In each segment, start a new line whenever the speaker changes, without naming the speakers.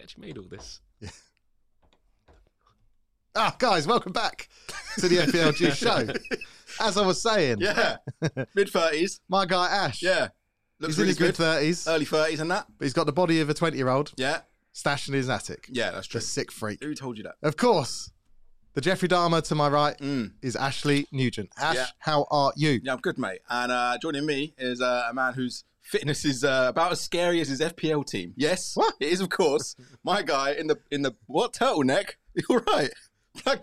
actually made all this?
Ah, guys, welcome back to the FPLG show. As I was saying,
Yeah. Mid 30s.
my guy Ash,
Yeah. Looks
he's in
really
his mid
good. Uh,
thirties, but
Early 30s and that.
he's got the body of a twenty-year-old
Yeah.
stashed in his attic.
Yeah, that's
The
true.
sick freak.
Who told you that?
Of course, the Jeffrey Dahmer to my right
Mm.
is Ashley Nugent. Ash,
Yeah.
how are you?
Yeah, I'm good, mate. And uh, joining me is uh, a man whose fitness is uh, about as scary as his FPL team. Yes,
What?
it is, of course. My guy in the in the what turtleneck? You're right. Black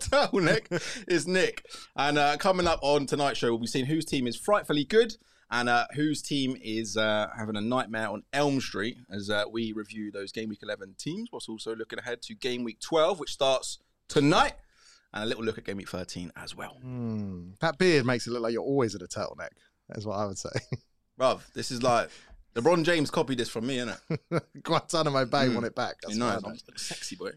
turtleneck is Nick. And uh, coming up on tonight's show, we'll be seeing whose team is frightfully good and uh, whose team is uh, having a nightmare on Elm Street as uh, we review those Game Week 11 teams, whilst also looking ahead to Game Week 12, which starts tonight, and a little look at Game Week 13 as well.
Hmm, that beard makes it look like you're always in a turtleneck. That's what I would say.
Bruv, this is like LeBron James copied this from me, innit?
Guantanamo Bay
Mm.
want it back. That's
you know,
what I
I'm
know.
sexy boy.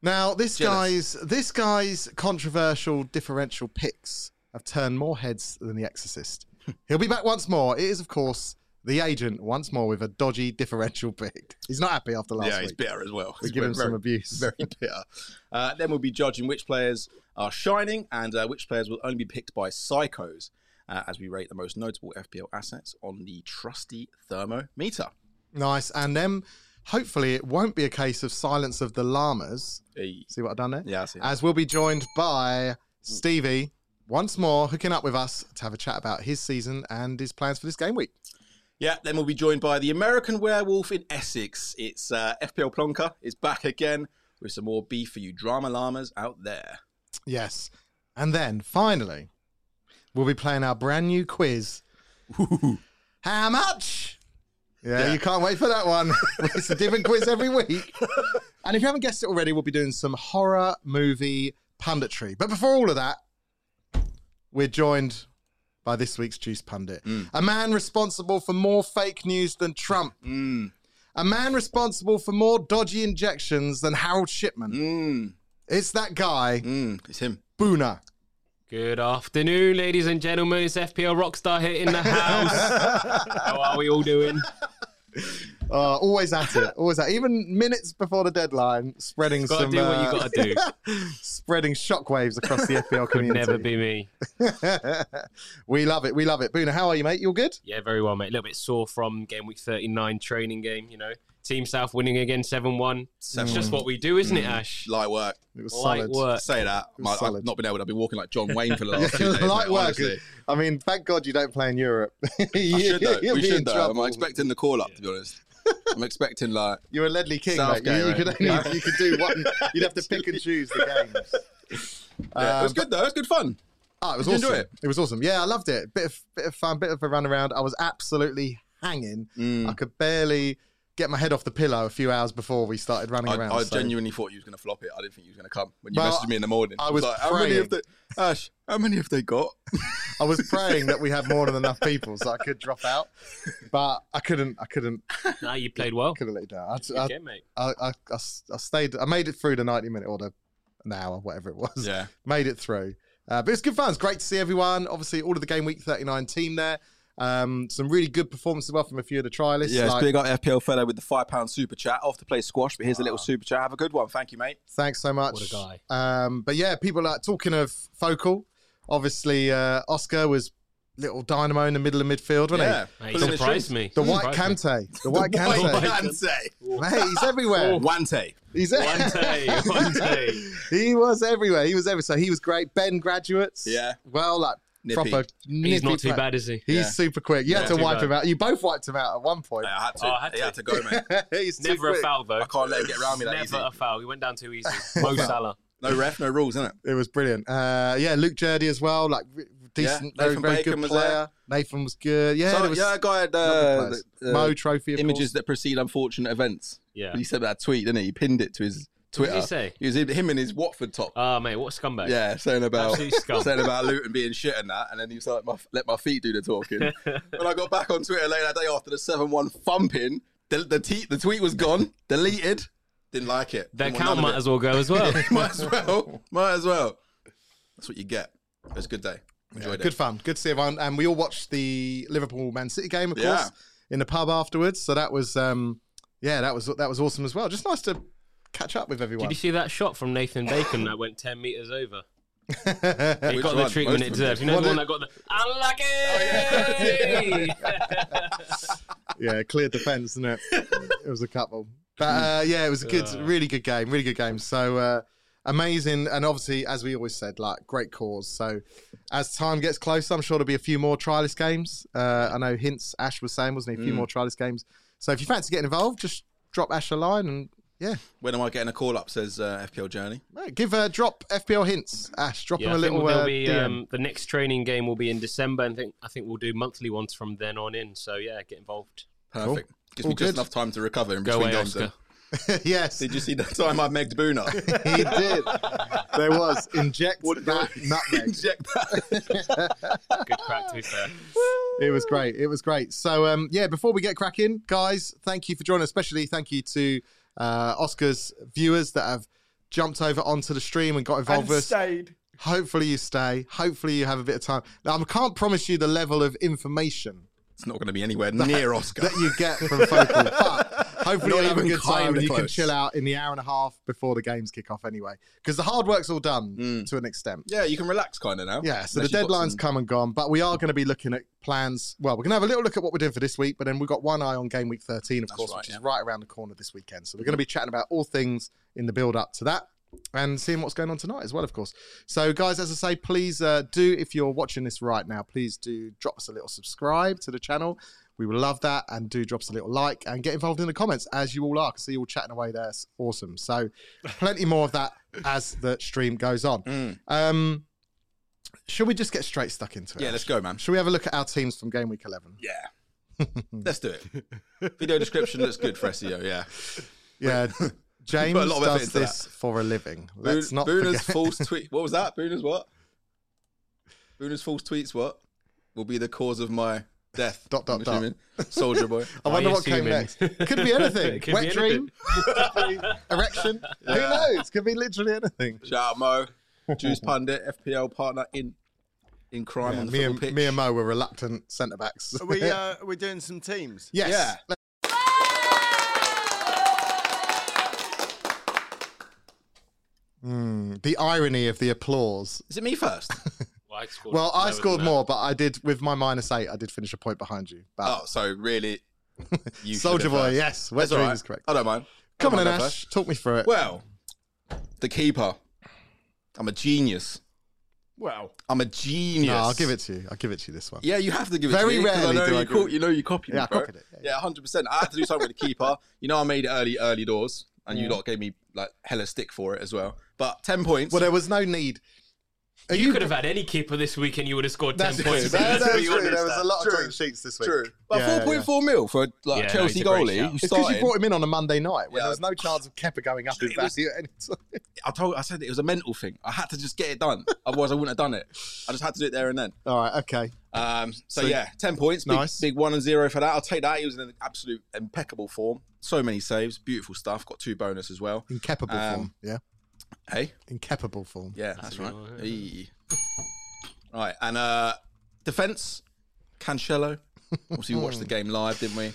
Now, this
Jealous.
guy's this guy's controversial differential picks have turned more heads than The Exorcist. He'll be back once more. It is, of course, the agent once more with a dodgy differential pick. He's not happy after last
yeah, he's
week.
bitter as well.
We
He's
give him
very,
some abuse.
very bitter. Uh, then we'll be judging which players are shining and uh, which players will only be picked by psychos uh, as we rate the most notable FPL assets on the trusty thermometer.
nice. And then hopefully it won't be a case of silence of the llamas.
Hey.
See what I've done there?
Yeah, I see.
As we'll be joined by Stevie once more hooking up with us to have a chat about his season and his plans for this game week.
Yeah, then we'll be joined by the American werewolf in Essex. It's uh, FPL Plonker is back again with some more beef for you drama llamas out there.
Yes. And then finally, we'll be playing our brand new quiz. How much? Yeah,
Yeah.
you can't wait for that one. it's a different quiz every week. And if you haven't guessed it already, we'll be doing some horror movie punditry. But before all of that, we're joined by this week's Juice Pundit, a man responsible for more fake news than Trump,
Mm.
a man responsible for more dodgy injections than Harold Shipman.
Mm.
It's that guy,
Mm. It's him.
Boona.
Good afternoon, ladies and gentlemen. It's FPL Rockstar here in the house. How are we all doing?
Uh, always at it. Always at even minutes before the deadline, spreading
Gotta
some uh,
do what you gotta
uh,
do.
spreading shockwaves across the FPL
Could
community.
never be me.
we love it. We love it. Boona, how are you, mate? You all good?
Yeah, very well, mate. A little bit sore from game week 39 training game, you know. Team South winning again 7 1. That's just what we do, isn't it, Ash?
Light work.
It was
Light
solid.
work.
Say that. My, I've
solid.
not been able. I've been walking like John Wayne for the last two days.
Light
mate,
work.
honestly.
I mean, thank God you don't play in Europe.
I
you,
should though.
you'll
We
be in
should though. I'm
trouble.
expecting the call up to be honest. I'm expecting like
You're a Ledley King, mate. You,
Southgate,
you could
right?
only, you could do one. You'd have to pick and choose the games.
Yeah, it
Um,
was good though. It was good fun.
Oh, it was
Did you
awesome.
enjoy
it? was awesome. Yeah, I loved it. Bit of bit of fun, bit of a run around. I was absolutely hanging.
Mm.
I could barely get my head off the pillow a few hours before we started running
I,
around.
I
so-
genuinely thought you was gonna flop it. I didn't think you was gonna come when you
Well,
messaged me in the morning.
I
It
was
like, how many have they?
praying.
Ash, how many have they got?
I was praying that we had more than enough people so I could drop out, but I couldn't. I couldn't.
Nah, you played well.
Couldn't let you down. I, I,
Okay, mate.
I, I, I s- I stayed. I made it through the ninety minute order, an hour, whatever it was.
Yeah.
made it through. Uh, but it's good fun. It's great to see everyone. Obviously, all of the game week thirty nine team there. Um, some really good performances as well from a few of the trialists.
Yeah,
like-
big up FPL fellow with the five pound super chat. Off to play squash, but here's a little super chat. Have a good one. Thank you, mate.
Thanks so much.
What a
Um, but yeah, people are talking of focal. Obviously, uh, Oscar was little dynamo in the middle of midfield, wasn't
Yeah,
Mate,
pulling
you
Uh, the
surprised
strings.
me.
he? The
You
white
surprised
Kante. The white Kante.
Wante.
Mate, he's everywhere.
Wante.
He's
me. One day, one day.
he was everywhere. He was everywhere. So he was great. Ben graduates.
Yeah.
Well, like
Nippy.
proper.
He's
nippy
not too
pla-
bad, is he?
He's
Yeah.
super quick. You had
Yeah.
to
Too
wipe
bad.
him out. You both wiped him out at one point.
Yeah, I had to.
Oh, I had
He
to.
had to go, mate.
he's too
Never a
quick.
foul, though.
I can't let him get around me that
Never
easy.
a foul. He went down too easy. Mo Salah.
No ref, no rules, innit?
It was brilliant. Uh, yeah, Luke Jurdy as well. Like re- decent, very,
Nathan
very
Bacon
good
was
player. Nathan was good. Yeah,
So,
there was
yeah, I
lovely
got uh,
players.
the, uh,
Mo Trophy. Of
images
course.
that precede unfortunate events.
Yeah.
He sent that tweet, didn't he? He pinned it to his Twitter.
he say?
It was him- him in his Watford top.
Ah, mate, what a scumbag.
yeah, saying about
Absolute scum.
saying about Luton being shit and that, and then he was like, my, "Let my feet do the talking." when I got back on Twitter later that day after the seven-one thumping, the the, te- the tweet was gone, deleted. Didn't like it.
Their
Didn't want
count
none
might
of
as well go as well.
it. might as well, might as well. That's what you get. It was a good day. Enjoyed
Good
it.
fun. Good to see everyone. And we all watched the Liverpool Man City game, of
Yeah.
course, in the pub afterwards. So that was, um, yeah, that was that was awesome as well. Just nice to catch up with everyone.
Did you see that shot from Nathan Bacon that went 10 meters over?
yeah,
It
Which
got
one?
the treatment
Most
it
of them
deserved. You know
What
the one
did-
that got the
Oh,
unlucky.
clear defence, isn't it? it was a couple, but uh, yeah, it was a good,
Uh.
really good game, really good game. So uh, amazing, and obviously, as we always said, like great cause. So as time gets closer, I'm sure there'll be a few more trialist games. Uh, I know hints Ash was saying, wasn't he? A
Mm.
few more trialist games. So if you fancy getting involved, just drop Ash a line and yeah,
When am I getting a call up? Says uh, FPL Journey.
mate, give uh, drop FPL hints. Ash, drop
yeah,
him
I
a
think
little.
there'll
uh,
be
DM.
um, the next training game will be in December, and think I think we'll do monthly ones from then on in. So yeah, get involved.
Perfect. Gives me
All
just
good.
enough time to recover in
Go
between
away,
games. then.
Oscar.
yes,
Did you see the time I megged Boone up?
he did. There was inject
What-
that nutmeg.
Inject that.
Good crack to be fair.
It was great. It was great. So, um, yeah, before we get cracking, guys, thank you for joining. us. Especially thank you to uh, Oscar's viewers that have jumped over onto the stream and got involved
and
with us.
stayed.
Hopefully, you stay. Hopefully, you have a bit of time. Now, I can't promise you the level of information
It's not going to be anywhere near Oscar.
that you get from Focal, but hopefully,
Not
you'll have a
even
good time
kinda
and you can
close.
chill out in the hour and a half before the games kick off anyway. Because the hard work's all done to an extent.
Mm. yeah, you can relax kind of now.
Yeah, so
Unless
the
you've got
deadline's
some-
come and gone, but we are going to be looking at plans. Well, we're going to have a little look at what we're doing for this week, but then we've got one eye on game week 13, of course,
right,
which
yeah.
is right around the corner this weekend. So we're going to be chatting about all things in the build up to that and seeing what's going on tonight as well, of course. So, guys, as I say, please uh, do, if you're watching this right now, please do drop us a little subscribe to the channel. We would love that. And do drop us a little like and get involved in the comments as you all are. I can see you all chatting away there. It's awesome. So, plenty more of that as the stream goes on.
Mm.
Um, should we just get straight stuck into it?
Yeah, let's go, man.
Should we have a look at our teams from game week 11?
Yeah. let's do it. Video description looks good for SEO, yeah.
Yeah. James
Put a lot of effort
does
into
this for a living. Let's
Boon-
not forget.
Booner's false tweet. What was that? Booner's what? Booner's false tweets. What will be the cause of my death?
Dot, dot,
I'm
dot.
assuming. Soldier boy.
I wonder
Are you
what came
assuming?
next. Could be anything.
It could
Wet
be
dream, could be erection. Who knows? Could be literally anything.
Shout out Mo, Juice Pundit, FPL partner in in crime on the
Me
football
and,
pitch.
me and Mo were reluctant centre backs.
Are we uh, are we doing some teams?
yes.
Yeah.
Let- Mm, the irony of the applause.
Is it me first?
Well, I scored,
Well, I
lower than
scored
that.
more, but I did with my minus eight. I did finish a point behind you. But
Oh, so really? You should
Soldier
have
Boy,
first.
yes, Wet
That's all
Dream
right.
is correct.
I don't mind. I
Come
don't
on, then,
mind that
Ash, talk me through it.
Well, the keeper. I'm a genius.
Well,
I'm a genius.
No, I'll give it to you. I'll give it to you this one.
Yeah, you have to give it
Very
to me 'cause I
rarely
know
do
you
I
co-
give it.
you know you copied
Yeah,
me,
I
bro.
copied it, yeah,
Yeah, hundred percent. I had to do something with the keeper. You know, I made early early doors, and you lot gave me like hella stick for it as well. But ten points.
Well, there was no need. Are
You, could have had any keeper this week and you would have scored 10
That's
points.
true.
Let's
That's
be
true.
honest,
There was
that-
a lot
True.
of clean sheets this week.
True. But
Yeah,
four point four mil for like
Yeah, no,
Chelsea
he's a great shout.
goalie. You
It's because
started.
you brought him in on a Monday night when
Yeah.
there was no chance of Kepper going up in
It was-
value at any time.
I told. I said it was a mental thing. I had to just get it done. Otherwise, I wouldn't have done it. I just had to do it there and then.
All right, okay.
Um, so, yeah, ten points. Big,
Nice.
big one and zero for that. I'll take that. He was in an absolute impeccable form. So many saves. Beautiful stuff. Got two bonus as well.
In capable
Um,
form, yeah.
Hey.
In capable form.
Yeah, that's,
a
right.
good one,
Eee. Right, and uh defense, Cancelo. Obviously, we watched the game live, didn't we?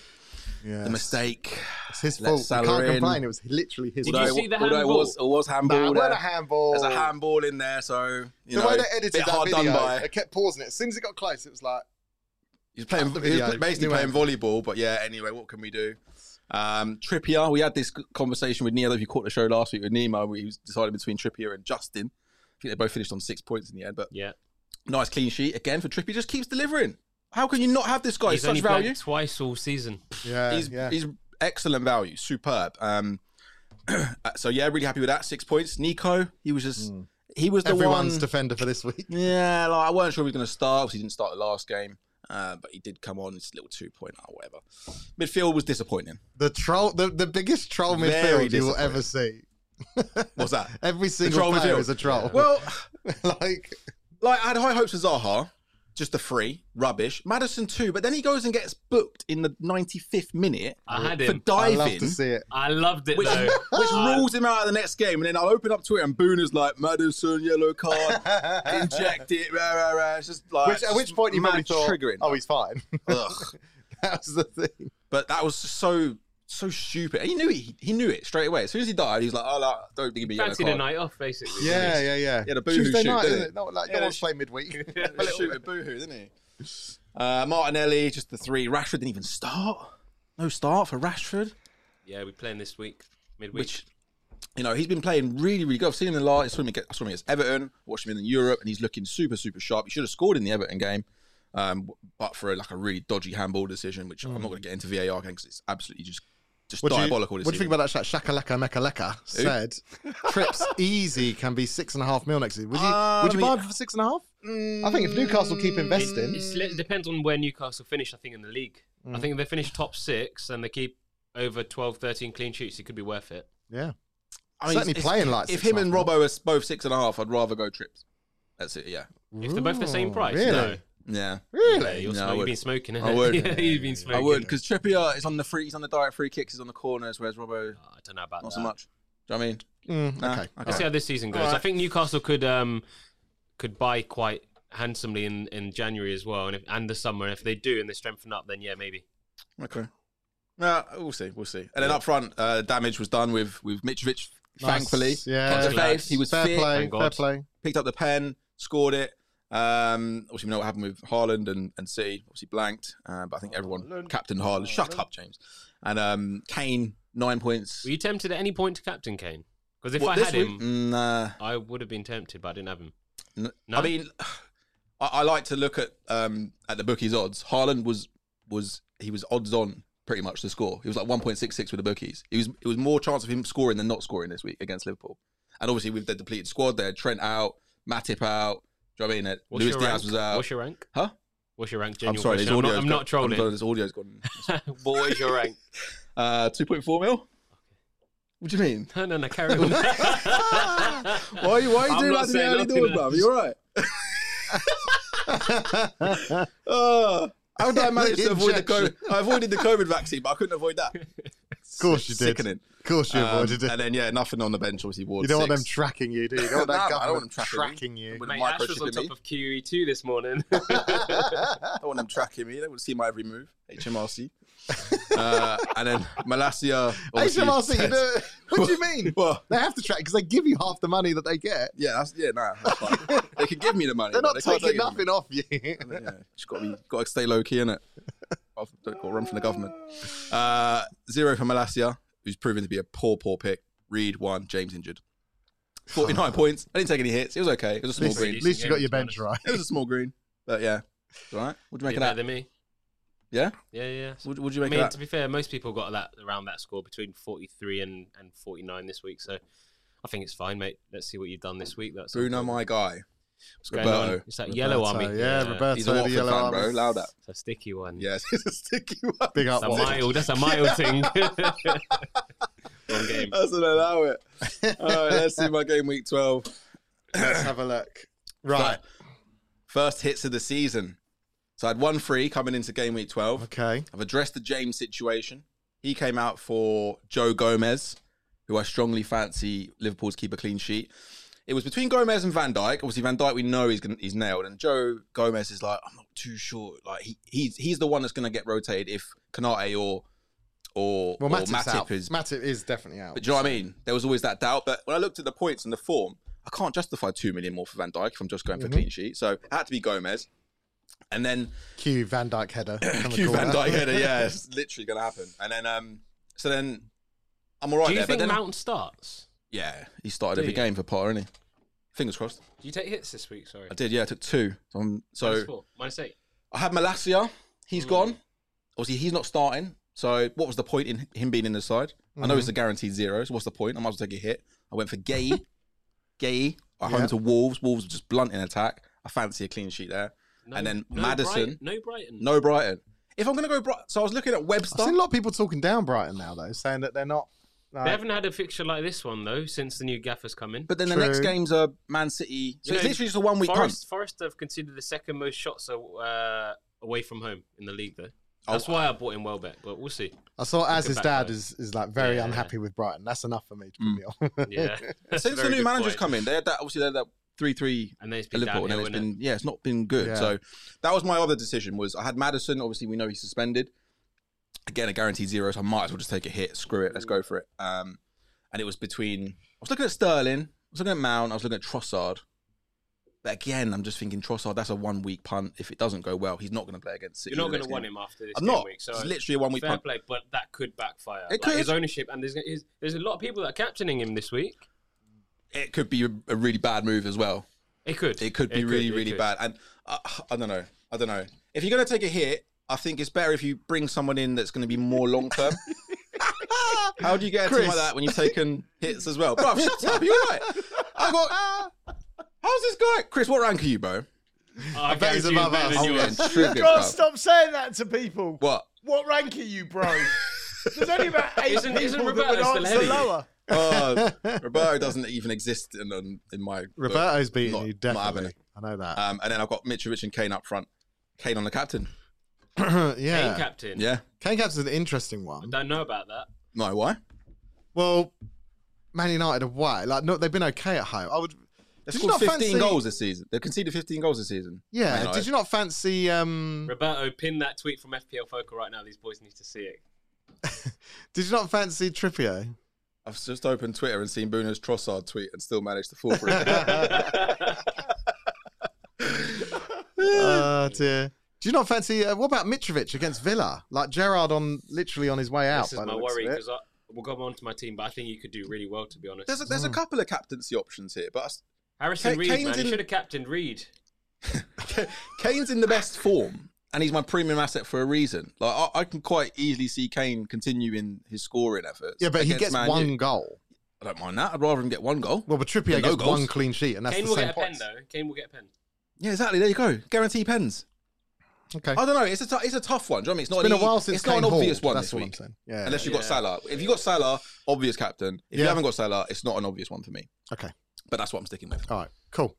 Yeah.
The mistake.
It's his
Let
fault. You
Salah
can't
in.
complain. It was literally his
you
fault.
Although-
see the
although
handball?
It was, it was
Nah,
handball.
weren't a
there.
handball.
There's a handball in there, so you
The
know,
way they edited
bit
that
hard
video,
done by.
they kept pausing it. As soon as it got close, it was like,
He's playing.
the
He's
video.
basically
Anyway.
playing volleyball, but yeah. Anyway, what can we do? Um, Trippier. We had this conversation with Nemo. If you caught the show last week with Nemo, we was deciding between Trippier and Justin. I think they both finished on six points in the end, but
Yeah.
nice clean sheet again for Trippier. Just keeps delivering. How can you not have this guy?
He's
He's such
only played
value.
twice all season.
yeah,
he's,
yeah.
he's excellent value, superb. Um, uh, so yeah, really happy with that. Six points. Nico, he was just he was the
Hmm. Everyone's
one.
defender for this week.
yeah, like I weren't sure he was going to start. Obviously, he didn't start the last game, uh, but he did come on. It's a little two point or whatever. Midfield was disappointing.
The troll, the, the biggest troll
Very
midfield you will ever see.
What's that?
Every
troll
single player
midfield.
is a troll.
well,
like,
like I had high hopes for Zaha. Just a free rubbish. Madison too, but then he goes and gets booked in the 95th minute
I had
for
him.
I
diving.
love to see it.
I loved it
which,
though.
which rules him out of the next game. And then I'll open up Twitter and Booner's like, Madison, yellow card, inject it, rah, rah, rah. It's just like,
Which, at which point you
mad
probably thought,
triggering.
"Oh, he's fine."
Ugh.
that was the thing.
But that was so, so stupid. And he knew it. He, he knew it straight away. As soon as he died, he was like, "Oh, like, don't give me a yellow
Fancy the
card."
night off, basically.
Yeah, yeah, yeah.
Yeah, the boohoo
Tuesday
shoot,
night,
didn't
isn't
it?
it? Not like
Yeah,
no one's
that's-
playing midweek.
Well, shoot at Boohoo, didn't he? Uh, Martinelli, just the three. Rashford didn't even start. No start for Rashford.
Yeah, we're playing this week, midweek.
Which- You know, he's been playing really, really good. I've seen him in the lot. I saw him against, I saw him against Everton, watched him in Europe, and he's looking super, super sharp. He should have scored in the Everton game, um, but for like a really dodgy handball decision, which
Mm.
I'm not going to get into VAR again because it's absolutely just just
do you-
diabolical.
What do you think about that? Shaq? Shakalaka Mekaleka said trips easy can be six and a half mil next season. Would you,
Um,
would you buy him for six and a half? I think if Newcastle keep
Mm.
investing,
It's- it depends on where Newcastle finish, I think, in the league.
Mm.
I think if they finish top six and they keep over 12, 13 clean sheets, it could be worth it.
yeah,
I mean,
certainly
it's-
playing like
If
six
him
and
and
a half,
Robbo are both six and a half, I'd rather go trips. That's it. Yeah,
If they're both the same
Ooh,
price,
really?
no. Yeah,
yeah.
really?
you're
No,
smo-
I
you've
would.
been smoking,
I would.
innit? Yeah, you've been smoking.
I would because Trippier is on the free. He's on the direct free kicks. He's on the corners, whereas Robbo
Oh, I don't know about
not
that.
so much. Do you know what I mean?
Mm,
Nah,
okay.
Let's see how this season goes. I
Alright.
think Newcastle could um could buy quite handsomely in, in January as well, and if, and the summer. And if they do and they strengthen up, then yeah, maybe.
Okay. No, we'll see. We'll see. And then up front, uh, damage was done with with Mitrovic.
Nice.
Thankfully,
Yeah.
Got the
Glad.
face. He was
Fair
fit.
play,
Thank
fair
God.
play.
Picked up the pen, scored it. Um, obviously, we know what happened with Haaland and and City. Obviously, blanked. Uh, but I think everyone
Haaland.
captain Haaland. Shut up, James. And um, Kane nine points.
Were you tempted at any point to captain Kane? Because if
What,
I
this
had
week?
him,
Nah.
I would have been tempted, but I didn't have him.
N-
No?
I mean, I, I like to look at um, at the bookies' odds. Haaland was was he was odds on pretty much to score. He was like one point six six with the bookies. It was it was more chance of him scoring than not scoring this week against Liverpool. And obviously with the depleted squad, there Trent out, Matip out. Do you know what I mean? Uh,
What's
Luis
your
Diaz
rank?
was out.
What's your rank?
Huh?
What's your rank?
I'm
Genuine
sorry,
question.
this
I'm, not,
audio's
I'm
gone-
not trolling.
sorry, this audio's gone.
what is your rank?
Uh, two point four mil. What do you mean?
no, no, no, carry on.
Why are you, why are you
I'm
doing
not
that to me
saying
early
nothing,
doors,
man.
bruv? You're right. uh, how did I manage to avoid the COVID? I avoided the COVID vaccine, but I couldn't avoid that.
Of course you did.
Sickening.
Of course you
Um,
avoided it.
and then yeah, nothing on the bench. Obviously, Ward
You don't want
six.
them tracking you, do you? You don't want that
Nah, I don't want
government
them tracking
tracking you.
With a
Mate, Ash was
microchip
on
in me.
top of QE2 this morning.
I don't want them tracking me. They would see my every move. HMRC. uh, and then Malasia. obviously,
HMRC, you
said-
do it. What do you mean?
Well,
They have to track because they give you half the money that they get.
yeah, that's, yeah, nah, that's fine. they can give me the money.
They're not
but they can't
taking
take it from me.
nothing off you.
yeah, just got to be got to stay low key in it. Don't got to run from the government. Uh, zero for Malasia, who's proven to be a poor, poor pick. Reed one, James injured. Forty nine points. I didn't take any hits. It was okay. It was a small
At
Listen.
green.
least you got your
Decent
bench
game,
right.
It was a small green, but yeah, it's all right. What do you make
Bit
of
better than
that?
me.
Yeah,
Yeah, yeah.
what would you
I
make
mean,
of
to
that?
be fair, most people got that around that score between 43 and, and 49 this week. So I think it's fine, mate. Let's see what you've done this week. That's
Bruno, my guy.
What's going on?
Roberto.
It's that yellow
Roberto,
army.
Yeah, Roberto,
He's a
the
Watford fan,
yellow army.
bro. Loud up.
It's a sticky one.
Yes, it's a sticky one.
Big up,
That's a
Watford.
mild. That's a mild thing. Wrong game.
Doesn't allow it. All right, let's see my game week twelve.
Let's have a look. Right.
But first hits of the season. So I had one free coming into game week twelve.
Okay.
I've addressed the James situation. He came out for Joe Gomez, who I strongly fancy Liverpool to keep a clean sheet. It was between Gomez and Van Dyke. Obviously, Van Dyke we know he's gonna, he's nailed, and Joe Gomez is like I'm not too sure. Like he he's he's the one that's going to get rotated if Kanate or or,
Well,
or
Matip's
Matip
out.
is.
Matip is definitely out.
But do you know what I mean? There was always that doubt. But when I looked at the points and the form, I can't justify two million more for Van Dyke if I'm just going
Mm-hmm.
for clean sheet. So it had to be Gomez, and then.
Q Van Dyke header. from the
Q Van
corner.
Dyke header, yeah, it's literally gonna happen. And then, um, so then I'm all right
Do you
there.
think
but then,
Mount starts?
yeah, he started every
you?
game for Potter, didn't he? Fingers crossed.
Do you take hits this week? Sorry.
I did, yeah. I took two. So, I'm,
Minus
so
four, minus eight.
I had Malasia.
Hmm.
He's gone. Obviously, he's not starting. So what was the point in him being in the side? I know it's a guaranteed zero. So what's the point? I might as well take a hit. I went for Gay. Gay. I
Yeah.
home to Wolves. Wolves were just blunt in attack. I fancy a clean sheet there.
No-
and then
no
Madison.
Bright- no Brighton.
No Brighton. If I'm gonna go, Bright so I was looking at Webster.
I've seen a lot of people talking down Brighton now, though, saying that they're not.
They
Like,
haven't had a fixture like this one though since the new gaffer's come in.
But then the
True.
next games are Man City. So
You
it's
know,
literally just a one week punt.
Forest, Forest have conceded the second most shots uh, away from home in the league though.
Oh,
That's why I bought in Welbeck, but we'll see.
I saw as
Good
his
back
dad
though.
is, is like very
Yeah.
unhappy with Brighton. That's enough for me to put me
Mm.
on.
Yeah. That's a
Since the
very
new
good
manager's
point.
come in, they had that obviously they had that three three
and then it's been
Liverpool, and then
downhill.
it's
innit?
been yeah, it's not been good.
Yeah.
So that was my other decision was I had Madison. Obviously, we know he's suspended. Again, a guaranteed zero, so I might as well just take a hit. Screw it, let's go for it. Um, and it was between I was looking at Sterling, I was looking at Mount, I was looking at Trossard. But again, I'm just thinking Trossard. That's a one week punt. If it doesn't go well, he's not going to play against. City
You're not
the
going
next
to want
game.
him after this
I'm
game
not.
week. So
it's literally a one week
fair
punt.
play, but that could backfire.
It
Like, His
could.
ownership and there's his, there's a lot of people that are captaining him this week.
It could be a, a really bad move as well.
It could.
It could be really,
it
really
could.
bad. And uh, I don't know. I don't know. If you're going to take a hit, I think it's better if you bring someone in that's going to be more long term.
Ah,
How do you get a team
Chris.
like that when you've taken hits as well? Bro, shut up. You're right. I got. How's this guy? Chris, what rank are you, bro?
I,
bet he's
guarantee
above
better
us.
than
Oh,
I'm
you
getting
are.
triggered,
God,
bruv.
stop saying that to people.
What?
What rank are you, bro? There's only about eight
Isn't-
people
isn't
that would
Roberto still
answer
heavy?
lower.
Oh, Roberto doesn't even exist in, in, in my. book.
Roberto's beating
Not-
you,
not having
definitely. I know that.
Um, and then I've got Mitrovic and Kane up front. Kane on the captain.
Kane
Uh,
yeah.
captain.
Yeah.
Kane Cap's an interesting one.
Don't know about that.
No, why?
Well, Man United away, like no, they've been okay at home. I would.
They've
Did you
scored
not
15
fancy-
goals this season. They've conceded 15 goals this season. Man
Yeah.
United.
Did you not fancy? Um,
Roberto, pin that tweet from FPL Focal right now. These boys need to see it.
did you not fancy Trippier?
I've just opened Twitter and seen Bruno's Trossard tweet and still managed to fall for it.
Uh, oh dear. Do you not fancy? Uh, what about Mitrovic against Villa? Like Gerard on literally on his way out.
this is
by the
my
looks
worry
of it.
because we'll come on to my team, but I think you could do really well, to be honest.
there's a, there's a
Hmm.
couple of captaincy options here, but
Harrison
Ka-
Reed,
Kane's
man,
in-
should have captained Reed.
I- Kane's in the best form and he's my premium asset for a reason. Like I, I can quite easily see Kane continuing his scoring efforts.
Yeah, but he
against
gets
Man
one
U.
goal.
I don't mind that. I'd rather him get one goal.
Well, but Trippier
No
gets
goals.
one clean sheet, and that's
Kane
the
will
same
get a pen,
points.
though. Kane will get a pen.
Yeah, exactly. There you go. Guarantee pens.
Okay.
I don't know. It's a t- it's a tough one. Do you know what I mean? It's not
it's been
an
a while
ea-
since
it's not
Kane
an obvious
Hall,
one
That's
this
what
week.
I'm saying. Yeah.
Unless you've got
Yeah.
Salah. If you've got Salah, obvious captain. If you
Yeah.
haven't got Salah, it's not an obvious one for me.
Okay.
But that's what I'm sticking with.
All right. Cool.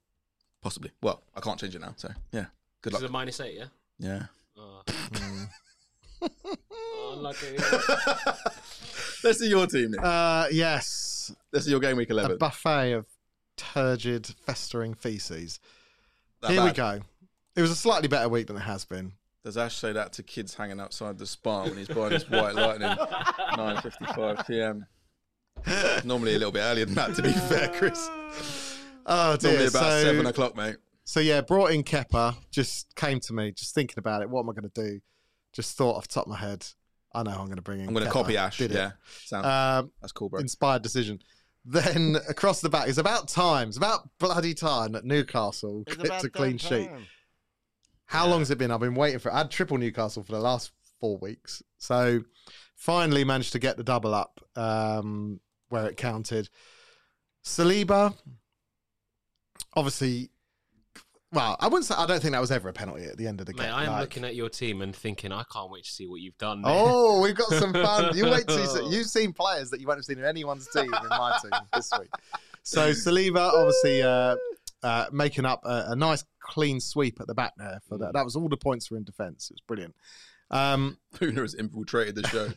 Possibly. Well, I can't change it now. So yeah. Good
This is
luck.
a minus eight, yeah?
Yeah.
Oh. Oh, unlucky.
Let's see your team. Nick.
Uh, yes.
Let's see your game week
a
eleven.
buffet of turgid, festering feces.
That
Here
bad.
we go. It was a slightly better week than it has been.
Does Ash say that to kids hanging outside the spa when he's buying his white lightning? Nine fifty-five p.m. Normally a little bit earlier than that. To be fair, Chris.
Oh dear.
Normally about
so,
seven o'clock, mate.
so yeah, brought in Kepper. Just came to me, just thinking about it. What am I going to do? Just thought off the top of my head. I know I'm going to bring in.
I'm going to
Kepa.
copy Ash.
Did it.
Yeah, sound.
Um,
that's cool, bro.
inspired decision. Then across the back, it's about time. It's about bloody time that Newcastle
It's
clipped
about
a clean
damn
sheet.
time.
How long's it been? I've been waiting for it. I had triple Newcastle for the last four weeks. So finally managed to get the double up um, where it counted. Saliba, obviously, well, I wouldn't say, I don't think that was ever a penalty at the end of the
Mate,
game.
I am
Like,
looking at your team and thinking, I can't wait to see what you've done. there.
Oh, we've got some fun. You wait till you see, you've seen players that you won't have seen in anyone's team in my team this week. So Saliba obviously uh, uh, making up a, a nice clean sweep at the back there for
Mm.
that. That was all the points were in defence. It was brilliant. Um,
Puna has infiltrated the show.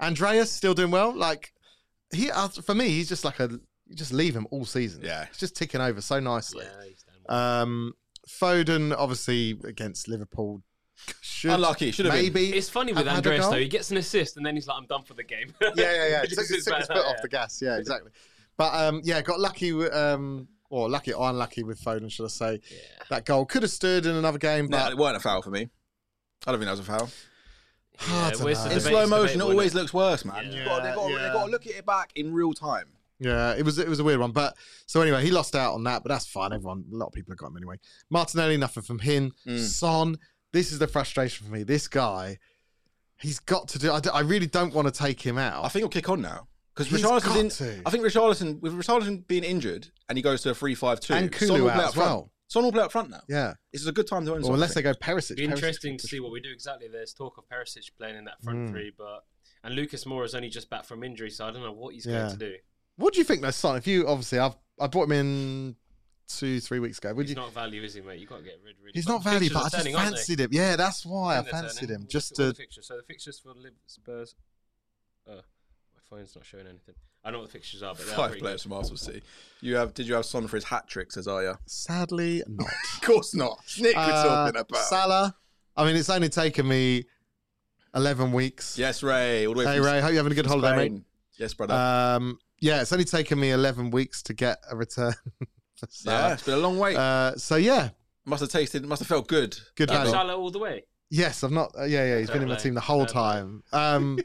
Andreas still doing well. Like he uh, for me, he's just like a you just leave him all season.
Yeah.
it's just ticking over so nicely.
Yeah, he's done well.
Um, Foden obviously against Liverpool. Should,
Unlucky. Should have been.
maybe
It's funny with
I've had a
Andreas
goal.
though. He gets an assist and then he's like, "I'm done for the game."
yeah, yeah, yeah.
Which
Took, took
is
his
bad,
foot
yeah.
off the gas. Yeah, exactly. But um, yeah, got lucky. w- Um, or lucky or unlucky with Foden, should I say?
Yeah.
That goal could have stood in another game,
No,
but
it weren't a foul for me. I don't think that was a foul.
I don't
well, it's a
know. In
In
debate-
slow
it's
motion, it
debatable,
always
isn't
looks worse, man.
Yeah.
You've got- they've, got,
Yeah.
they've got to look at it back in real time.
yeah, it was it was a weird one. But so anyway, he lost out on that, but that's fine. Everyone, a lot of people have got him anyway. Martinelli, nothing from him.
Mm.
Son, this is the frustration for me. This guy, he's got to do. I, d- I really don't want to take him out.
I think he'll kick on now because
He's
Richarlison's
got
in.
to.
I think Richarlison with Richarlison being injured and he goes to a three-five-two.
And Kulu
will
out
play up
as
front.
well.
Son will play up front now.
yeah,
This is a good time to own.
or
Son, I
unless they
think.
go Perisic.
Be
Perisic-
interesting to see what we do. Exactly. There's talk of Perisic playing in that
Mm.
front three, but and Lucas Moura's only just back from injury, so I don't know what he's
Yeah.
going to do.
What do you think, though, son? If you obviously, I've I brought him in two, three weeks ago. Would
He's
you?
not value, is he, mate? You got to get rid. Really
he's
quick.
not
The
value,
fixtures
but I
are
just
turning, aren't they?
fancied him. Yeah, that's why I
think they're
fancied
turning.
him.
Look
Just
at all
to
the fixtures. So the fixtures for Liv- Spurs. Uh, my phone's not showing anything. I know what the fixtures are, but they're
Five
pretty
players from Arsenal City. You have? Did you have Son for his hat trick? Says Aya.
sadly not.
Of course not. Nick, we're
Uh,
talking about.
Salah. I mean, it's only taken me a 11 weeks.
Yes, Ray. All the way
Hey,
from
Ray, hope you're having a good holiday,
Spain.
mate.
Yes, brother.
Um, yeah, it's only taken me 11 weeks to get a return. for
yeah,
Salah.
it's been a long wait.
Uh, so, yeah,
must have tasted. Must have felt good.
good
Keep
value.
Salah all the way.
Yes, I've not. Uh, yeah, yeah, he's been in my
Fair play.
team the whole
Fair play.
time. Um,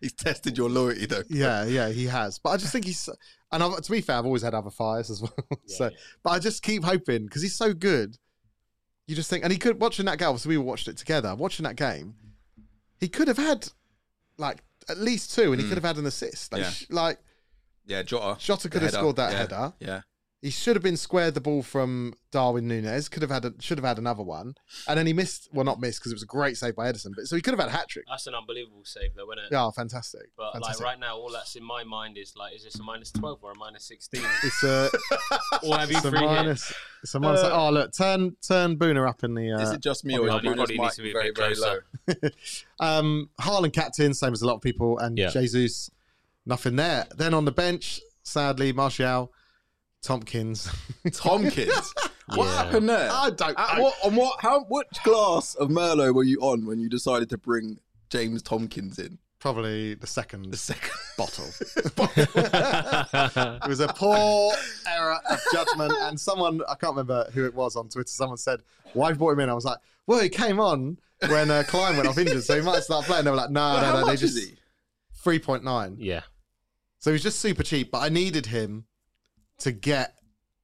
He's tested your loyalty though.
yeah, yeah, he has. But I just think he's. And I've, to be fair, I've always had other fires as well.
Yeah,
so,
yeah.
but I just keep hoping because he's so good. You just think, and he could watching that game. So we watched it together. Watching that game, he could have had like at least two, and he
Mm.
could have had an assist. Like,
Yeah.
sh- like
Yeah, Jota.
Jota could
The
have
header,
scored that
yeah.
header.
Yeah,
He should have been squared the ball from Darwin Nunez. Could have had a, should have had another one, and then he missed. Well, not missed because it was a great save by Edison. But so he could have had a hat trick.
That's an unbelievable save, though, isn't it?
Yeah, fantastic.
But
fantastic.
like right now, all that's in my mind is like, is this a minus twelve or a minus sixteen?
It's uh, a,
or have you
it's a
three here?
minus. It's a minus. oh look, turn turn Booner up in the.
Uh, is
Uh,
it just me or
Probably
is
not. He probably
Bruno's mic
needs to be a
very,
bit
very low?
closer.
um, Haaland captain, same as a lot of people, and
Yeah.
Jesus, nothing there. Then on the bench, sadly, Martial, Tompkins.
Tompkins. What
Yeah.
happened there?
I don't.
At
know.
what, on what? How? Which glass of Merlot were you on when you decided to bring James Tompkins in?
Probably the second
The second
bottle.
yeah,
It was a poor error of judgment, and someone I can't remember who it was on Twitter. Someone said, "Why have you brought him in?" I was like, "Well, he came on when uh, Klein went off injured, so he might start playing." They were like, "No,
Well,
no,
how
no." They
much
just
is he?
three point nine. So he's just super cheap, but I needed him to get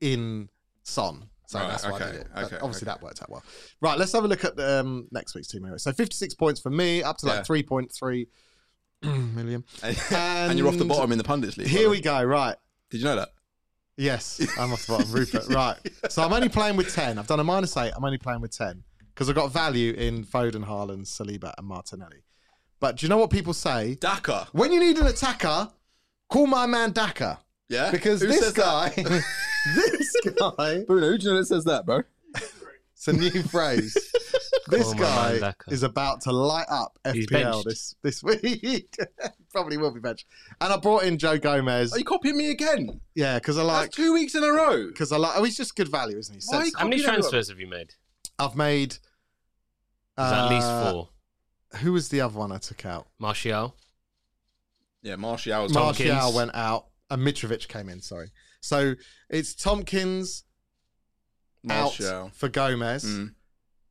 in Son. So
Right,
that's why I
okay,
did it. But
okay,
obviously, that worked out well. Right, let's have a look at um, next week's team anyway. So 56 points for me, up to like
Yeah.
3.3 million.
And, and you're off the
And
bottom in the pundits league. by the
Here
way.
we go, right.
Did you know that?
Yes, I'm off the bottom, Rupert. Right. So I'm only playing with 10. I've done a minus 8. I'm only playing with 10 because I've got value in Foden, Haaland, Saliba, and Martinelli. But do you know what people say?
Daka.
When you need an attacker, call my man Daka.
Yeah.
Because
Who
this
says
guy,
That?
this guy,
Bruno, who do you know that says that, bro?
it's a new phrase. This
Call Oh, my man
guy
Daka.
is about to light up
He's benched.
FPL this, this week. Probably will be benched. And I brought in Joe Gomez.
Are you copying me again?
Yeah, because I like,
That's two weeks in a row.
because I like. Oh, he's just good value, isn't he?
Why
Sensible.
How many
You know,
transfers have you made?
I've made.
There's at least
uh,
four.
Who was the other one I took out?
Martial.
Yeah, Martial's
Tompkins.
Martial went out, and Mitrovic came in. Sorry. So it's Tompkins
Martial.
out for Gomez.
Mm.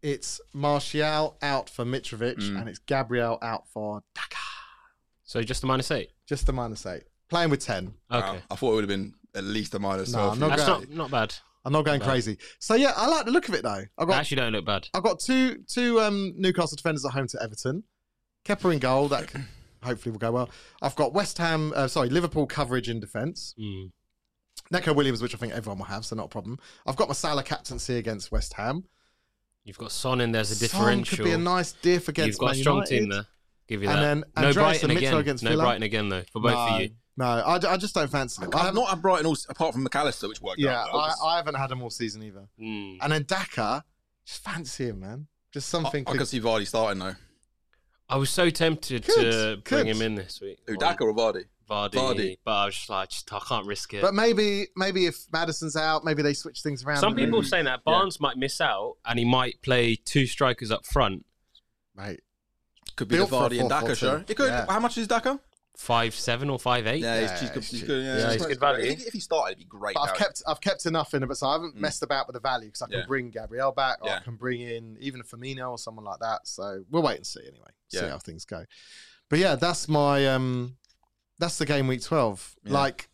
It's Martial out for Mitrovic,
Mm.
and it's Gabriel out for Daka.
So just a minus eight.
Just a minus eight. Playing with ten.
Okay.
Wow. I thought it would have been at least a minus.
No,
twelve.
I'm not
That's
great.
not, not bad.
I'm not going
Not bad.
crazy. So yeah, I like the look of it though. I've
They
got
actually don't look bad.
I've got two two um, Newcastle defenders at home to Everton. Kepper in goal. That could, hopefully will go well. I've got West Ham. Uh, sorry, Liverpool coverage in defence.
Mm.
Neco Williams, which I think everyone will have, so not a problem. I've got my Salah captaincy against West Ham.
You've got Son in there as a
Son
differential.
could be a nice diff against.
You've got
Man
a strong
United.
team there. Give you
And
that.
then
no
Andreas
Brighton
and Mitchell
again.
against
no
Villa.
Brighton again though for both
no,
of you.
no, I, d- I just don't fancy them. I
I've
haven't-
not had Brighton all, apart from McAllister, which worked
Yeah,
out. well,
I,
'cause
I haven't had him all season either.
Mm.
And then Daka, just fancy him, man. Just
I,
something.
I
could-
can see Vardy starting though.
I was so tempted to
Could,
bring
could.
him in this week.
Who,
on
Daka or Vardy?
Vardy,
Vardy.
But I was just like, just, I can't risk it.
but maybe, maybe if Madison's out, maybe they switch things around.
Some
and then-
people saying that Barnes might miss out and he might play two strikers up front.
mate,
Could be
Built
the
for a
Vardy and Daka
4-4-2.
show. It could.
Yeah.
How much is Daka?
Five seven or five eight.
Yeah,
Yeah,
he's, he's, good,
it's
he's
cheap.
good. Yeah,
Yeah,
he's
he's good
great.
value.
If, if he started, it'd be great.
But I've
now.
kept I've kept enough in it, but so I haven't
Mm.
messed about with the value because I can
Yeah.
bring Gabriel back, or I
Yeah.
can bring in even a Firmino or someone like that. So we'll wait and see anyway, see
Yeah.
how things go. But yeah, that's my um, that's the game week twelve.
Yeah.
Like,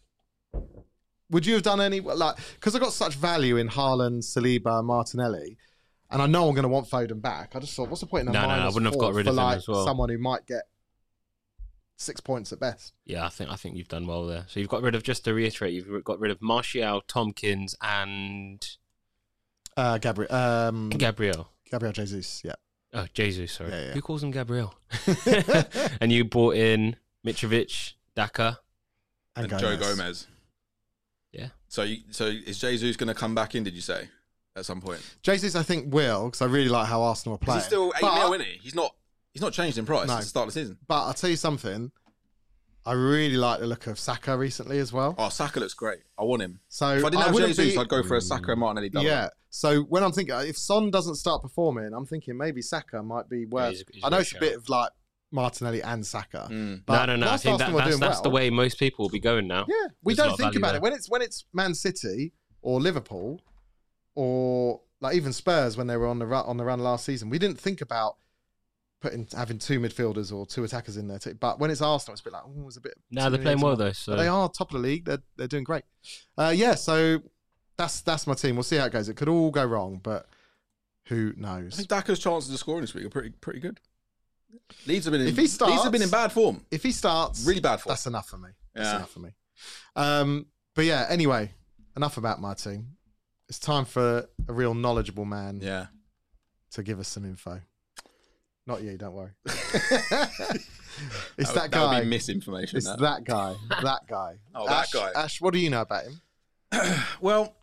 would you have done any like because I got such value in Haaland, Saliba, Martinelli, and I know I'm going to want Foden back. I just thought, what's the point in a
No, no, no, I
minus
wouldn't have
four
got rid
for,
of him
like,
as well.
Someone who might get six points at best.
Yeah, I think I think you've done well there. So you've got rid of just to reiterate, you've got rid of Martial, Tompkins, and
Uh, Gabriel, um,
Mm.
Gabriel.
Gabriel Jesus, yeah.
Oh, Jesus, sorry.
Yeah, yeah.
Who calls him Gabriel? and you brought in Mitrovic, Daka.
and Joe Gomez.
Yeah.
So, you, so is Jesus going to come back in? Did you say at some point?
Jesus, I think will because I really like how Arsenal are playing.
He's still eight
but,
mil, isn't he? He's not. He's not changed in price
No.
since the start of the season.
but I'll tell you something. I really like the look of Saka recently as well.
Oh, Saka looks great. I want him.
So
If I didn't have
wouldn't
Jesus,
be-
I'd go for a Saka and Martinelli double.
yeah. So when I'm thinking, if Son doesn't start performing, I'm thinking maybe Saka might be worth.
he's a- he's a
I know
great
it's a
shout.
bit of like Martinelli and Saka.
Mm.
No, no, no. I
whilst
think that,
Arsenal are
that's,
doing
that's the
well-
way most people will be going now.
Yeah, we
There's a lot
don't
of
think
value
about
there.
it when it's when it's Man City or Liverpool or like even Spurs when they were on the run, on the run last season. We didn't think about putting having two midfielders or two attackers in there. Too. But when it's Arsenal, it's a bit like oh, it's a bit.
No,
too
they're
many
playing
to-
well though.
But they
So
are top of the league. They're they're doing great. Uh, yeah, so that's that's my team. We'll see how it goes. It could all go wrong, but who
I
knows?
think Daka's chances of scoring this week are pretty pretty good. Leeds have been in,
If he
Leeds
starts-
have been in bad form,
If he starts,
really bad form.
that's enough for me. That's
Yeah.
enough for me. Um, but yeah, anyway, enough about my team. It's time for a real knowledgeable man
yeah,
to give us some info. Not you, don't worry. it's
that,
that,
would- that would
guy.
be misinformation.
it's
that.
that guy. That guy.
Oh, that
Ash-
guy.
Ash, what do you know about him?
Well,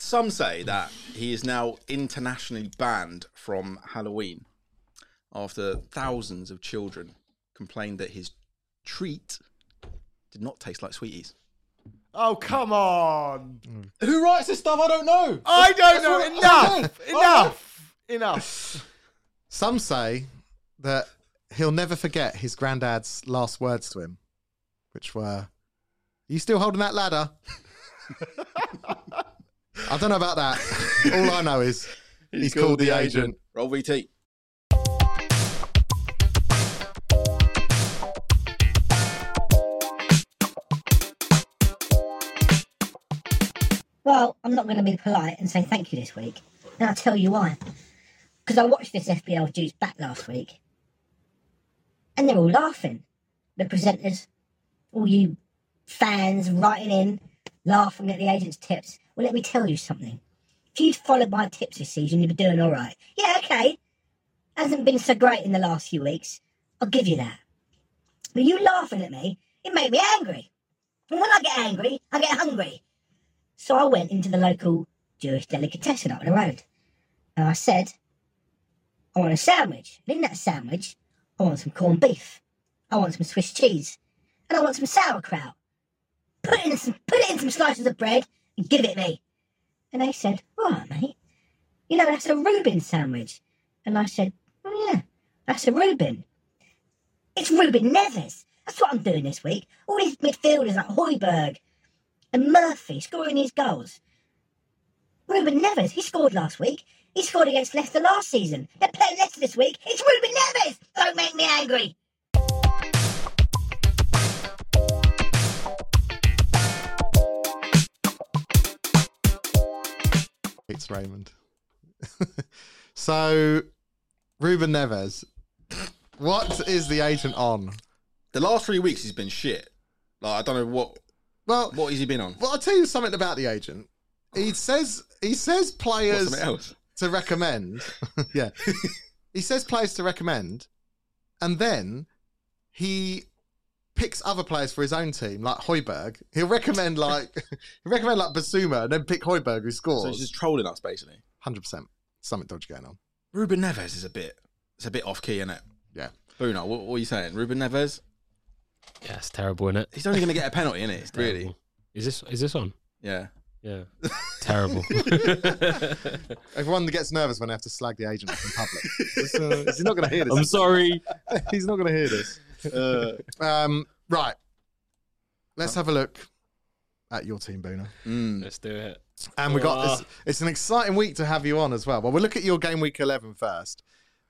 some say that he is now internationally banned from Halloween after thousands of children complained that his treat did not taste like sweeties.
Oh, come on.
Who writes this stuff? I don't know.
I don't know.
what-
Enough.
I don't know.
Enough. Enough.
Some say that he'll never forget his granddad's last words to him, which were, Are you still holding that ladder? I don't know about that. All I know is he's, called, the agent.
Roll VT.
Well, I'm not going to be polite and say thank you this week. And I'll tell you why. Because I watched this FBL Juice back last week. And they're all laughing. The presenters, all you fans writing in, laughing at the agent's tips. Well, let me tell you something. If you'd followed my tips this season, you'd be doing all right. Yeah, okay. Hasn't been so great in the last few weeks. I'll give you that. But you laughing at me, it made me angry. And when I get angry, I get hungry. So I went into the local Jewish delicatessen up the road and I said, I want a sandwich. And in that sandwich, I want some corned beef. I want some Swiss cheese. And I want some sauerkraut. Put it in some, put it in some slices of bread and give it me. And they said, Right, mate. You know, that's a Reuben sandwich. And I said, Oh, yeah, that's a Reuben. It's Reuben Neves. That's what I'm doing this week. All these midfielders like Hoiberg and Murphy scoring his goals. Ruben Neves, he scored last week. He scored against Leicester last season. They're playing Leicester this week. It's Ruben Neves! Don't make me angry!
It's Raymond. so, Ruben Neves, what is the agent on?
The last three weeks he's been shit. Like I don't know what
Well,
what has he been on.
well, I'll tell you something about the agent. He says he says
What's
players
something else?
to recommend. yeah. he says players to recommend, and then he picks other players for his own team, like Hoiberg. He'll recommend like he'll recommend like Basuma and then pick Hoiberg who
So he's
scores.
just trolling us basically.
Hundred percent. Something dodgy going on.
Ruben Neves is a bit it's a bit off key, isn't it?
Yeah.
Bruno, what, what are you saying? Ruben Neves?
yeah, it's terrible, isn't it?
He's only gonna get a penalty, isn't it? Really?
Terrible. Is this is this on?
Yeah.
Yeah. terrible.
Everyone gets nervous when they have to slag the agent off in public. It's, uh, he's not going to hear
I'm
this.
sorry.
He's not going to hear this. Um, right. Let's have a look at your team, Boona.
Mm.
Let's do it.
And we got this.
Ah.
It's an exciting week to have you on as well. Well, we'll look at your game week 11 first,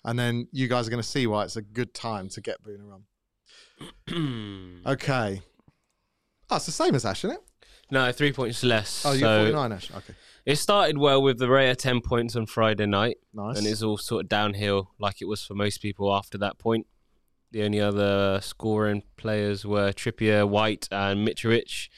and then you guys are going to see why it's a good time to get Boona on. Okay. Oh, it's the same as Ash, isn't it?
no, three points less.
Oh, you're
so
49, Ash. Okay.
it started well with the Raya ten points on Friday night.
Nice.
and it's all sort of downhill like it was for most people after that point. The only other scoring players were Trippier, White, and Mitrovic.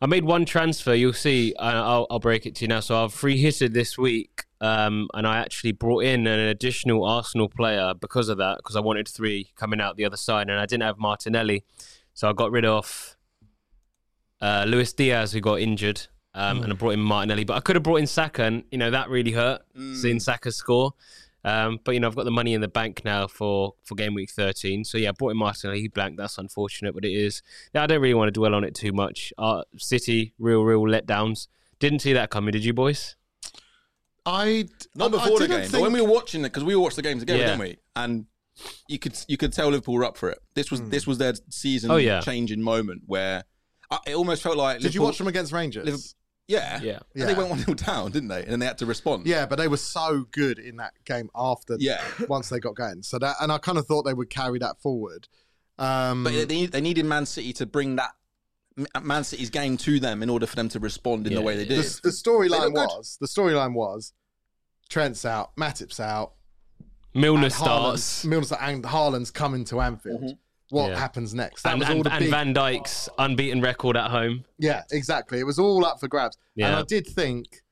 I made one transfer. You'll see. I- I'll, I'll break it to you now. So I've free hitted this week, um, and I actually brought in an additional Arsenal player because of that, because I wanted three coming out the other side, and I didn't have Martinelli, so I got rid of uh, Luis Diaz, who got injured, um, and I brought in Martinelli. But I could have brought in Saka, and you know that really hurt
Mm.
seeing Saka score. Um, but you know I've got the money in the bank now for for game week 13. So yeah, I brought in Martinelli. He blanked. That's unfortunate, but it is. Yeah, I don't really want to dwell on it too much. Uh, City, real, real letdowns. Didn't see that coming, did you, boys?
I.
Not
I- I
before the
didn't
game, but when we
think-
were watching it, because we all watched the game together,
Yeah.
didn't we? And you could you could tell Liverpool were up for it. This
Mm.
was this was their season
Oh, yeah.
changing moment where I, it almost felt like
Did you
Liverpool-
watch them against Rangers?
Liverpool- Yeah,
Yeah.
And They
Yeah.
went one 0 down, didn't they? And then they had to respond.
Yeah, but they were so good in that game after.
Yeah.
Once they got going, so that and I kind of thought they would carry that forward. Um,
but they, they needed Man City to bring that M- Man City's game to them in order for them to respond in the
Yeah,
way they
yeah.
did.
the, the
They
storyline
look good.
was the storyline was Trent's out, Matip's out,
Milner
and Haaland's-
starts.
Milner's out, and Haaland's coming to Anfield. What
Mm-hmm. Yeah.
happens next? That
and,
was all
and,
the
and
big,
Van Dyke's unbeaten record at home.
yeah, exactly. It was all up for grabs, and
Yeah.
I did think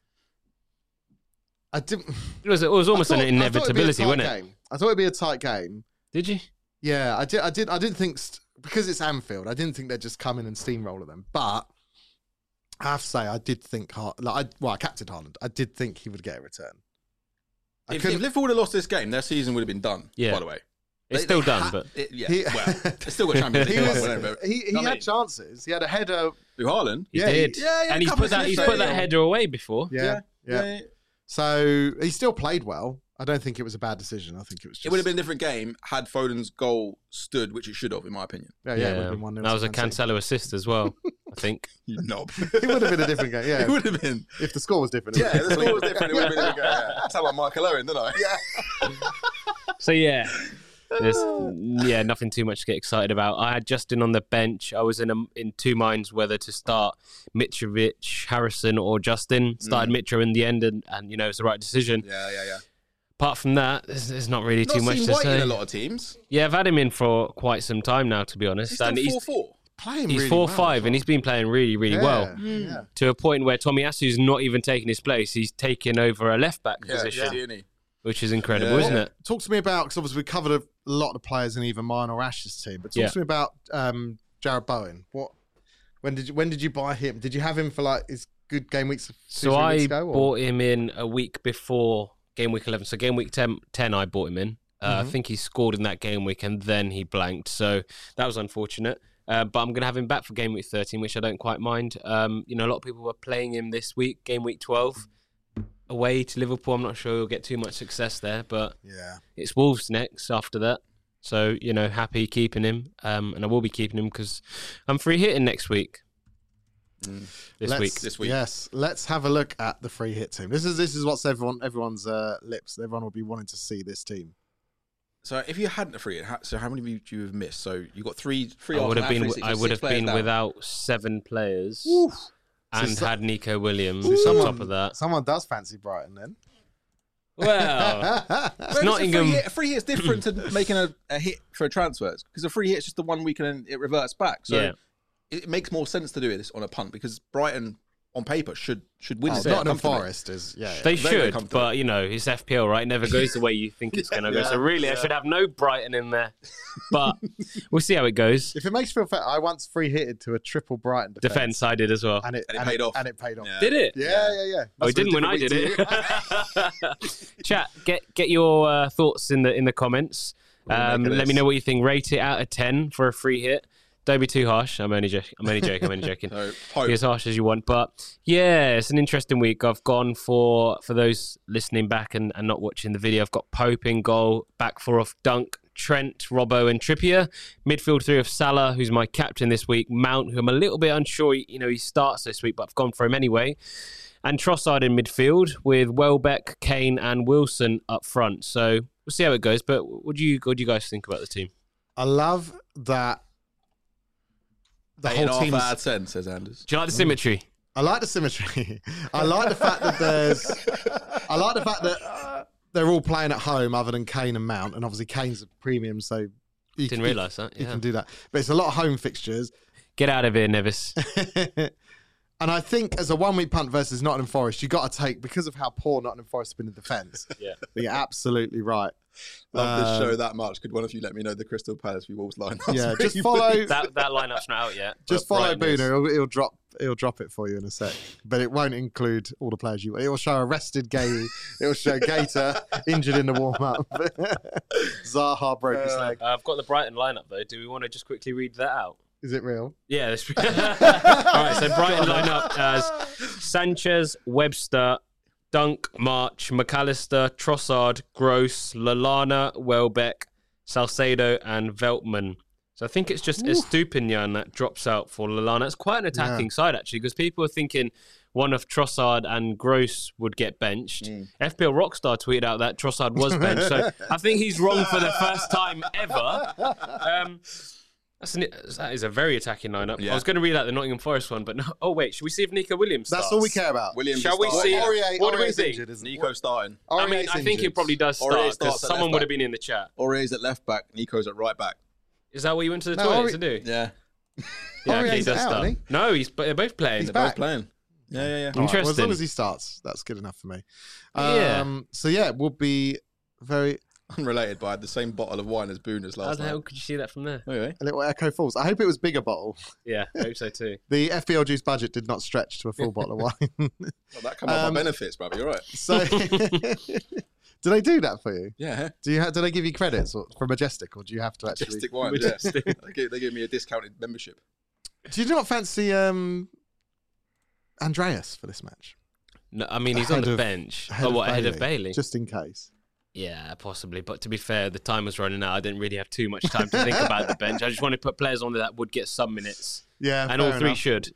I didn't.
It was it was almost
I thought-
an
I thought it'd be a
inevitability,
tight
wasn't it?
game. I thought it'd be a tight game.
Did you?
Yeah, I did. I did. I didn't think st- because it's Anfield. I didn't think they'd just come in and steamroller them. But I have to say, I did think. Har- like, I, well, I captained Haaland. I did think he would get a return. I
If, if
couldn't.
Liverpool would have lost this game, their season would have been done.
Yeah.
By the way,
It's
They-
still
they
done,
ha-
but
it- yeah.
He-
well, it's still got Champions League.
he
but
was,
whatever.
he, he
No,
had
mate.
chances. He had a header.
Who, Haaland?
he
yeah, he-
did.
yeah, yeah,
and he's
couple
put
of
that he's
clips,
put
yeah,
that
yeah.
header away before.
Yeah, yeah.
Yeah.
So he still played well. I don't think it was a bad decision. I think it was. Just,
It would have been a different game had Foden's goal stood, which it should have, in my opinion.
Yeah, yeah. It would have been one.
that was a Cancelo assist as well, I think.
You knob.
It would have been a different game.
It
Yeah,
would have been.
if the score was different. it
Yeah,
would have
the
been
score was different. It would have been a different game. I sound like Michael Owen, didn't I? Yeah.
So yeah, there's yeah nothing too much to get excited about. I had Justin on the bench. I was in a, in two minds whether to start Mitrovic, Harrison, or Justin. Started Mitro in the end, and, and you know it's the right decision.
Mm. Yeah, yeah, yeah.
Apart from that, there's, there's not really
Not
too much
seen
to
White
say.
in a lot of teams.
Yeah, I've had him in for quite some time now, to be honest.
He's
and
done
he's
four four.
playing
he's
really
four
well.
five, and he's been playing really really
Yeah,
well
Mm.
Yeah.
to a point where Tommy Asu's not even taking his place. He's taking over a left back position, which is incredible,
Yeah.
isn't it?
talk to me about because obviously we covered a lot of players in either mine or Ash's team, but talk
Yeah.
to me about um, Jared Bowen. What when did you when did you buy him? Did you have him for like his good game weeks? two,
So
three
I
weeks ago, or-
bought him in a week before game week 11. So game week 10, 10 I bought him in. Uh,
Mm-hmm.
I think he scored in that game week and then he blanked. So that was unfortunate. Uh, but I'm going to have him back for game week 13, which I don't quite mind. Um, you know, a lot of people were playing him this week, game week 12, away to Liverpool. I'm not sure he'll get too much success there, but
yeah.
it's Wolves next after that. So, you know, happy keeping him. Um, and I will be keeping him because I'm free hitting next week. This
Let's-
week.
This week.
yes. Let's have a look at the free hit team. This is this is what's everyone everyone's uh, lips. Everyone will be wanting to see this team.
So if you hadn't have free, how- so how many would you have missed? So you got three, three.
I would have
Arsenal
been.
athletes,
I
so
would have
six players
been
down.
without seven players, and
so-
had Nico Williams
So
on top of that.
someone does fancy Brighton then.
Well,
Whereas a
Nottingham-
Free hit, a free hit's different to making a, a hit for transfers because a free hit's just the one week and then it reverts back. So
Yeah.
it, it makes more sense to do this on a punt because Brighton on paper should should win.
Oh,
this
Nottingham
comfortably.
Forest is yeah.
they
Very, very
should,
comfortable.
but you know it's FPL, right? Never goes the way you think it's going to go. So really, I should have no Brighton in there, but we'll see how it goes.
If it makes you feel fair, I once free hitted to a triple Brighton
Defense, I did as well.
and it,
And it paid off.
And it paid off.
Yeah.
Did it?
Yeah, yeah, yeah.
Oh, it
That's what
didn't when I
different
did
week
it.
to
Chat, get get your uh, thoughts in the in the comments. Um,
make it
let me
is.
know what you think. Rate it out of ten for a free hit. Don't be too harsh. I'm only joking. I'm only joking. I'm only joking.
So hope.
be as harsh as you want. But yeah, it's an interesting week. I've gone for for those listening back and, and not watching the video. I've got Pope in goal, back four off Dunk, Trent, Robbo, and Trippier. Midfield three of Salah, who's my captain this week. Mount, who I'm a little bit unsure. You know, he starts this week, but I've gone for him anyway. And Trossard in midfield with Welbeck, Kane, and Wilson up front. So we'll see how it goes. But what do you what do you guys think about the team?
I love that the
Eight and a
whole
half
team.
out of ten, says Anders.
Do you like the symmetry?
I like the symmetry. I like the fact that there's. I like the fact that they're all playing at home, other than Kane and Mount, and obviously Kane's a premium, so you
Didn't realise that.
you
Yeah.
can do that. But it's a lot of home fixtures,
Get out of here, Nevis.
and I think as a one-week punt versus Nottingham Forest, you got to take because of how poor Nottingham Forest have been in defence.
Yeah.
you're absolutely right.
Love
Um,
this show that much. Could one of you let me know the Crystal Palace v Wolves line?
Yeah, just follow.
that that lineup's not out yet.
Just
but
follow
Brighton is.
Boona. He'll, he'll drop. He'll drop it for you in a sec, but it won't include all the players you. It will show arrested Gay. it will show Gator injured in the warm up. Zaha broke his leg.
Uh, I've got the Brighton lineup though. Do we want to just quickly read that out?
Is it real?
Yeah. That's... All right. So Brighton lineup as Sanchez, Webster, Dunk, March, McAllister, Trossard, Gross, Lalana, Welbeck, Salcedo, and Veltman. So I think it's just Estupinian that drops out for Lallana. It's quite an attacking side, actually, because people are thinking one of Trossard and Gross would get benched. FPL Rockstar tweeted out that Trossard was benched. so I think he's wrong for the first time ever. Um, that's an, that is a very attacking lineup.
Yeah.
I was going to read out the Nottingham Forest one, but no. Oh, wait. Should we see if Nico Williams
That's
starts?
all we care about.
Williams.
Shall
is
we
starting.
see?
Aurier-
what do we
Aurier's
think?
injured, isn't he?
Nico starting.
I mean, I think he probably does
Aurier
start because
starts at
someone
left
would have
back.
been in the chat.
Aurier's at left back. Nico's at right back.
Is that what you went to the
No,
toilet
Aurier-
to do?
Yeah,
Yeah, okay, he
Aurier's
does
out,
start.
isn't
No, he's but they're both playing.
He's
They're
back.
both playing. Yeah, yeah, yeah.
both-
All right, well, as
Interesting.
long as he starts, that's good enough for me.
Yeah.
Um, so yeah, we'll be very
Unrelated, but I had the same bottle of wine as Booners
How
last
the hell
night. Oh,
could you see that from there?
Anyway,
a little Echo Falls. I hope it was bigger bottle.
Yeah, I hope so too.
The FBL juice budget did not stretch to a full bottle of wine.
well, that come up
Um,
my benefits, brother. You're right.
So did I do that for you?
Yeah,
Do you ha- did I give you credits or, for Majestic, or do you have to actually?
majestic wine. Yeah. they, give, they give me a discounted membership.
Do you not fancy um, Andreas for this match?
No, I mean he's on
Ahead
the
of-
bench. Oh, what ahead of Bailey?
just in case.
Yeah, possibly. But to be fair, the time was running out. I didn't really have too much time to think about the bench. I just wanted to put players on there that would get some minutes,
Yeah,
and all
fair
three
enough,
should.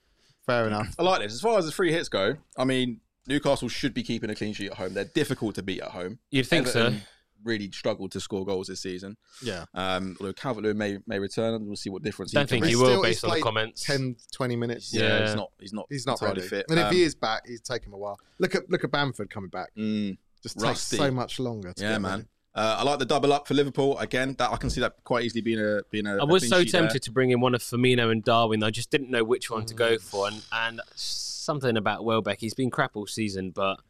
fair enough.
I like this. As far as the free hits go, I mean, Newcastle should be keeping a clean sheet at home. They're difficult to beat at home.
You'd think so.
Everton Really struggled to score goals this season.
Yeah,
Um, although Calvert Lewin may may return, and we'll see what difference.
Don't
he
think
can
he
He's
will
still-
based
he's
on the
like
comments.
10, 20 minutes.
Yeah,
Yeah.
he's not. He's not.
He's not
entirely
ready.
fit.
And if
Um,
he is back, he's taking a while. Look at look at Bamford coming back.
mm,
Just
rusty.
takes so much longer. To
yeah,
get
man.
ready.
Uh, I like the double up for Liverpool again. That I can see that quite easily being a being a.
I
a
was
clean
so
sheet there.
tempted to bring in one of Firmino and Darwin. I just didn't know which one to
Mm.
go for, and and something about Welbeck. He's been crap all season, but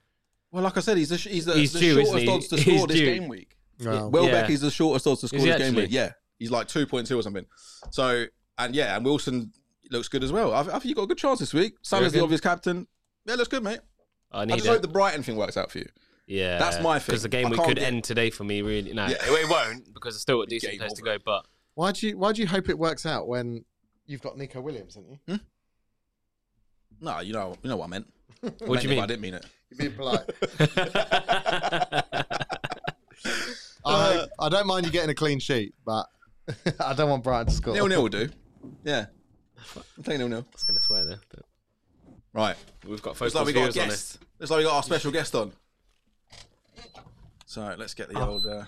Well, like I said, he's the, sh- he's the,
He's
the
due, isn't
shortest
he?
odds to
He's
score this
due.
game week.
Well,
Welbeck
Yeah.
Uh, is the shortest odds to score
he
this game
actually?
week. Yeah, he's like two point two or something. So and yeah, and Wilson looks good as well. I, I think you got a good chance this week. Salah's the
reckon?
obvious captain. Yeah, looks good, mate.
I
I
need
just
it.
hope the Brighton thing works out for you.
Yeah,
That's my thing.
Because the game
I
week
can't
could
get-
end today for me, really. No,
Yeah.
Uh, it, it won't because I still got a decent
Game
place to
over.
go. But
why do you why do you hope it works out when you've got Nico Williams, haven't you?
No, you know, you know what I meant.
what do
Meant it,
you
but I
mean?
didn't mean it.
You're being polite. I, hope, I don't mind you getting a clean sheet, but I don't want Brighton to score.
Nil nil will do. Yeah, I'm taking nil nil.
I was going to swear there, but
Right.
we've got focus
Looks like we got a
viewers on this.
guest. Looks like we got our special guest on. So let's get the old. Uh,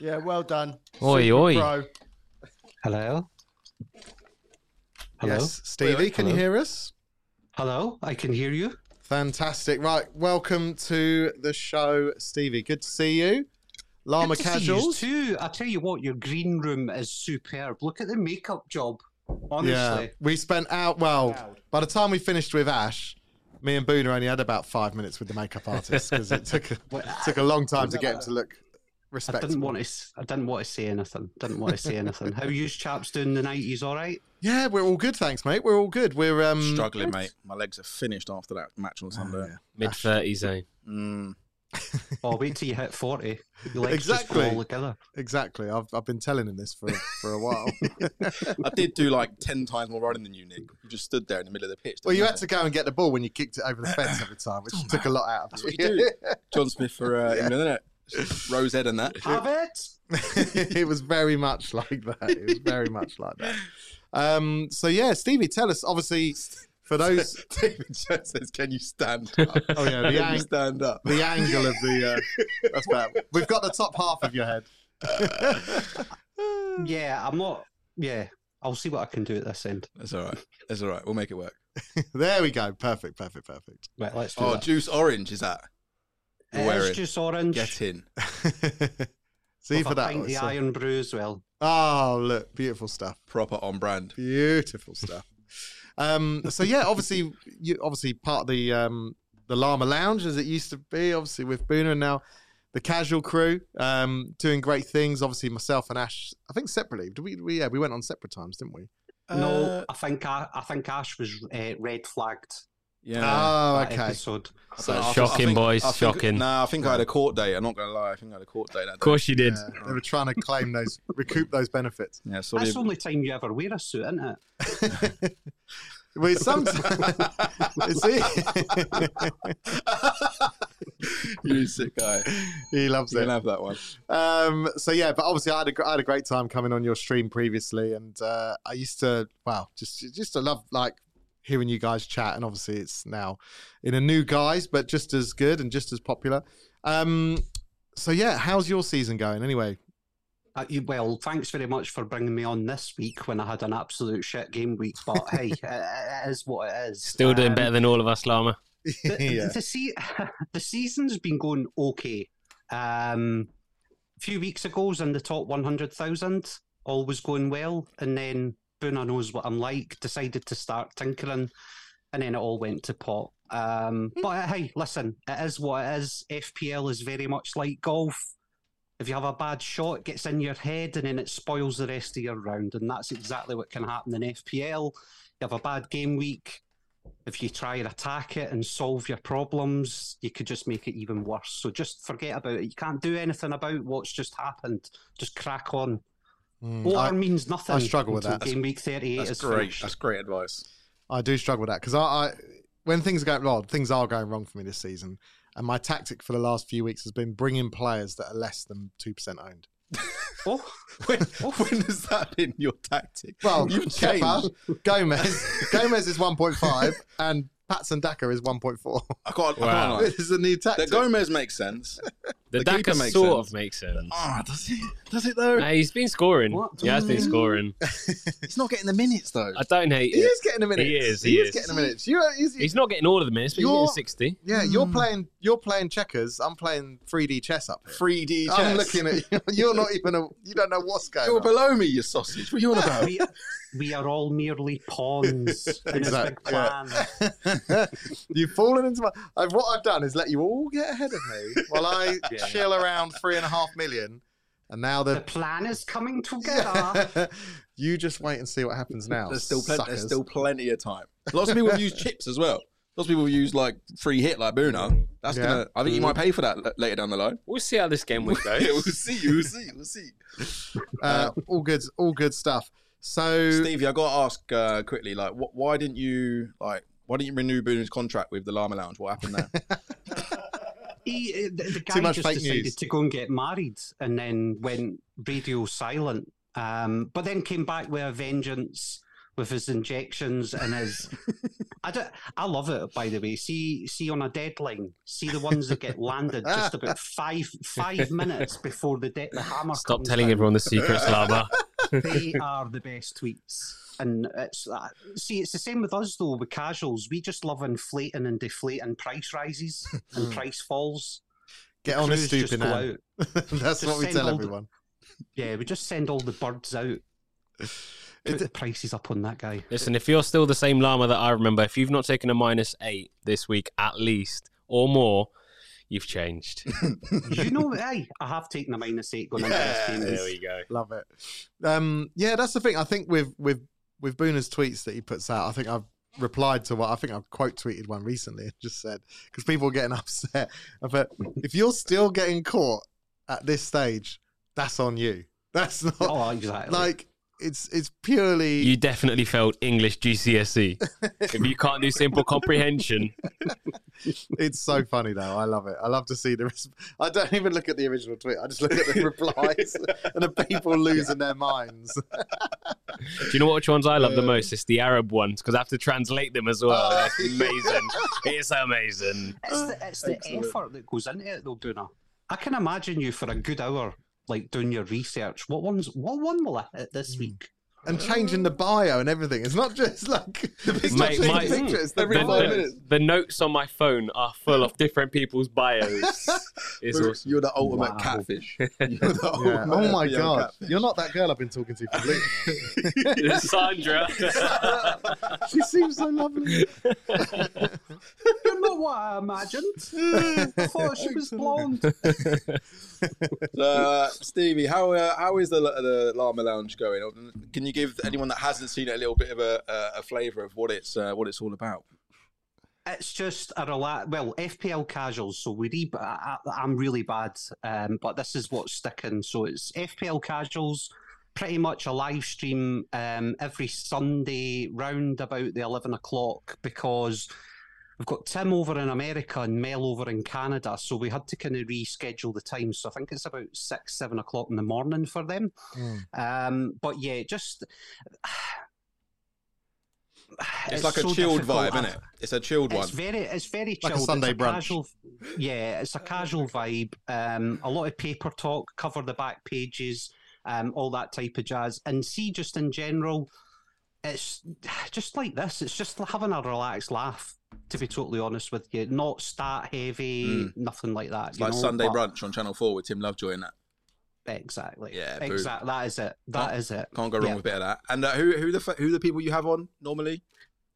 Yeah, well done.
Oi,
Super
oi.
Pro.
Hello? Hello?
Yes, Stevie, can you hear us?
Hello? I can hear you.
Fantastic. Right, welcome to the show, Stevie. Good to see you. Llama
Good to see
Casuals.
you too. I tell you what, your green room is superb. Look at the makeup job. Honestly.
Yeah, we spent out. Well, by the time we finished with Ash, me and Boona only had about five minutes with the makeup artist because it took a, took a long time to get him to look
I
respectable.
didn't want to. s- I didn't want to say anything. Didn't want to say anything. How you chaps doing the night? He's all right.
Yeah, we're all good, thanks, mate. We're all good. We're um,
Mm.
struggling, mate. My legs are finished after that match on Sunday.
Mid thirties, eh?
Mm.
Oh, wait till you hit forty. Your legs just
Exactly.
go all together.
Exactly. I've I've been telling him this for for a while.
I did do like 10 times more running than you, Nick. You just stood there in the middle of the pitch.
well,
didn't
you had to go and get the ball when you kicked it over the fence every time, which took a lot out of
That's what you do. John Smith for uh, England, innit? Rose Ed and that.
Have it.
it was very much like that. It was very much like that. Um, so yeah, Stevie, tell us. Obviously, for those,
David Jones says, Can you stand up?
oh yeah, the,
Can you
ang-
stand up?
the angle of the. Uh, that's bad. We've got the top half of your head.
Yeah, I'm not. Yeah, I'll see what I can do at this end.
That's all right. That's all right. We'll make it work.
There we go. Perfect. Perfect. Perfect.
Right, let's do
Oh,
that.
Juice Orange is that? You're
It is
wearing.
juice orange.
Get in.
See
with
for
a
that.
pint
one.
the
So-
iron brew as well.
Oh, look, beautiful stuff.
Proper on brand.
Beautiful stuff. um, so yeah, obviously, you obviously part of the um, the Llama Lounge as it used to be. Obviously with Boona and now the Casual Crew um, doing great things. Obviously myself and Ash, I think separately. Did we, we? Yeah, we went on separate times, didn't we?
Uh,
No, I think I, I think Ash was uh, red flagged
Yeah.
oh,
that
okay.
episode.
I don't know. I
Shocking,
think-
boys,
I think-
shocking.
Nah, I think I had a court date. I'm not going to lie. I think I had a court date that
Of
day.
course you did.
Yeah, they were trying to claim those, recoup those benefits.
Yeah, sorry.
That's the only time you ever wear a suit, isn't it?
We sometimes it's
you sick guy.
he loves
You
it.
can have that one.
Um, so yeah, but obviously I had a, gr- I had a great time coming on your stream previously, and uh, I used to wow, just just to love like hearing you guys chat, and obviously it's now in a new guise, but just as good and just as popular. Um, so yeah, how's your season going anyway?
Uh, you, well, thanks very much for bringing me on this week when I had an absolute shit game week. But hey, it, it is what it is.
Still doing
Um,
better than all of us, Llama.
the, the, se- the season's been going okay. Um, a few weeks ago, I was in the top 100,000, all was going well. And then Boona knows what I'm like, decided to start tinkering, and then it all went to pot. Um, but uh, hey, listen, it is what it is. FPL is very much like golf. If you have a bad shot, it gets in your head and then it spoils the rest of your round. And that's exactly what can happen in FPL. You have a bad game week, if you try and attack it and solve your problems, you could just make it even worse. So just forget about it. You can't do anything about what's just happened. Just crack on.
Mm,
War
I,
means nothing.
I struggle with
until
that.
Game week thirty-eight is
That's great.
finished.
That's great advice.
I do struggle with that because I, I when things go wrong, things are going wrong for me this season, and my tactic for the last few weeks has been bringing players that are less than two percent owned.
Oh,
When, when has that been your tactic?
Well,
you've
Kepa,
changed.
Gomez, Gomez is 1.5, and Patson Daka is 1.4.
I can't.
Wow.
I can't lie.
this is a new
The
tactic.
Gomez makes sense.
The,
The
Daka
keeper makes
sort
sense.
of makes sense.
Ah, does it? Does it though?
Nah, he's been scoring.
What?
He has been scoring.
He's not getting the minutes though.
I don't hate
he
it.
is getting a minute.
He is,
He,
he
is,
is.
getting a minute. You, are- he's,
He's not getting all of the minutes, but he's
You're-
getting 60.
yeah, you're playing. You're playing checkers. I'm playing 3D chess up here.
3D. Chess.
I'm looking at you. You're not even. A, you don't know what's going
You're
on.
below me, you sausage. What are you on about?
we, we are all merely pawns in this
Exact-
big plan.
You've fallen into my. I've, what I've done is let you all get ahead of me while I
Yeah.
chill around three and a half million, and now
The
the.
plan is coming together.
you just wait and see what happens now.
There's still plenty. There's
suckers.
still plenty of time. Lots of people have used chips as well. Lots of people have used like free hit like Boona. That's
Yeah.
gonna. I think you might pay for that l- later down the line.
We'll see how this game
We
week goes.
we'll see. We'll see. We'll see.
uh, all good, all good stuff. So
Stevie, I got to ask uh, quickly. Like, wh- why didn't you like? Why didn't you renew Boona's contract with the Llama Lounge? What happened there?
He, uh, the, the guy
much
just
fake
decided
news.
to go and get married and then went radio silent, um, but then came back with a vengeance with his injections and his. I, don't, I love it, by the way. See, see on a deadline, see the ones that get landed just about five five minutes before the, de- the hammer
Stop
comes
telling
down.
everyone the secrets, Lava.
They are the best tweets. And it's uh, see, it's the same with us though. With casuals, we just love inflating and deflating price rises
Hmm.
and price falls.
get on a
Crews just
stupid
go
now.
out.
That's
Just
what we
send
tell
all the-
everyone.
Yeah, we just send all the birds out. Put the prices up on that guy.
Listen, if you're still the same llama that I remember, if you've not taken a minus eight this week at least or more, you've changed.
you know, hey, I have taken a minus eight going into this game.
go.
Love it. Um, yeah, that's the thing. I think with with with Boona's tweets that he puts out, I think I've replied to what I think I've quote tweeted one recently and just said because people were getting upset. I thought if you're still getting caught at this stage, that's on you. That's not
Oh, exactly.
like it's it's purely
You definitely failed English GCSE. E. if you can't do simple comprehension,
It's so funny though. I love it. I love to see the. Res- I don't even look at the original tweet. I just look at the replies and the people losing their minds.
do you know which ones I love the most? It's the Arab ones because I have to translate them as well.
Oh,
That's amazing. it's amazing.
it's the, it's the effort that goes into it, though, Buna. I can imagine you for a good hour, like doing your research. What one's what one will I hit this week?
And changing the bio and everything. It's not just like the picture.
Mate, my-
pictures every
The,
five
the-
minutes.
the notes on my phone are full of different people's bios. It's
You're-
awesome.
You're the ultimate
Wow.
catfish. You're the
Yeah.
ultimate
Oh my
FPL
god!
catfish.
You're not that girl I've been talking to for weeks.
Sandra.
she seems so lovely.
you know what I imagined? I thought she was blonde.
Uh, Stevie, how uh, how is the the Llama Lounge going? Or Can you give anyone that hasn't seen it a little bit of a a, a flavour of what it's uh, what it's all about?
It's just a relax. Well, FPL casuals. So we re- I, I- I'm really bad, um, but this is what's sticking. So it's FPL casuals. pretty much a live stream um, every Sunday round about the 11 o'clock because we've got Tim over in America and Mel over in Canada. So we had to kind of reschedule the time. So I think it's about six, seven o'clock in the morning for them. Um, but yeah, just.
It's, like a
so
chilled vibe,
difficult. I've-
isn't it? It's a chilled one.
it's very, it's very
Like a
chilled. It's
Sunday brunch.
Casual, yeah, it's a casual vibe. Um, a lot of paper talk, cover the back pages, um, all that type of jazz. And see, just in general, it's just like this. It's just having a relaxed laugh. To be totally honest with you, not stat heavy,
Mm.
nothing like that.
It's
you
like
know,
Sunday
but-
brunch on Channel Four with Tim Lovejoy and that.
Exactly.
Yeah, boo.
Exactly. That is it. That
Can't-
is it.
Can't go wrong
Yeah.
with a bit of that. And uh, who who the f- who the people you have on normally?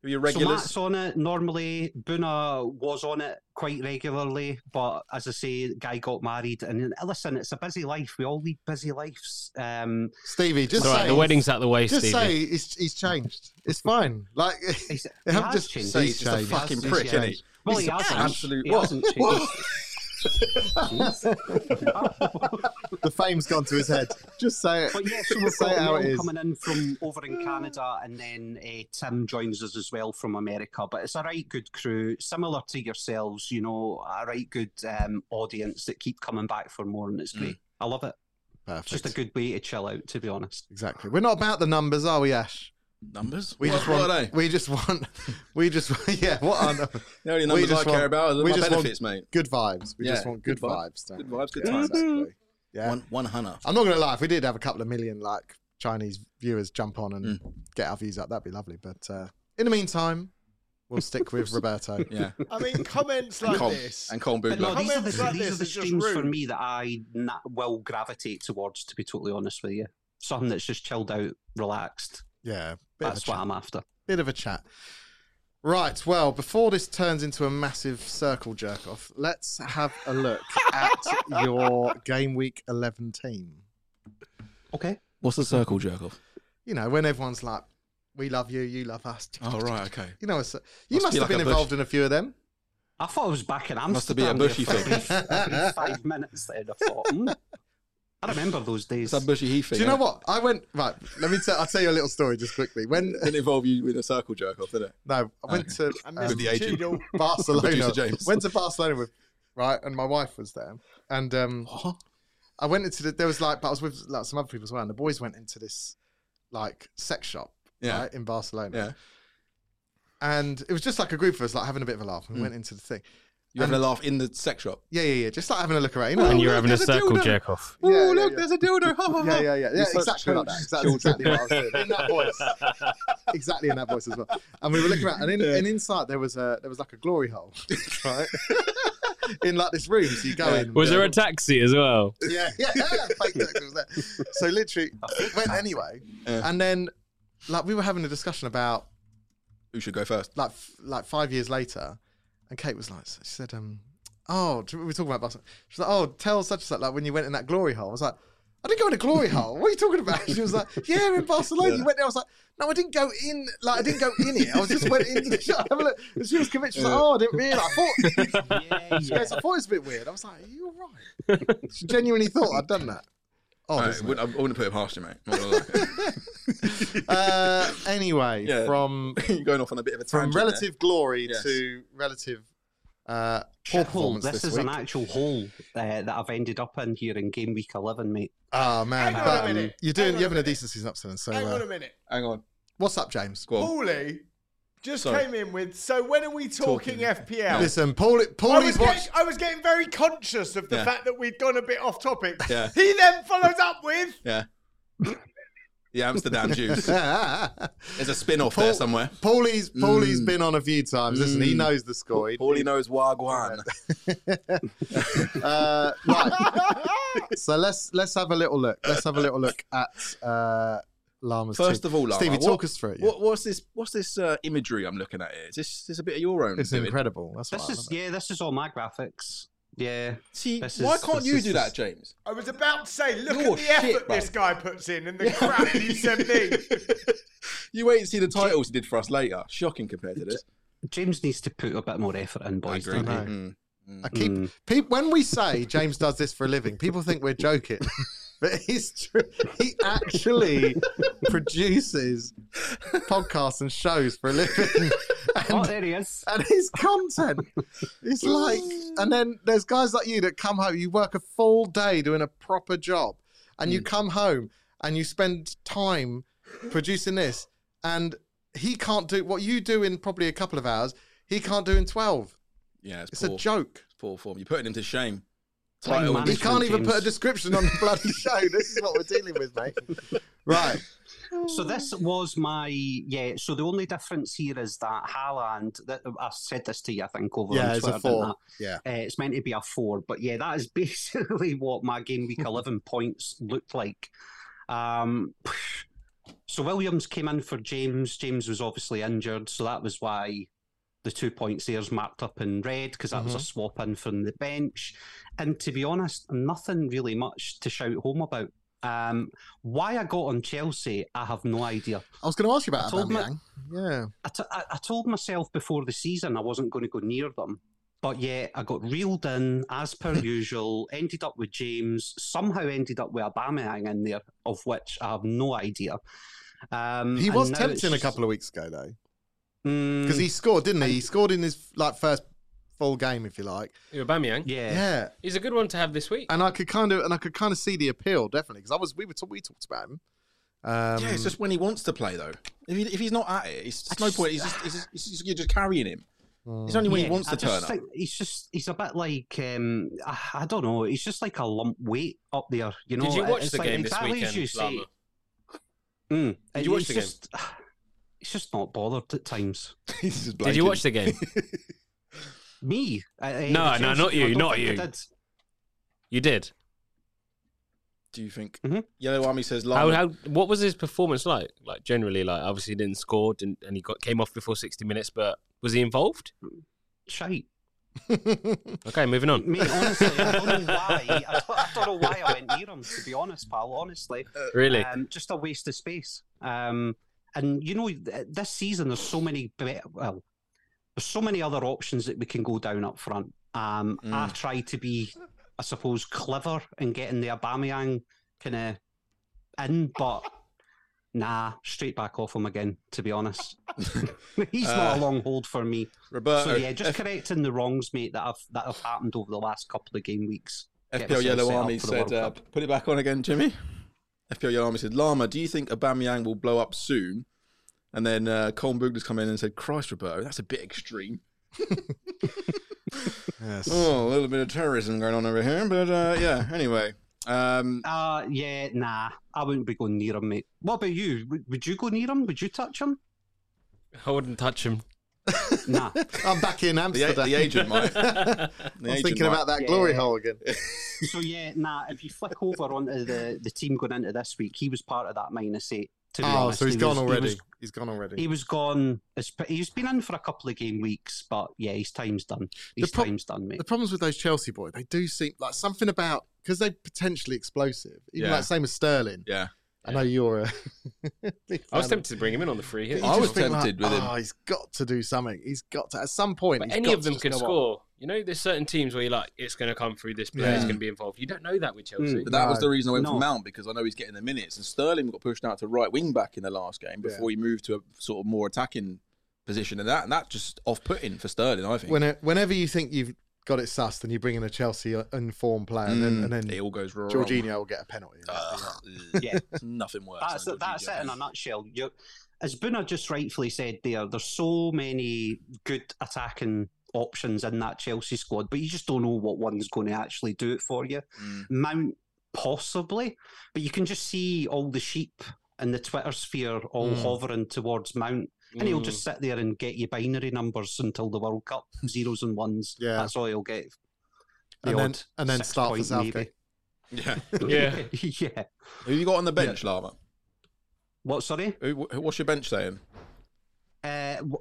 Who are your regulars?
So Matt's on it normally. Buna was on it quite regularly, but as I say, the guy got married, and listen, it's a busy life. We all lead busy lives. Um,
Stevie, just
It's all right,
say,
the wedding's out the way,
just
Stevie.
say he's, he's changed. It's fine. Like,
he's,
They
he
haven't
has
just
changed.
Say
say-
he's just a
Shame.
fucking
He's
prick, isn't he?
changed.
well, he
he's
hasn't.
absolute-
He
what?
hasn't
What?
changed. Jeez.
the fame's gone to his head. Just say it.
but yeah, so we've
Just say it
got
how
Will
it is.
coming in from over in Canada, and then uh, Tim joins us as well from America. But it's a right good crew, similar to yourselves, you know, a right good um, audience that keep coming back for more, and it's
Mm.
great. I love it. It's
Perfect.
just a good way to chill out, to be honest.
Exactly. We're not about the numbers, are we, Ash?
Numbers?
We
What-
just
what
want.
are they?
We just want. We just. Yeah. What are numbers?
The only
we
numbers I
just
care
want-
about are
we
my
just want-
benefits, mate.
Good vibes. We
Yeah,
just want good,
good vi-
vibes. don't
good
we?
vibes, good
Yeah,
times.
Exactly. Yeah.
One one hunter.
I'm not gonna lie. If we did have a couple of million like Chinese viewers jump on and
Hmm.
get our views up, that'd be lovely. But uh, in the meantime, we'll stick with Roberto.
Yeah.
I mean, comments
And
like
Colm.
this.
And Colm
But no,
Boogler.
Comments
these are the,
like
these
this
are the
is just
streams for
rude.
me that I na- will gravitate towards, to be totally honest with you. Something that's just chilled out, relaxed.
Yeah. Bit of a
That's what
chat.
I'm after.
Bit of a chat. Right. Well, before this turns into a massive circle jerk off, let's have a look at your game week 11 team.
Okay.
What's the circle jerk off?
You know, when everyone's like, "We love you, you love us."
Oh right, okay.
You know, it's, you
Must
must,
be
have
like
been
a bush.
involved in a few of them.
I thought I was back in Amsterdam.
Must have been a
there
bushy
for
thing.
brief- a brief five minutes then. I thought, hmm. I remember those
It's
days.
that bushy he thing.
Do you know
innit?
what? I went right. Let me tell. I'll tell you a little story just quickly. When
Didn't involve you in a circle jerk off, did it?
no, I went to
I
um,
missed
the agent.
Tudor.
Barcelona.
Producer James.
Went to Barcelona with right, and my wife was there, and um, I went into the. There was like, but I was with like some other people as well, and the boys went into this like sex shop,
Yeah.
right, in Barcelona,
Yeah.
and it was just like a group of us like having a bit of a laugh, and we
Hmm.
went into the thing.
You having a laugh in the sex shop?
Yeah, yeah, yeah, just like having a look around, you know,
and
"Oh,
you're
look,
having a
there's
circle
dildo."
jerk off.
Yeah, yeah, yeah.
a dildo. Ha, ha,
Yeah,
ha.
yeah, yeah, yeah,
You're so
exactly like that.
children.
Exactly, exactly what I was doing in that voice, exactly in that voice as well. And we were looking around, and, in, and inside there was a there was like a glory hole, right? in like this room, so you go in.
Was
yeah.
there a taxi as well?
yeah, yeah, yeah, fake text was there. So literally went anyway,
Yeah.
and then like we were having a discussion about
Who should go first?
like f- like five years later, and Kate was like, she said, um, oh, do you- we were talking about Barcelona. She's like, oh, tell such and such like when you went in that glory hole. I was like, I didn't go in a glory hole. What are you talking about? She was like, yeah, in Barcelona, you went there. I was like, no, I didn't go in. Like I didn't go in it. I was just went into the shop. Have a look. And she was convinced. She was like, oh, I didn't realize. I thought.
yeah,
She goes, I thought it was a bit weird. I was like, are you all right? She genuinely thought I'd done that. Oh,
Alright,
isn't it?
wouldn't- I wouldn't put him harshly, mate. Not gonna lie.
uh, anyway,
Yeah.
from
You're going off on a bit of a
from
tangent. there.
relative glory
Yes.
to relative uh, poor
Shithole.
performance
This,
this,
is
week.
an actual hole uh, that I've ended up in here in game week 11, mate.
Oh man,
Hang on
but
a minute.
you're doing
Hang on
you're having
a
a,
minute.
decent season up, Sinan, So
Hang on a
uh,
minute.
Hang on.
what's up, James?
Go on.
Paulie just
Sorry.
came in with. So when are we talking, FPL?
Listen, Paul,
I was,
Paulie's
getting,
watched.
I was getting very conscious of the
Yeah.
fact that we'd gone a bit off topic.
Yeah.
He then followed up with,
Yeah. The Amsterdam Jews. There's a spin off
Paul-
there somewhere.
Paulie's Paulie's
Mm.
been on a few times. Listen, he
Mm.
knows the score. He-
Paulie knows Wagwan.
uh, right. so let's let's have a little look. Let's have a little look at uh, Llama's.
First
team.
of all, Lama,
Stevie,
what-
talk us through it. yeah.
What, what's this? What's this uh, imagery I'm looking at? Here? Is this, this a bit of your own?
It's
doing?
incredible. That's what
This
I
is,
love it.
yeah, this is all my graphics. Yeah.
See,
This
why
is-
can't
this
you
is-
do that, James?
I was about to say, look
You're
at the
shit,
effort
bro.
this guy puts in and the crap that you sent me.
You wait and see the titles you did for us later. Shocking compared to this.
James needs to put a bit more effort in, boys.
agree.
don't Hmm.
I
Mm-hmm.
he? Mm.
I keep, pe- when we say James does this for a living, people think we're joking. but he's true. He actually produces podcasts and shows for a living.
Oh,
And,
there he is.
and his content is like, and then there's guys like you that come home, you work a full day doing a proper job, and you come home and you spend time producing this, and he can't do what you do in probably a couple of hours, he can't do in 12.
Yeah, it's,
It's
poor,
a joke.
poor form. You're putting him to shame.
Time
Title.
He
management
can't even
teams.
put a description on the bloody show. This is what we're dealing with, mate. Right.
So this was my yeah. So the only difference here is that Haaland. That I said this to you, I think over
Yeah,
on
it's a
Twitter. didn't
four.
I?
Yeah.
Uh, it's meant to be a four, but yeah, that is basically what my game week eleven points looked like. Um, so Williams came in for James. James was obviously injured, so that was why the two points there's marked up in red because that was a swap in from the bench. And to be honest, nothing really much to shout home about. Um, why I got on Chelsea, I have no idea.
I was going to ask you
I
about
told my-
Aubameyang. Yeah.
I, t- I, I told myself before the season I wasn't going to go near them, but yet I got reeled in as per usual. Ended up with James. Somehow ended up with Aubameyang in there, of which I have no idea.
Mm,
Um,
He was tempting a couple of weeks ago, though,
mm,
because
Mm.
he scored, didn't he? He scored in his like first full game, if you like.
You're Bamiyang.
yeah.
Yeah.
He's a good one to have this week.
And I could kind of and I could kind of see the appeal, definitely, because I was we were t- we talked about him. Um,
yeah, it's just when he wants to play though. If, he, if he's not at it, it's just no point. He's just, he's just, he's just- you're just carrying him. It's only when he
Yeah,
wants
I
to turn
just
up.
think he's just he's a bit like um, I, I don't know. He's just like a lump weight up there. You know.
Did you
It-
watch
it's
the
like
game
exactly
this
As
weekend,
you say,
Lama?
Mm,
Did you watch
he's
the game?
just, He's just not bothered at times.
He's just
Did you
blanking.
watch the game?
Me? I- I-
No,
the
no,
Chelsea
not
game, I
you,
don't
not
think I
you.
did.
you did.
Do you think
Mhm.
Yellow Army says
How,
Lama?
how what was his performance like? Like generally, like obviously he didn't score, didn't, and he got came off before sixty minutes, but was he involved?
Shite.
Okay, moving on.
Mate, honestly, I don't know why. I don't, I don't know why I went near him, to be honest, pal. Honestly.
Really,
Um, just a waste of space. Um, and, you know, th- this season, there's so many, be- well, there's so many other options that we can go down up front. Um,
Mm.
I try to be, I suppose, clever in getting the Aubameyang kind of in, but nah, straight back off him again, to be honest. He's
Uh,
not a long hold for me.
Roberto,
So yeah, just
F-
correcting the wrongs, mate, that have that have happened over the last couple of game weeks. Get
FPL
myself
Yellow
set up
Army
for the World
said, uh,
Cup.
"Put it back on again, Jimmy." FPL Yellow Army said, "Lama, do you think Aubameyang will blow up soon?" And then uh, Colin Bugler's come in and said, "Christ, Roberto, that's a bit extreme."
yes.
Oh, a little bit of terrorism going on over here, but uh, yeah. Anyway, um,
uh, yeah, nah, I wouldn't be going near him, mate. What about you? Would, would you go near him? Would you touch him?
I wouldn't touch him.
Nah.
I'm back in
the,
Amsterdam.
the agent might.
I
The
I was
agent
thinking
might.
about that glory hole again.
so yeah, nah. If you flick over onto the the team going into this week, he was part of that minus eight. To be
Oh,
honest,
so he's
He
gone
was- he
already.
was-
He's gone already.
He was gone. As, he's been in for a couple of game weeks, but yeah, his time's done. His
prob-
time's done, mate.
the problems with those Chelsea boys, they do seem like something about because they're potentially explosive. Even
Yeah.
like same as Sterling.
Yeah.
I know you're a. big
was
fan of-
tempted to bring him in on the free hit.
You
I
just
was
think
tempted with him.
Oh, he's got to do something. He's got to at some point.
But
he's
any
got
of them
to just
can
go up.
score. You know, there's certain teams where you're like, it's going to come through. This player is
Yeah.
going to be involved. You don't know that
Mm.
with Chelsea.
But that was the reason I went for
No.
Mount because I know he's getting the minutes. And Sterling got pushed out to right wing back in the last game before he moved to a sort of more attacking position. And that and that just off putting for Sterling, I think.
When whenever you think you've got it sussed, and you bring in a Chelsea informed player, and then, and then
Mm. it all goes wrong.
Jorginho will get a penalty.
Ugh,
Yeah.
there's nothing worse.
That's
than
it, that's
Jorginho.
it in a nutshell. You're, as Buna just rightfully said there, there's so many good attacking options in that Chelsea squad, but you just don't know what one's going to actually do it for you.
Mm.
Mount, possibly, but you can just see all the sheep in the Twitter sphere all
Mm.
hovering towards Mount, and he'll just sit there and get you binary numbers until the World Cup zeros and ones.
Yeah.
That's all he'll get. The
and then
odd
and then
six
start for
point maybe.
Southgate.
Yeah.
Yeah.
yeah.
Who you got on the bench, Lama?
What, sorry?
Who, who, what's your bench saying?
Uh, w-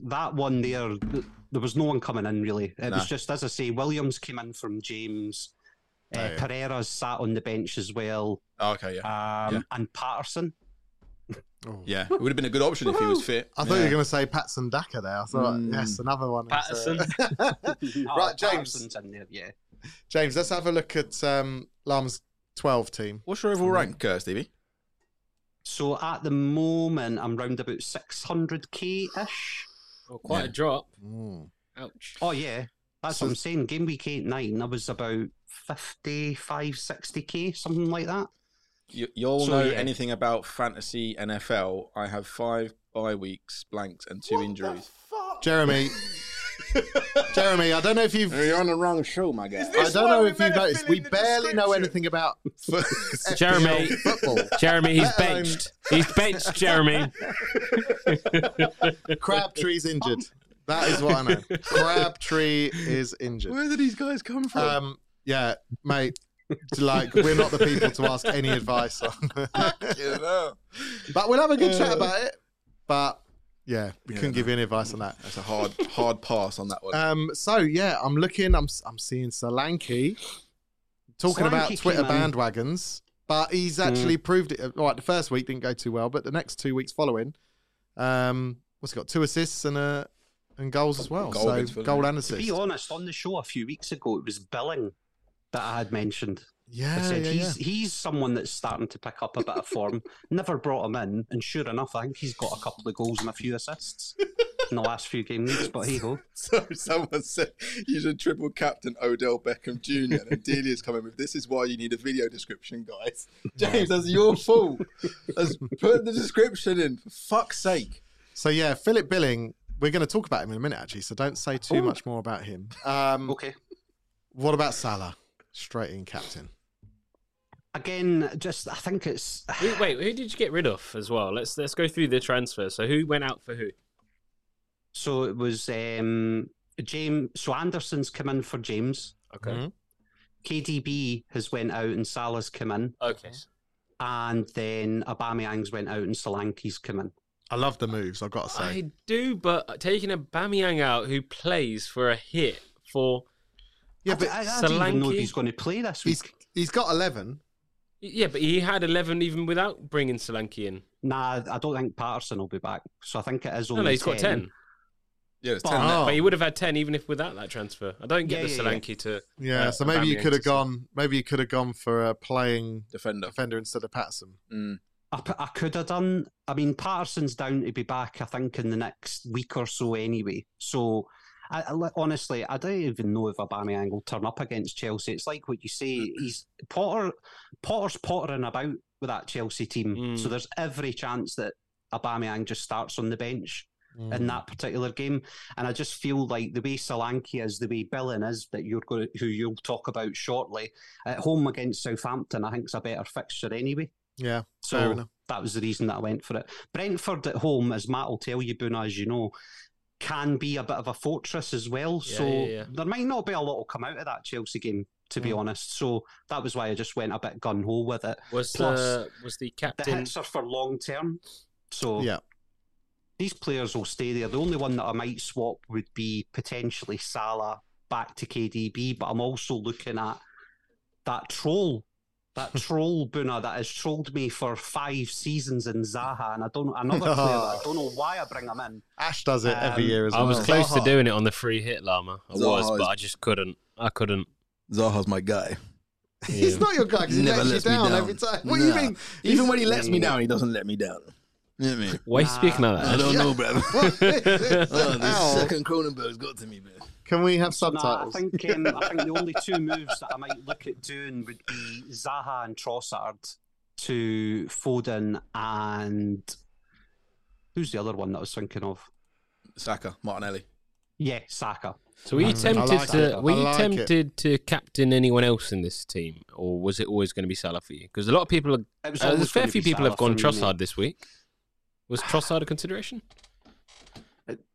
that one there, th- there was no one coming in really. It
Nah.
was just as I say, Williams came in from James. Uh,
Oh, yeah.
Pereira's sat on the bench as well,
Oh, okay, yeah.
um,
Yeah.
and Patterson.
Oh.
yeah, it would have been a good option if he was fit.
I thought
yeah.
you were going to say Patson Daka there. I thought
Mm.
yes, another one. is, uh,
Oh,
Mm-hmm.
right, James.
Patterson's in there, yeah.
James, let's have a look at um, Lama's 12 team.
What's your overall rank, uh, Stevie?
So at the moment, I'm round about 600k ish.
Well, Oh, quite a drop.
Mm.
Ouch.
Oh, yeah. That's what I'm saying. Game week 8 9, I was about 55, 60k, something like that.
You, you'll
So,
know
yeah.
anything about fantasy NFL. I have five bye weeks, blanks, and two injuries.
Fuck.
Jeremy. Jeremy, I don't know if you've.
You're on the wrong show, my guy.
I
This
don't
one
know
we
if
better
you've noticed.
fill
We
in the
barely know
description.
anything about foot- FPL
Jeremy.
football.
Jeremy, he's
Let alone-
benched. He's benched, Jeremy.
Crabtree's injured. That is what I know. Crabtree is injured.
Where did these guys come from?
Um, yeah, mate. Like we're not the people to ask any advice on,
You know.
but we'll have a good
Uh,
chat about it. But yeah, we couldn't give you any advice on that.
That's a hard, hard pass on that one.
Um, so yeah, I'm looking. I'm I'm seeing Solanke talking about
Solanke Hmm.
Twitter
came on.
bandwagons, but he's actually proved it. All right, the first week didn't go too well, but the next two weeks following, um, what's he got? Two assists and uh and goals as well.
Goal against
so
Fulham.
goal and
To
assist.
be honest, on the show a few weeks ago, it was Billing that I had mentioned. I
Ah, Yeah,
said
yeah, yeah.
he's he's someone that's starting to pick up a bit of form. Never brought him in, and sure enough, I think he's got a couple of goals and a few assists in the last few game weeks. But hey ho,
So someone said you should triple captain Odell Beckham Jr. And Delia's coming with this is why you need a video description, guys. James, that's your fault. Let's put the description in for fuck's sake.
So yeah, Philip Billing. We're going to talk about him in a minute, actually. So don't say too much more about him. Um,
okay.
what about Salah? Straight in captain.
Again, just I think it's
Who, wait, who did you get rid of as well? Let's let's go through the transfer. So who went out for who?
so it was um James. So Anderson's come in for James.
Okay.
Mhm.
KDB has went out and Salah's come in,
Okay.
and then Aubameyang's went out and Solanke's come in.
I love the moves. I've got to say.
I do, but taking a Bamiyang out who plays for a hit for
yeah,
I,
but
I, I don't even know if
Solanke-
he's going to play this week.
he's he's got eleven.
yeah, but he had eleven even without bringing Solanke in.
Nah, I don't think Patterson will be back. So I think it is
No,
only
no, he's got ten.
Yeah, it's
But-
ten.
Oh.
But he would have had ten even if without that transfer. I don't get
Yeah,
the
yeah, yeah.
Solanke to
Yeah,
Uh,
so maybe you
Aubameyang
could have
to-
gone. Maybe you could have gone for a playing
defender.
defender instead of Patterson.
Mm.
I, p- I could have done. I mean, Patterson's down to be back, I think, in the next week or so anyway. So, I, I li- honestly, I don't even know if Aubameyang will turn up against Chelsea. It's like what you say. He's Potter. Potter's pottering about with that Chelsea team.
Mm.
So there's every chance that Aubameyang just starts on the bench.
Mm.
in that particular game. And I just feel like the way Solanke is, the way Billing is, that you're going, to, who you'll talk about shortly, at home against Southampton, I think's a better fixture anyway.
Yeah, fair
So
enough.
that was the reason that I went for it. Brentford at home, as Matt will tell you, Boona, as you know, can be a bit of a fortress as well.
Yeah,
so
yeah, yeah. Mm.
there might not be a lot will come out of that Chelsea game, to be honest. So that was why I just went a bit gun ho with it.
was
Plus,
the was the
The
captain
hits are for long term. So
Yeah,
these players will stay there. The only one that I might swap would be potentially Salah back to KDB, but I'm also looking at that troll, that troll Buna that has trolled me for five seasons in Zaha, and I don't another player that I don't know why I bring him in.
Ash does it every
Um,
year as
I
well.
was close to
Zaha.
doing it on the free hit llama. I
Zaha
was,
is-
but I just couldn't. I couldn't.
Zaha's my guy.
He's not your guy because he
Never
lets,
lets
you
me
down,
down.
every time. What do
Nah.
you mean?
Even when he lets me down, he doesn't let me down. You know what I mean?
Why are you speaking like
I
that?
don't know, bro. Oh, this
Ow.
second Cronenberg's got to me, bro.
Can we have
Nah, I
subtitles?
think um, I think the only two moves that I might look at doing would be Zaha and Trossard to Foden and who's the other one that I was thinking of?
Saka, Martinelli.
Yeah, Saka.
So were you
Mm, I
tempted
like
to
it.
were
I
you
like it.
tempted to captain anyone else in this team, or was it always going to be Salah for you? Because a lot of people, are,
It
uh, there's
was
a
always
fair
gonna
few
be
people have
Salah
gone
for me, mate.
Trossard this week. Was Trossard a consideration?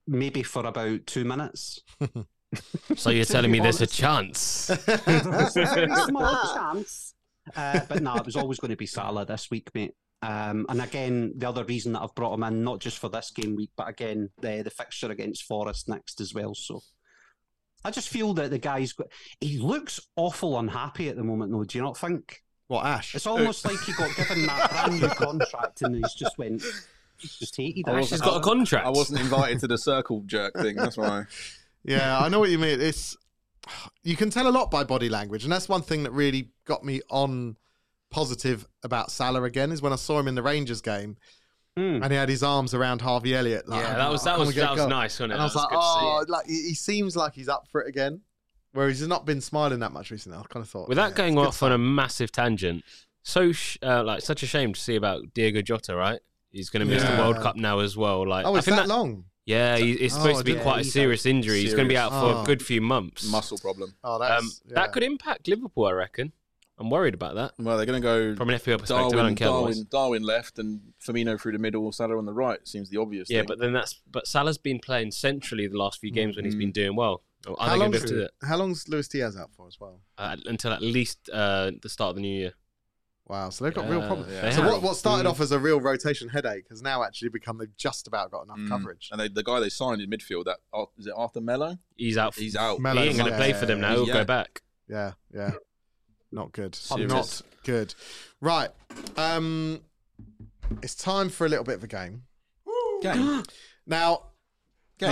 maybe for about two minutes.
So you're
To
telling
be
me there's a
honest.
chance?
There was a very
Ah.
small chance. Uh, but no, it was always going to be Salah this week, mate. Um, and again, the other reason that I've brought him in, not just for this game week, but again, the the fixture against Forest next as well. So I just feel that the guy's got, he looks awful unhappy at the moment, though. Do you not think?
What Ash?
It's almost like he got given that brand new contract and he's just went, he's just hated
Oh,
it.
Ash has got a contract.
I wasn't invited to the circle jerk thing. That's why.
Yeah, I know what you mean. It's you can tell a lot by body language, and that's one thing that really got me on positive about Salah again is when I saw him in the Rangers game
Hmm.
and he had his arms around Harvey Elliott. Like, "Oh,
yeah, that was that
"Come
was
and get
that was
going."
nice, wasn't it?
And I was
That
like,
good to see.
oh, like he he seems like he's up for it again. Whereas he's not been smiling that much recently. I kind of thought
Without
yeah,
going
it's good
off on a massive tangent, so sh- uh, like such a shame to see about Diego Jota, right? He's going to miss the
Yeah.
World Cup now as well. Like,
Oh,
I
it's
think
that, long.
Yeah, he, it's
Oh,
supposed to be
yeah,
quite a
he's
serious injury. He's going to be out
serious.
for a
Oh.
good few months.
Muscle problem.
Oh, that's
um,
yeah.
That could impact Liverpool, I reckon. I'm worried about that
Well, they're going to go
from an FPL perspective. I
Darwin,
don't care. otherwise.
Darwin, Darwin left, and Firmino through the middle, Salah on the right. Seems the obvious.
Yeah,
thing.
but then that's but Salah's been playing centrally the last few games when he's been doing well. Oh, Are
Mm-hmm. How
they going to
long's,
be able to do that
how long's Luis Diaz out for as well?
uh, until at least uh, the start of the new year?
Wow, so they've got real
Yeah,
problems.
they
So
have.
what, what started
Mm.
off as a real rotation headache has now actually become they've just about got enough
Mm.
coverage.
and they, the guy they signed in midfield, that Ar- is it Arthur Mello?
He's out.
He's out.
he ain't going to
yeah,
play for them now. He'll
yeah.
go back.
Yeah, yeah. Not good.
Serious.
Not good. Right. Um it's time for a little bit of a game.
Gang.
Now,
Our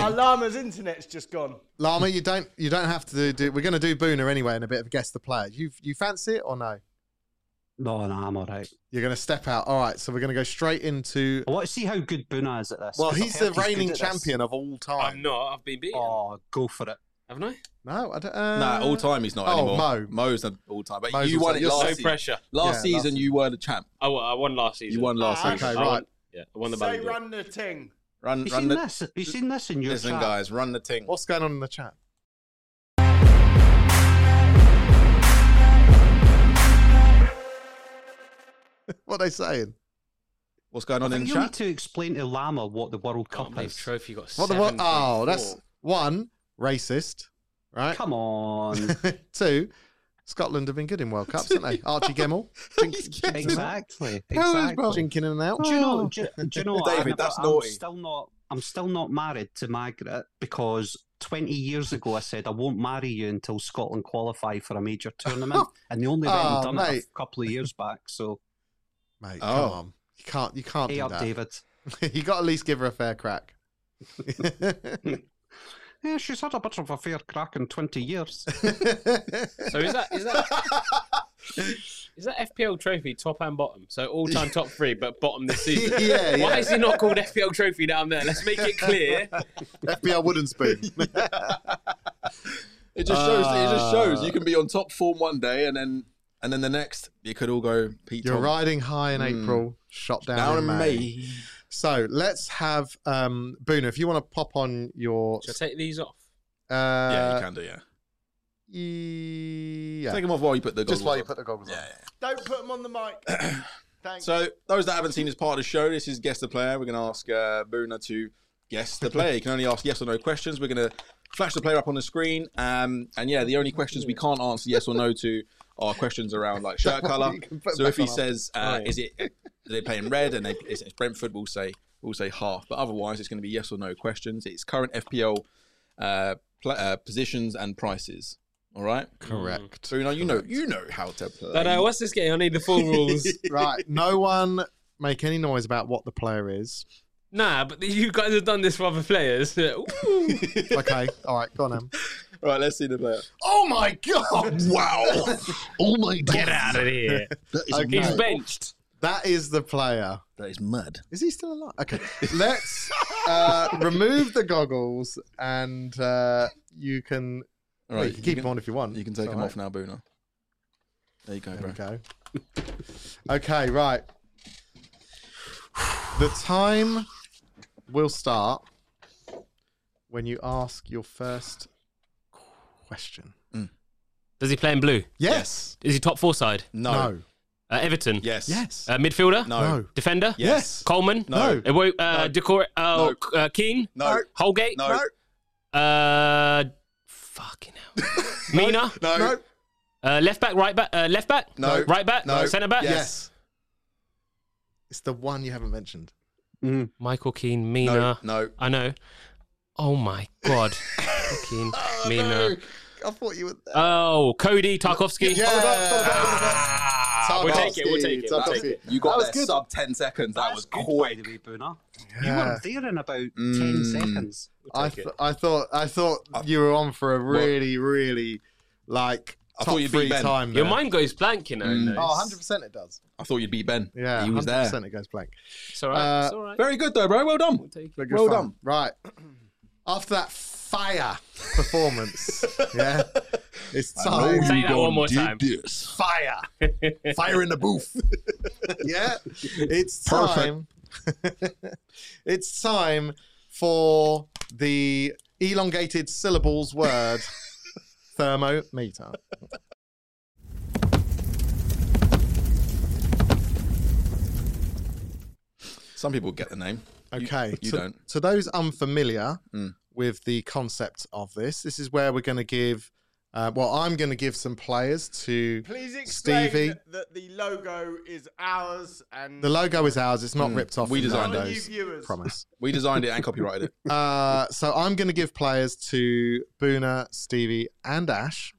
Gang.
llama's internet's just gone.
Lama, you don't you don't have to do, do we're gonna do Boona anyway and a bit of guess the player. You you fancy it or no?
No, no, I'm all right.
You're gonna step out. All right, so we're gonna go straight into
I want to see how good Buna is at this.
Well,
'cause I've
he's the
heard good
reigning
at this.
champion of all time.
not. I've been beaten.
Oh, go for it.
Haven't I?
No, I don't uh,
Nah, all time he's not
oh,
anymore.
Mo.
Mo's not all time. But
Mo's
you
all
won
time.
it
You're
last
so
No
season.
pressure.
Last
Yeah,
season,
last-
you were the champ.
I won, I won last season.
You won last
Ah,
season.
Okay,
I won-
right.
yeah, I won the
Say
Ballon d'Or.
run the ting.
Run,
Have you
run
seen
the.
this? Have you seen this in your
Listen,
chat?
guys, run the ting.
What's going on in the chat? what are they saying?
What's going on
I
in
think
the
you need
chat?
to explain to Lama what the World
Oh,
Cup
mate,
is.
trophy got
What the what? Oh,
7.4.
that's one racist, right?
Come on.
Two, Scotland have been good in World Cups, haven't they? Archie Gemmell,
exactly.
Hello, bro.
exactly.
jinking in and out.
Do you
Oh.
know? Do, do you know?
David,
I'm,
that's
I'm
naughty.
still not. I'm still not married to Margaret because 20 years ago I said I won't marry you until Scotland qualify for a major tournament, and they only went
Oh,
and done
mate.
it a couple of years back. So
Mate,
Oh.
come on, you can't, you can't
hey
do
up,
that.
David.
you got to at least give her a fair crack.
Yeah, she's had a bit of a fair crack in 20 years.
So is that is that is that FPL trophy top and bottom? So all time top three, but bottom this season. Why
Yeah, yeah.
is he not called FPL trophy down there? Let's make it clear.
FBI wooden spoon.
It just shows. it just shows you can be on top form one day, and then and then the next, it could all go Pete.
You're
Tong.
riding high in April, shot Hmm. down,
Down
in
in
May.
May.
So let's have um, Boona. If you want to pop on your,
Should I take these off?
uh,
yeah, you can do. Yeah.
yeah.
Take him off while you put the.
just
goggles
while you
on.
put the goggles
Yeah,
on.
yeah.
Don't put them on the mic. Thanks.
So, those that haven't seen this part of the show, this is Guess the Player. We're going to ask uh, Boona to guess the player. You can only ask yes or no questions. We're going to flash the player up on the screen. Um, and yeah, the only questions we can't answer yes or no to are questions around like shirt
That one
colour.
you can put
So, if
back
he
on.
says, uh,
Oh, yeah.
is it, are they playing red and they, is it Brentford, we'll say, we'll say half. But otherwise, it's going to be yes or no questions. It's current FPL uh, pla uh, positions and prices. All right?
Correct.
Boona, you know, you know how to play.
No, no. What's this game? I need the full rules.
right. No one make any noise about what the player is.
nah, but you guys have done this for other players. Ooh.
Okay. All right. Go on, Em.
All right, let's see the player.
Oh my god!
Wow.
Oh my
Get out of here.
That is
Okay.
He's
No.
benched.
That is the player.
That is mud.
Is he still alive? Okay. Let's uh, remove the goggles and uh, you can.
All
well,
right,
you can keep them on if you want.
You can take
It's
them
all
off now, Boona. There you go, bro.
right. There we go. okay. Right. The time will start when you ask your first question.
Does he play in blue?
Yes.
Is he top four side?
No.
No.
Uh, Everton.
Yes.
Yes.
Uh, midfielder.
No.
No.
Defender.
Yes.
Coleman.
No.
Uh, wait, uh,
No.
Decor. Uh, uh, Keane.
No.
Holgate.
No.
Uh, fucking hell. Mina.
No.
No.
Uh, left back, right back, uh, left back,
No.
right back,
No.
centre back.
Yes.
It's the one you haven't mentioned.
Mm.
Michael Keane,
No.
Mina.
No.
I know. Oh my god, Michael Keane,
Oh,
Mina.
I thought you were there. Oh
Oh, Cody Tarkovsky.
Yeah.
Ah, we'll take it. We'll take it. We'll
Tarkovsky,
take it.
You got
That was
that
good.
sub 10 seconds. That was
good,
quick.
by the way, Buna.
Yeah.
You were there in about 10
Mm.
seconds.
I, th- I thought I thought you were on for a really really like
I
top
thought you'd
three
beat Ben.
time.
Your
there.
mind goes blank, you know.
Mm.
though.
Oh, 100 percent it does.
I thought you'd beat Ben.
Yeah,
he was
100%
there.
it goes blank.
It's all right.
Uh,
it's all right.
Oh, Very good though, bro. Well done.
We'll take it.
Very good
Well
fun.
done.
Right. After that fire performance, yeah, it's time.
Say that one more time.
Fire. Fire in the booth. yeah, it's
Perfect.
time. it's time for the elongated syllables word thermometer.
Some people get the name.
Okay.
you
to,
don't.
To those unfamiliar
Mm.
with the concept of this, this is where we're going to give. Uh, well, I'm going to give some players to.
Please explain
Stevie.
that the logo is ours and
The logo is ours. It's not
Mm.
ripped off.
We
from
designed it.
None of you
Nando's,
viewers.
Promise.
We designed it and copyrighted it.
uh, so I'm going to give players to Boona, Stevie, and Ash,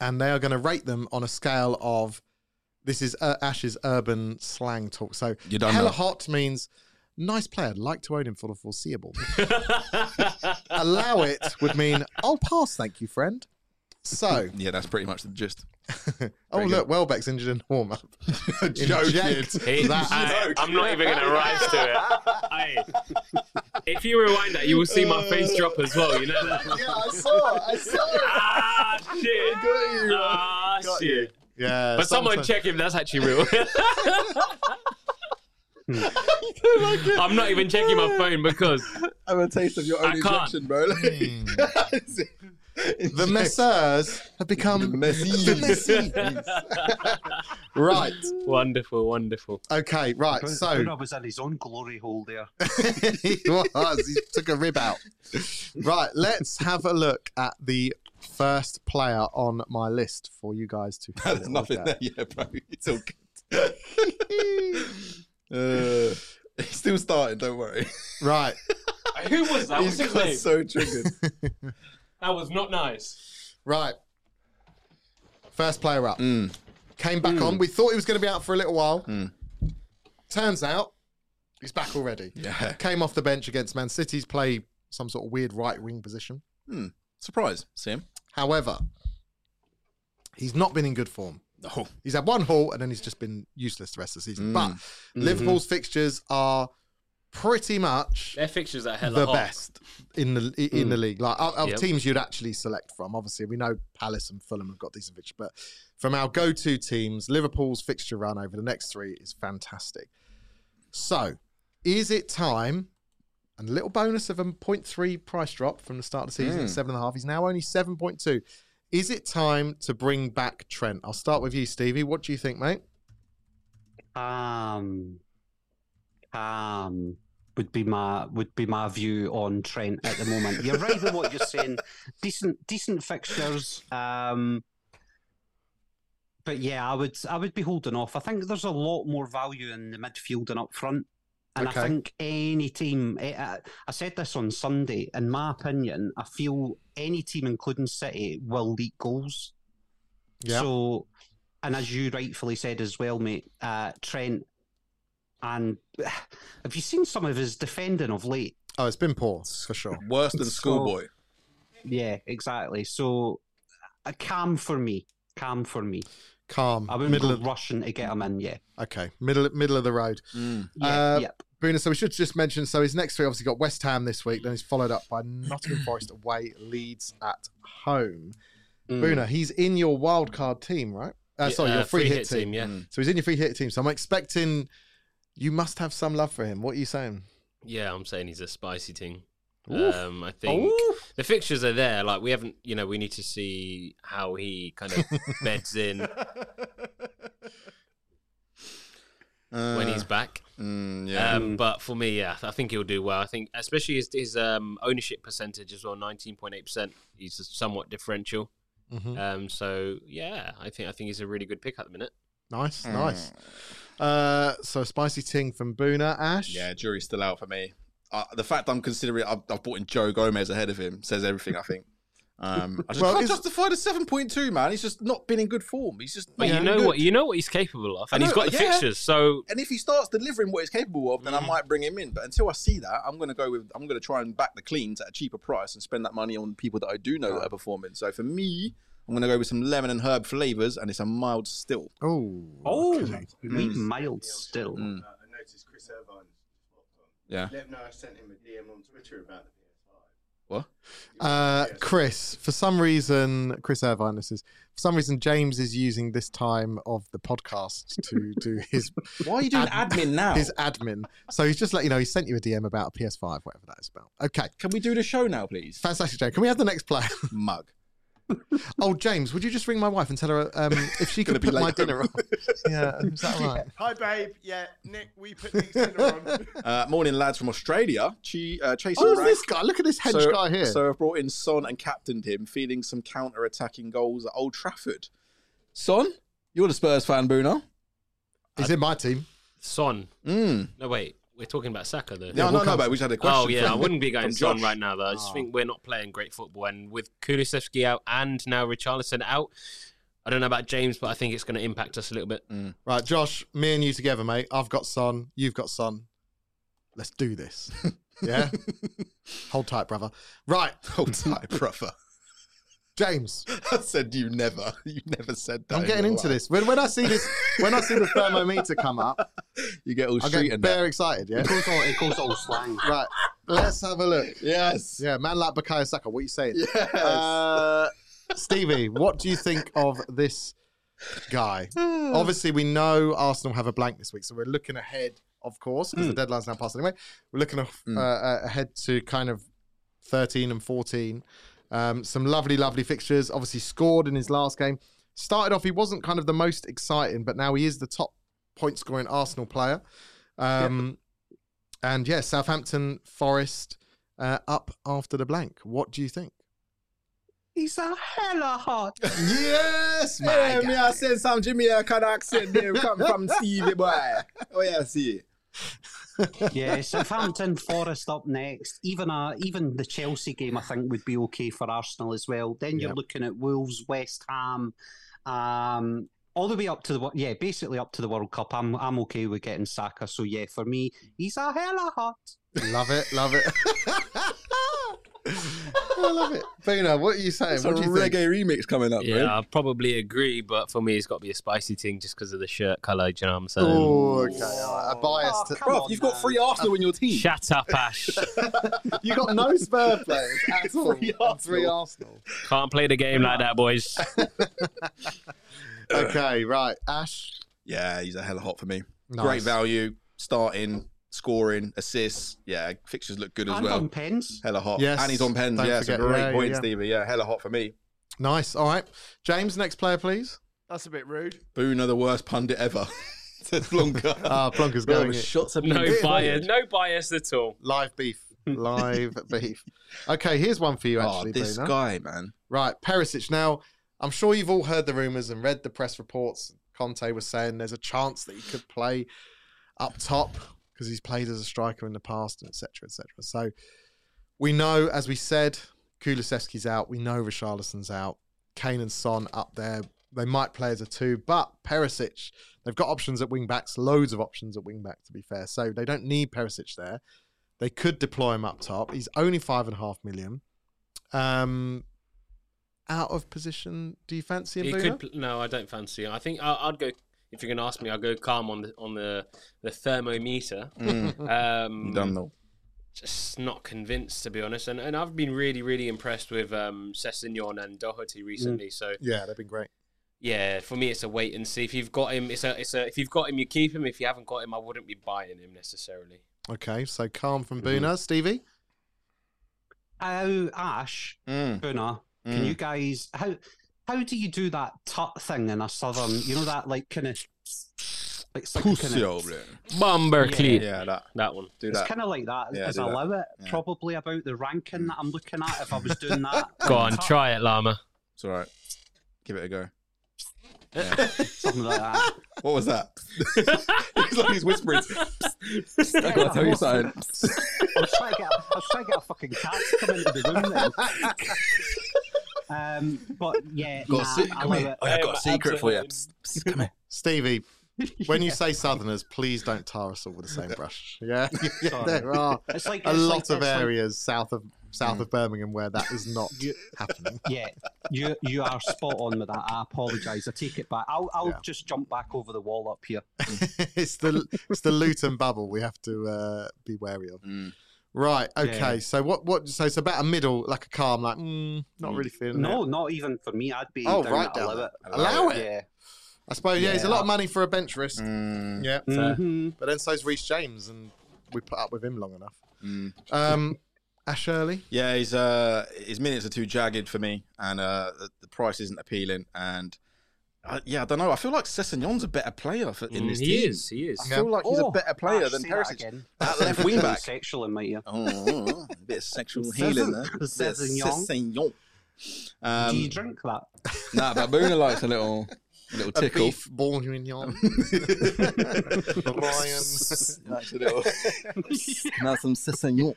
and they are going to rate them on a scale of. This is uh, Ash's urban slang talk. So
You're done
hella
now.
hot means nice player. Like to own him for the foreseeable. allow it would mean I'll pass, thank you, friend. So,
Yeah, that's pretty much the gist.
oh
Very
look, Welbeck's injured in warm up.
Joking.
Hey,
that
I, I'm not even going to rise to it. I, if you rewind that, you will see my face drop as well. You know that.
yeah, I saw, I saw.
Ah shit!
you, Rob.
Ah shit!
Yeah,
But someone
sometimes-
check if that's actually real. Hmm. I'm not even checking my phone because
I'm a taste of your
own I can't. injection,
bro.
Mm. The messers have become
The messes.
the messes. right.
wonderful, wonderful.
Okay. Right. So
Bruno was in his own glory hole there.
he was. He took a rib out. Right. Let's have a look at the first player on my list for you guys to. have a
There's
look
nothing
at.
there, yeah, bro. It's all good. uh, it's still starting, don't worry.
Right.
Who was that?
He's got so triggered.
That was not nice.
Right. First player up.
Mm.
Came back on. We thought he was going to be out for a little while. Turns out he's back already.
Yeah.
Came off the bench against Man City's play some sort of weird right wing position.
Surprise, Sam.
However, he's not been in good form.
No.
He's had one haul and then he's just been useless the rest of the season. But Liverpool's fixtures are pretty much
Their fixtures are hella
the
hot.
best in the in the league. Like of, of
Yep.
teams you'd actually select from. Obviously, we know Palace and Fulham have got decent fixtures, but from our go-to teams, Liverpool's fixture run over the next three is fantastic. So, is it time? And a little bonus of a 0.3 price drop from the start of the season, at seven and a half. He's now only seven point two. Is it time to bring back Trent? I'll start with you, Stevie. What do you think, mate?
Um, um, would be my would be my view on Trent at the moment. You're right in what you're saying. Decent, decent fixtures. Um, but yeah, I would I would be holding off. I think there's a lot more value in the midfield and up front. And
Okay.
I think any team, eh, I, I said this on Sunday. In my opinion, I feel any team, including City, will leak goals.
Yeah.
So, and as you rightfully said as well, mate, uh, Trent, and have you seen some of his defending of late?
Oh, it's been poor for sure.
Worse than schoolboy.
Yeah, exactly. So, a calm for me, calm for me.
Calm,
I wouldn't
middle
go
of
rushing to get him in. Yeah,
okay, middle middle of the road.
Mm.
yeah,
Uh,
yeah.
Bruno, so we should just mention so his next three obviously got West Ham this week, then he's followed up by Nottingham Forest away, Leeds at home.
Mm.
Bruno, he's in your wild card team, right? Uh, sorry,
Yeah,
your
uh,
free, hit, team.
yeah.
So he's in your free hit team. So I'm expecting you must have some love for him. What are you saying?
Yeah, I'm saying he's a spicy thing.
Oof. Oh.
Um, I think the fixtures are there. Like we haven't, you know, we need to see how he kind of beds in when he's back.
Uh, Mm, yeah.
Um, but for me, yeah, I think he'll do well. I think, especially his, his um, ownership percentage as well, nineteen point eight percent. He's somewhat differential.
Mm.
Mhm.
Um, so yeah, I think I think he's a really good pick at the minute.
Nice, nice. Uh, so spicy ting from Boona Ash.
Yeah, jury's still out for me. Uh, the fact I'm considering, I've, I've brought in Joe Gomez ahead of him says everything. I think. Um, I just
Well,
can't
is-
justify the seven point two, man. He's just not been in good form. He's just.
But
not
you
been
know
good.
what? You know what he's capable of, and
I
he's
know,
got the
yeah.
fixtures. So
And if he starts delivering what he's capable of, then
Mm.
I might bring him in. But until I see that, I'm going to go with. I'm going to try and back the cleans at a cheaper price and spend that money on people that I do know that are performing. So for me, I'm going to go with some lemon and herb flavors, and it's a mild still.
Oh.
Oh,
okay.
we mild still.
Mm.
Uh, I noticed Chris Irvine popped on.
Yeah.
Let him know I sent him a DM on Twitter about the PS5.
Uh, Chris, for some reason, Chris Irvine, this is for some reason James is using this time of the podcast to do his
Why are you doing
Ad-
admin now?
his admin. So he's just let you know he sent you a DM about a PS5, whatever that is about. Okay,
Can we do the show now, please?
fantastic, James. Can we have the next player?
Mug.
oh, James, would you just ring my wife and tell her um, if she
Gonna
could
be
put my
late.
dinner on? Yeah, is that right?
Hi, babe. Yeah, Nick, we put Nick's dinner on.
Uh, morning, lads from Australia. Ch- uh, Chase
Who's
Rank.
Oh, this guy? Look at this hedge
so,
guy here.
So I've brought in Son and captained him, feeling some counter-attacking goals at Old Trafford. Son, you're the Spurs fan, Boona.
he's in my team.
Son.
Hmm.
Mm.
No, wait. We're talking about Saka, though.
No, no, no, but we just had a question.
oh, yeah. I
from-
wouldn't be going
from
John
Josh.
right now, though. I just think we're not playing great football. And with Kulisevsky out and now Richarlison out, I don't know about James, but I think it's going to impact us a little bit.
Mm,
Right, Josh, me and you together, mate. I've got Son. You've got Son. Let's do this. Yeah? Hold tight, brother. Right,
Hold tight, brother.
James.
I said you never. You never said that.
I'm
in
getting
your
into
life.
this. When, when I see this, when I see the thermometer come up,
You get all
I
street
get
and that.
bare excited. Yeah.
It goes all it goes all slang.
Right. Let's have a look.
Yes.
Yeah, man like Bakayo Saka. What are you saying?
Yes.
Uh, Stevie, what do you think of this guy? Obviously, we know Arsenal have a blank this week, so we're looking ahead, of course, because the deadline's now passed anyway. We're looking af-
Mm.
uh, uh, ahead to kind of 13 and 14. Um, some lovely, lovely fixtures. Obviously, scored in his last game. Started off, he wasn't kind of the most exciting, but now he is the top point scoring Arsenal player. Um, And yeah, Southampton Forest uh, up after the blank. What do you think?
He's a hella hot.
Yes,
Yeah,
my
me,
guy.
I said some Jamaican accent there come from Stevie boy. Oh yeah, see.
yeah, Southampton Forest up next. Even a even the Chelsea game, I think, would be okay for Arsenal as well. Then you're
Yep.
looking at Wolves, West Ham, um, all the way up to the wo- yeah, basically up to the World Cup. I'm I'm okay with getting Saka. So yeah, for me, he's a hella hot.
love it, love it. I love it. Buna, what are you saying?
There's a
What do you
reggae
think?
remix coming up,
Yeah, I probably agree, but for me, it's got to be a spicy thing just because of the shirt colour. Do you know what I'm saying?
Oh, okay. all right. A bias.
Oh,
to-
come
bro. Bro,
on,
you've
man.
got three Arsenal in your team.
Shut up, Ash.
you got no Spurs players at all.
Three
and Three Arsenal.
Can't play the game like that, boys.
okay, right. Ash.
Yeah, he's a hell of hot for me.
Nice.
Great value, starting, scoring, assists. Yeah, fixtures look good as
And
well.
on pens.
Hella hot.
Yes,
and he's on pens.
don't
Yeah, it's a
forget.
great
Yeah, yeah,
point,
yeah.
Stevie. Yeah, hella hot for me.
Nice. All right. James, next player, please.
That's a bit rude.
Boona, the worst pundit ever. Says Blonka.
Ah, Plonker's
Bro,
going.
the
in.
shots have been
No bias.
fired.
No bias at all.
Live beef. Live beef. Okay, here's one for you,
Oh,
actually,
this
Buna.
guy, man.
Right, Perisic. Now, I'm sure you've all heard the rumours and read the press reports. Conte was saying there's a chance that he could play up top because he's played as a striker in the past, and etc. etc. So we know, as we said, Kulisevsky's out. We know Richarlison's out. Kane and Son up there. They might play as a two, but Perisic, they've got options at wing backs, loads of options at wing back, to be fair. So they don't need Perisic there. They could deploy him up top. He's only five and a half million. Um, out of position, do you fancy him?
He
Boomer?
could pl- no, I don't fancy. him. I think I, I'd go. If you're going to ask me, I'll go calm on the on the the thermometer.
Mm,
Um,
Done though.
Just not convinced, to be honest. And and I've been really really impressed with um, Cessignon and Doherty recently. So
yeah, they've been great.
yeah, for me, it's a wait and see. If you've got him, it's a it's a if you've got him, you keep him. If you haven't got him, I wouldn't be buying him necessarily.
Okay, so calm from
Mm-hmm.
Boona. Stevie?
Ow, Ash,
Mm.
Buna, can you guys how how do you do that tut thing in a southern? You know that like kind of like it's like a kinda-
Pusio, bro.
Bomber
Cleat.
Yeah, that.
that one.
Do
It's
that.
kind of like that.
Yeah,
as
do
I
that.
allow it,
Yeah.
probably about the ranking that I'm looking at. If I was doing that,
Go on,
Top-
try it, Llama.
It's all right. Give it a go.
something like that.
What was that? it's like he's whispering. I gotta tell you something.
I was trying to get, I was trying to get a fucking cat to come into the room. Then. um, but yeah,
Got a
nah,
se-
I
come
love
here.
it.
Oh, yeah, I've
Um,
got a secret for you. Come here.
Stevie, When you say Southerners, please don't tar us all with the same brush. Yeah, Yeah, there are
It's like
a
it's
lot
like-
of
it's like-
areas south of south of Birmingham where that is not
Hmm. Yeah.
happening.
yeah, you you are spot on with that. I apologise. I take it back. I'll I'll
Yeah.
just jump back over the wall up here.
it's the it's the Luton bubble we have to uh, be wary of.
Mm.
Right. Okay.
Yeah.
So what? What? So it's about a middle, like a calm, like mm, not
Mm.
really feeling.
Hmm. No,
it.
not even for me. I'd be
Oh,
down
right
at
down
allow
there.
it.
Allow it.
Yeah.
I suppose. Yeah, it's a
Yeah. Hmm.
lot of money for a bench wrist.
Mm.
Yeah.
Fair.
Mhm.
But then so's Reece James, and we put up with him long enough.
Mm.
Um, Ash Shirley.
Yeah, his uh, his minutes are too jagged for me, and uh, the, the price isn't appealing. And uh, yeah, I don't know. I feel like Sessegnon's a better player for, in
Mm,
this
he
team.
is. He is.
I feel like he's a
Oh,
better player
Ash,
than
say
Perisic.
That again.
That left wing back.
Sexual in my ear.
Oh, a bit of sexual healing there. Bit of
Sessegnon.
Sessegnon.
Do you
Um,
drink that?
nah, Babuna likes a little, a little
A
tickle.
beef bourguignon. Ryan.
Likes a little. Now some Sessegnon.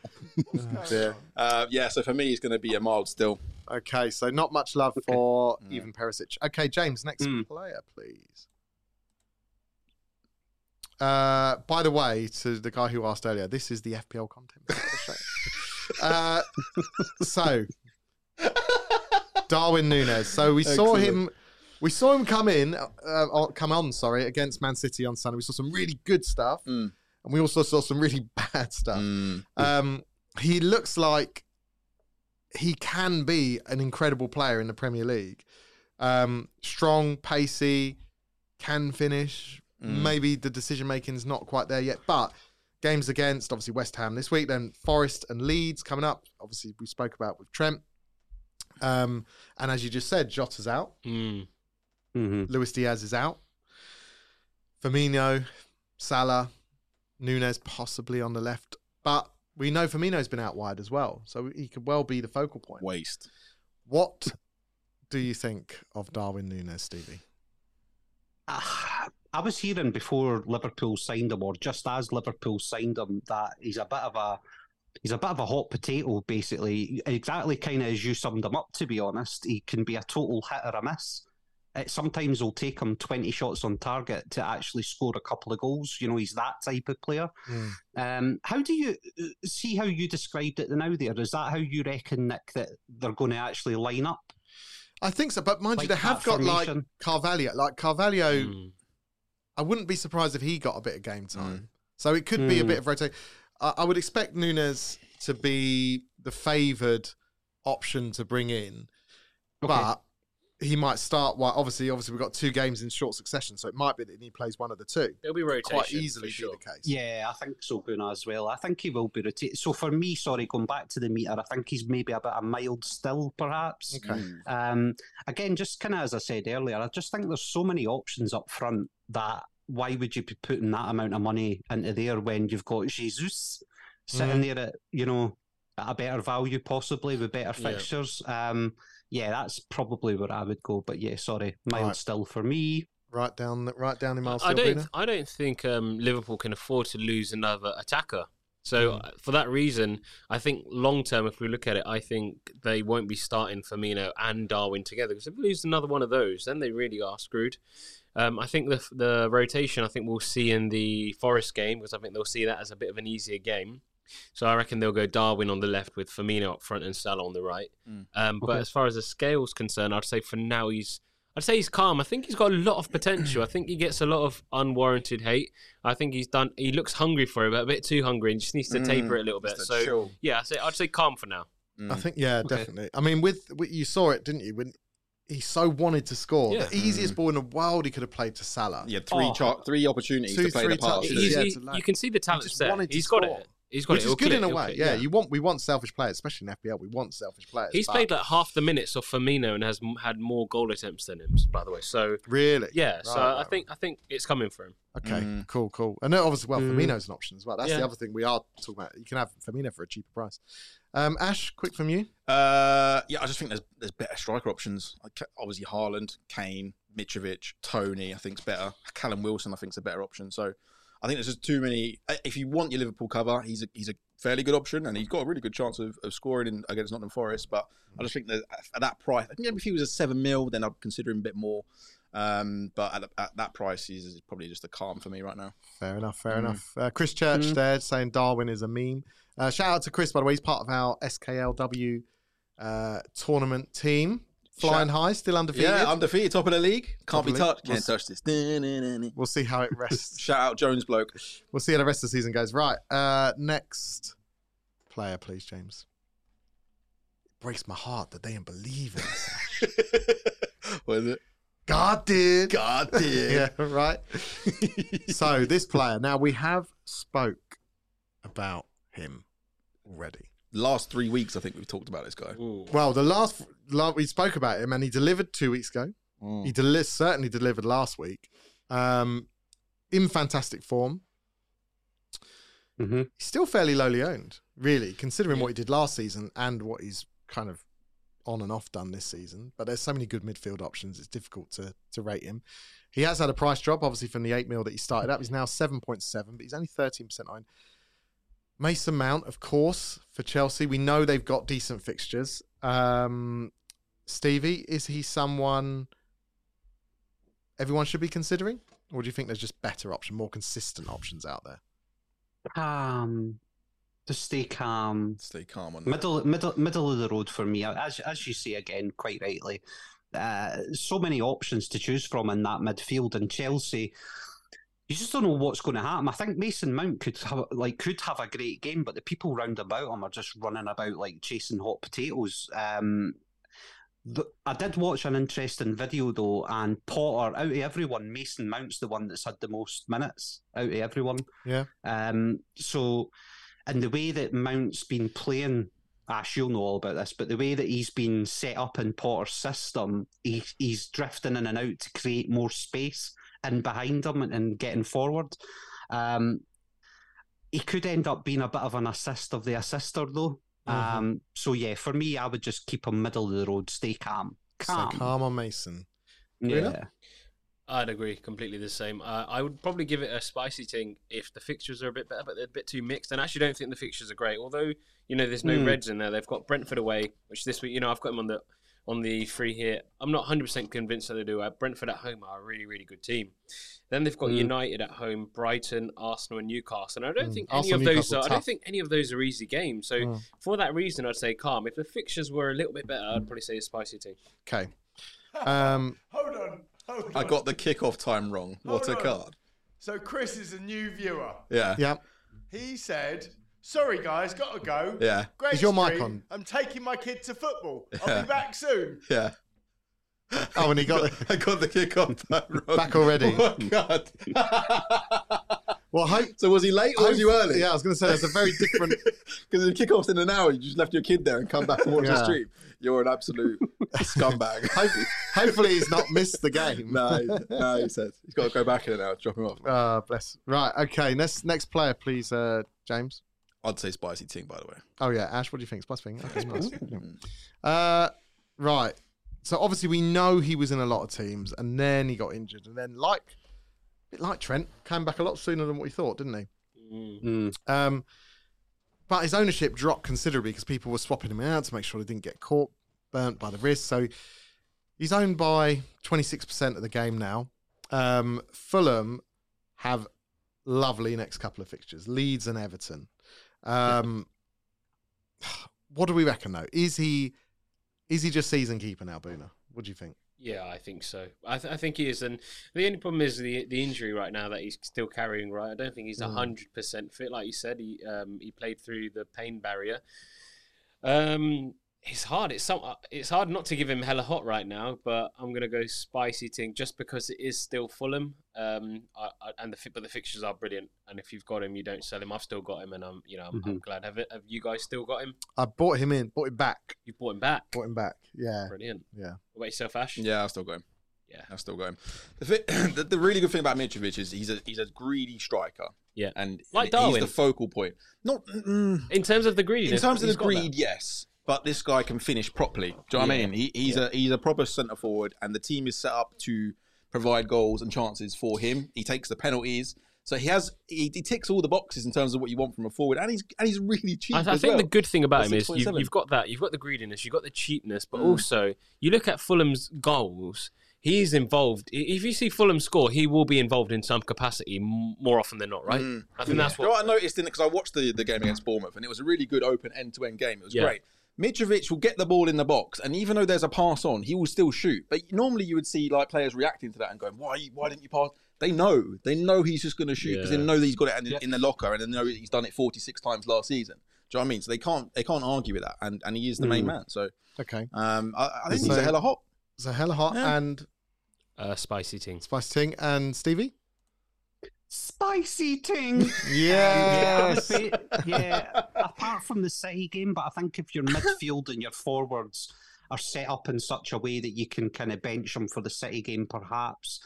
Yeah.
Uh, yeah, so for me, he's going to be a mild still.
Okay, so not much love for
Mm.
even Perisic. Okay, James, next
Mm.
player, please. Uh, by the way, to the guy who asked earlier, this is the FPL content. part of the show. uh, so, Darwin Nunes. So we saw him. We saw him come in, uh, uh, come on, sorry, against Man City on Sunday. We saw some really good stuff,
Mm.
and we also saw some really bad stuff.
Mm.
Um, he looks like he can be an incredible player in the Premier League. Um, strong, pacey, can finish.
Mm.
Maybe the decision making's not quite there yet, but games against obviously West Ham this week, then Forest and Leeds coming up. Obviously, we spoke about with Trent. Um, and as you just said, Jota's out.
Mm.
Mm-hmm.
Luis Diaz is out. Firmino, Salah, Nunes possibly on the left, but we know Firmino's been out wide as well, so he could well be the focal point.
Waste.
What do you think of Darwin Nunes, Stevie?
Ah, I was hearing before Liverpool signed him, or just as Liverpool signed him, that he's a bit of a he's a bit of a hot potato, basically. Exactly, kind of as you summed him up. To be honest, he can be a total hit or a miss. It sometimes will take him twenty shots on target to actually score a couple of goals. You know, he's that type of player.
Mm.
Um, how do you uh, see how you described it now? There is that how you reckon, Nick, that they're going to actually line up?
I think so, but mind you,
Like
they have
that
got like
formation. Hmm.
Carvalho. Like Carvalho,
Mm.
I wouldn't be surprised if he got a bit of game time.
Hmm.
So it could be a
Mm.
bit of rotation. I, I would expect Nunes to be the favoured option to bring in. but he might start. Well, obviously, obviously we've got two games in short succession, so it might be that he plays one of the two.
It'll be rotation.
Quite
for
easily
sure.
be the case.
Yeah, I think so, Boona, as well. I think he will be rotated. So for me, sorry, going back to the meter, I think he's maybe a bit of mild still, perhaps.
Okay.
Mm,
Um, again, just kind of as I said earlier, I just think there's so many options up front that why would you be putting that amount of money into there when you've got Jesus sitting there at you know at a better value possibly with better
Yeah.
fixtures? Um, yeah, that's probably where I would go. But yeah, sorry, mild
Right.
still for me.
Right down, the- right down in Miles
I
Field,
don't.
Bruno.
I don't think um, Liverpool can afford to lose another attacker. So uh, for that reason, I think long term, if we look at it, I think they won't be starting Firmino and Darwin together because if they lose another one of those, then they really are screwed. Um, I think the the rotation I think we'll see in the Forest game because I think they'll see that as a bit of an easier game. So I reckon they'll go Darwin on the left with Firmino up front and Salah on the right.
Mm.
Um, but
Okay.
as far as the scale's concerned, I'd say for now he's I'd say he's calm. I think he's got a lot of potential. I think he gets a lot of unwarranted hate. I think he's done. He looks hungry for it, but a bit too hungry, and just needs to
Mm,
taper it a little bit.
Just
So
a chill.
yeah, I'd say, I'd say calm for now.
I think, yeah, definitely. I mean, with, with you saw it, didn't you? When he so wanted to score,
Yeah.
the
Mm.
easiest ball in the world he could have played to Salah.
Yeah, three
Oh.
char- three opportunities
Two,
to play
three
the pass.
touches.
didn't he?
He's-
Yeah,
he-
to like-
you can see the talent's
just
there.
wanted to
He's got
score.
it. He's got
Which
it.
is
It'll
good in a
click. It'll
way.
click.
Yeah, you want we want selfish players, especially in FPL. We want selfish players.
He's
but-
played like half the minutes of Firmino and has m- had more goal attempts than him, by the way. So
really.
yeah, so
Right,
I
right,
think I think it's coming for him.
Okay,
Mm.
cool, cool. And then obviously, well,
Mm.
Firmino's an option as well. That's the
Yeah.
other thing we are talking about. You can have Firmino for a cheaper price. Um, Ash, quick from you.
Uh, yeah, I just think there's there's better striker options. Like, Ca- obviously, Haaland, Kane, Mitrovic, Tony. I think's better. Callum Wilson, I think's a better option. So, I think there's just too many. uh, If you want your Liverpool cover, he's a he's a fairly good option, and he's got a really good chance of, of scoring in, against Nottingham Forest. But I just think that at that price, I think maybe if he was a seven mil, then I'd consider him a bit more. Um, but at, at that price, he's probably just a calm for me right now.
Fair enough, fair enough. Uh, Chris Church there saying Darwin is a meme. Uh, shout out to Chris, by the way. He's part of our SKLW uh, tournament team. Flying high, still undefeated.
Yeah, undefeated, top of the league. Can't
Top of
be
the
touched.
league.
Can't touch this. Da-na-na-na.
we'll see how it rests.
Shout out Jones bloke.
we'll see how the rest of the season goes. Right, uh, next player, please, James. breaks my heart that they didn't believe in us.
what is it?
God did.
God damn.
yeah, right. so this player. Now we have spoke about him already.
Last three weeks, I think we've talked about this guy.
Well, the last, last we spoke about him, and he delivered two weeks ago. He deli- certainly delivered last week, um, in fantastic form.
hmm
He's still fairly lowly owned, really, considering what he did last season and what he's kind of on and off done this season. But there's so many good midfield options; it's difficult to to rate him. He has had a price drop, obviously, from the eight mil that he started up. He's now seven point seven, but he's only thirteen percent owned. Mason Mount, of course, for Chelsea. We know they've got decent fixtures. Um, Stevie, is he someone everyone should be considering, or do you think there's just better option, more consistent options out there?
Calm. Just stay calm.
Stay calm on that.
Middle, middle, middle of the road for me. As as you say again, quite rightly, uh, so many options to choose from in that midfield and Chelsea. You just don't know what's going to happen. I think Mason Mount could have like could have a great game, but the people round about him are just running about like chasing hot potatoes. Um, the, I did watch an interesting video though, and Potter out of everyone, Mason Mount's the one that's had the most minutes out of everyone.
Yeah.
Um, so, and the way that Mount's been playing, Ash, you'll know all about this, but the way that he's been set up in Potter's system, he, he's drifting in and out to create more space in behind him and, and getting forward. Um, he could end up being a bit of an assist of the assister, though.
Mhm.
Um, so yeah, for me, I would just keep him middle of the road, stay calm, calm,
So calm on Mason. Bruno?
yeah.
I'd agree completely the same. Uh, I would probably give it a spicy ting if the fixtures are a bit better, but they're a bit too mixed. And I actually don't think the fixtures are great. Although you know, there's no
Hmm.
Reds in there. They've got Brentford away, which this week you know I've got them on the on the free here. I'm not 100 percent convinced that they do. Uh, Brentford at home are a really really good team. Then they've got
Hmm.
United at home, Brighton, Arsenal, and Newcastle. And I don't
Hmm.
think
Arsenal,
any of those
Newcastle,
are. I don't
tough.
think any of those are easy games. So
Hmm.
for that reason, I'd say calm. If the fixtures were a little bit better, I'd probably say a spicy ting.
Okay. Um,
Hold on. Hold on.
I got the kickoff time wrong. What
Hold
a
on.
card.
So Chris is a new viewer.
Yeah.
yeah.
He said, "Sorry guys, gotta go.
Yeah.
Great
Is your mic
stream.
on?
I'm taking my kid to football. I'll be back soon."
Yeah.
Oh, and he got.
I got the kickoff time wrong.
Back already.
Oh, God.
Well, hope.
so was he late or was you
hope-
early?
Yeah, I was going to say that's a very different.
Because if kickoff's in an hour, you just left your kid there and come back and watch
Yeah.
the stream. You're an absolute scumbag.
hope- hopefully, he's not missed the game.
no, no, he said he's got to go back in an hour. Drop him off.
Ah, bless. Right. Okay. Next, next player, please, uh, James.
I'd say spicy ting, by the way.
Oh yeah, Ash. What do you think? Spice thing. Okay, nice. Uh, right. So obviously we know he was in a lot of teams, and then he got injured, and then like, a bit like Trent, came back a lot sooner than what he thought, didn't he?
Mm.
Um, but his ownership dropped considerably because people were swapping him out to make sure he didn't get caught, burnt by the wrist. So he's owned by 26% of the game now. Um, Fulham have lovely next couple of fixtures Leeds and Everton. Um, what do we reckon though? Is he is he just season keeper now, Buna? What do you think?
Yeah, I think so. I, th- I think he is, and the only problem is the the injury right now that he's still carrying. Right, I don't think he's
Mm.
hundred percent fit. Like you said, he um, he played through the pain barrier. Um, it's hard. It's some. It's hard not to give him hella hot right now, but I'm gonna go spicy ting just because it is still Fulham. Um, I, I, and the fi- but the fixtures are brilliant. And if you've got him, you don't sell him. I've still got him, and I'm you know I'm, I'm glad. Have it? Have you guys still got him?
I bought him in, bought him back,
You bought him back.
bought him back. Yeah,
Brilliant.
yeah.
What about yourself, Ash?
Yeah, I've still got him.
Yeah.
I've still got him. The, thi- the, the really good thing about Mitrovic is he's a he's a greedy striker.
Yeah.
and
Like
he's
Darwin.
the focal point. Not mm,
In terms of the greed,
in terms of the greed, yes, but this guy can finish properly. Do you know what I
Yeah.
mean? He, he's a he's a proper centre forward, and the team is set up to provide goals and chances for him. He takes the penalties. So he has he, he ticks all the boxes in terms of what you want from a forward, and he's and he's really cheap.
I, I
as
think the
well.
good thing about
That's
him is you've,
6.7.
you've got that, you've got the greediness, you've got the cheapness, but also you look at Fulham's goals. he's involved. I- If you see Fulham score, he will be involved in some capacity m- more often than not, right?
Mm.
I think that's
You know
what.
what I noticed in it because I watched the, the game against Bournemouth and it was a really good open end to end game. It was
Yeah.
great. Mitrovic will get the ball in the box, and even though there's a pass on, he will still shoot. But normally you would see like players reacting to that and going, "Why? Why didn't you pass?" They know. They know he's just going to shoot because
Yeah.
they know that he's got it in,
Yeah.
in the locker, and they know he's done it 46 times last season. Do you know what I mean? So they can't they can't argue with that, and and he is the main
Mm.
man. So
Okay.
um, I, I think he's
So-
a hella hot.
So hella hot
Yeah.
and
Uh, spicy things.
spicy ting and Stevie.
Spicy ting.
Yes.
Yeah, yeah, apart from the City game, but I think if your midfield and your forwards are set up in such a way that you can kind of bench them for the City game, perhaps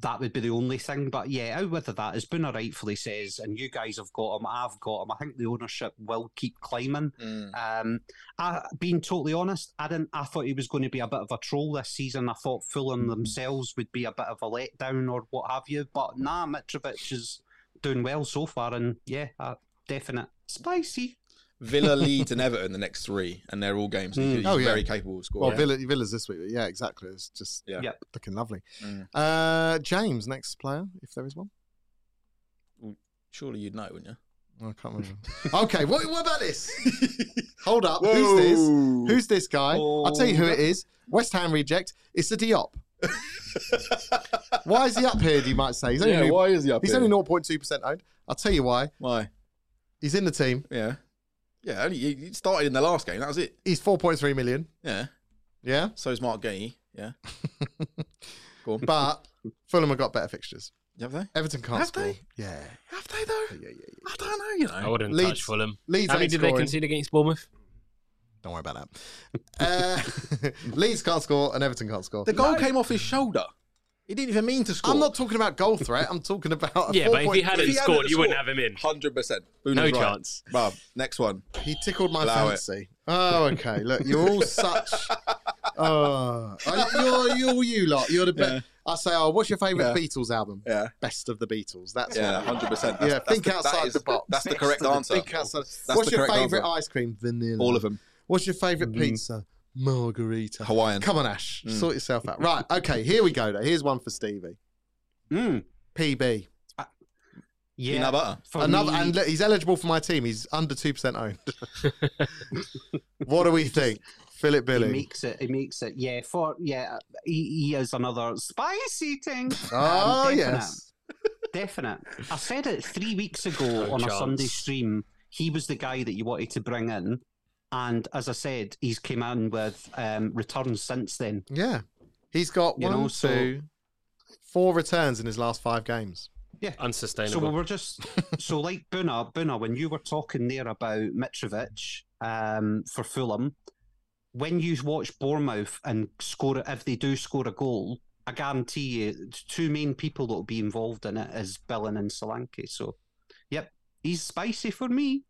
that would be the only thing. But yeah, out with that, as Booner rightfully says, and you guys have got him, I've got him. I think the ownership will keep climbing.
Mm.
Um, I, being totally honest, I didn't. I thought he was going to be a bit of a troll this season. I thought
Mm-hmm.
Fulham themselves would be a bit of a letdown or what have you. But nah, Mitrovic is doing well so far, and yeah, uh, definite spicy.
Villa, Leeds, and Everton the next three, and they're all games. that
Mm.
He's
Oh, yeah.
very capable of scoring.
Well, Villa, Villa's this week. but Yeah, exactly. It's just
Yeah.
Yep.
looking lovely.
Mm.
Uh, James, next player, if there is one.
Surely you'd know, wouldn't you?
Oh, I can't remember. okay, what, what about this? Hold up. Who's this? Who's this guy? I'll tell you who
Oh.
it is. West Ham reject. It's a Diop. why is he up here? You might say he's only
Yeah, why is he up
he's
here?
only 0.2 percent owned. I'll tell you why.
Why?
He's in the team.
Yeah. Yeah, only he he started in the last game. That was it.
He's 4.3 million.
Yeah.
Yeah,
So is Mark Gay. Yeah.
but Fulham have got better fixtures.
Have they?
Everton can't
Have
score.
they?
Yeah,
Have they though?
yeah, yeah, yeah.
I don't know. You know.
I wouldn't
Leeds-
touch Fulham.
Leeds
How many
ain't
did they
scoring.
concede against Bournemouth?
Don't worry about that. Uh, Leeds can't score and Everton can't score.
The goal came off his shoulder. He didn't even mean to score.
I'm not talking about goal threat. I'm talking about a
Yeah, but if he
4.3
hadn't
hadn't
scored, you wouldn't have
scored-
him in.
Hundred percent.
No chance.
Bob, next one.
He tickled my
Allow it.
fancy. Oh, okay. Look, you're all such. Oh, I- you're, you're you lot. You're the best. I say, oh, what's your favourite
Yeah.
Beatles album?
Yeah.
Best of the Beatles. That's
Yeah,
what-
hundred percent.
yeah. Think outside the box.
That's the
Best
correct
of
answer.
Think outside.
the
what's your
correct
favourite
answer.
ice cream? Vanilla.
All of them.
What's your favourite
Mm-hmm.
pizza? Margarita.
Hawaiian.
Come on, Ash.
Mm.
Sort yourself out. Right. Okay. Here we go. Though. Here's one for Stevie.
Mm,
PB.
Peanut
yeah,
butter.
for
Another,
me,
and look, he's eligible for my team. He's under two percent owned. what do we think, Philip
he
Billy?
makes it. He makes it. Yeah, for yeah, he, he is another spicy ting.
Oh
Um, definite.
yes.
Definite. I said it three weeks ago on a
chance.
Sunday stream. He was the guy that you wanted to bring in, and as I said, he's came in with um, returns since then.
Yeah. He's got
You
one,
know, so-
two, four returns in his last five games.
So we
Unsustainable.
were just so like Buna, Buna, when you were talking there about Mitrovic um, for Fulham, when you watch Bournemouth and score if they do score a goal, I guarantee you the two main people that will be involved in it is Billen and Solanke. So, yep, he's spicy for me.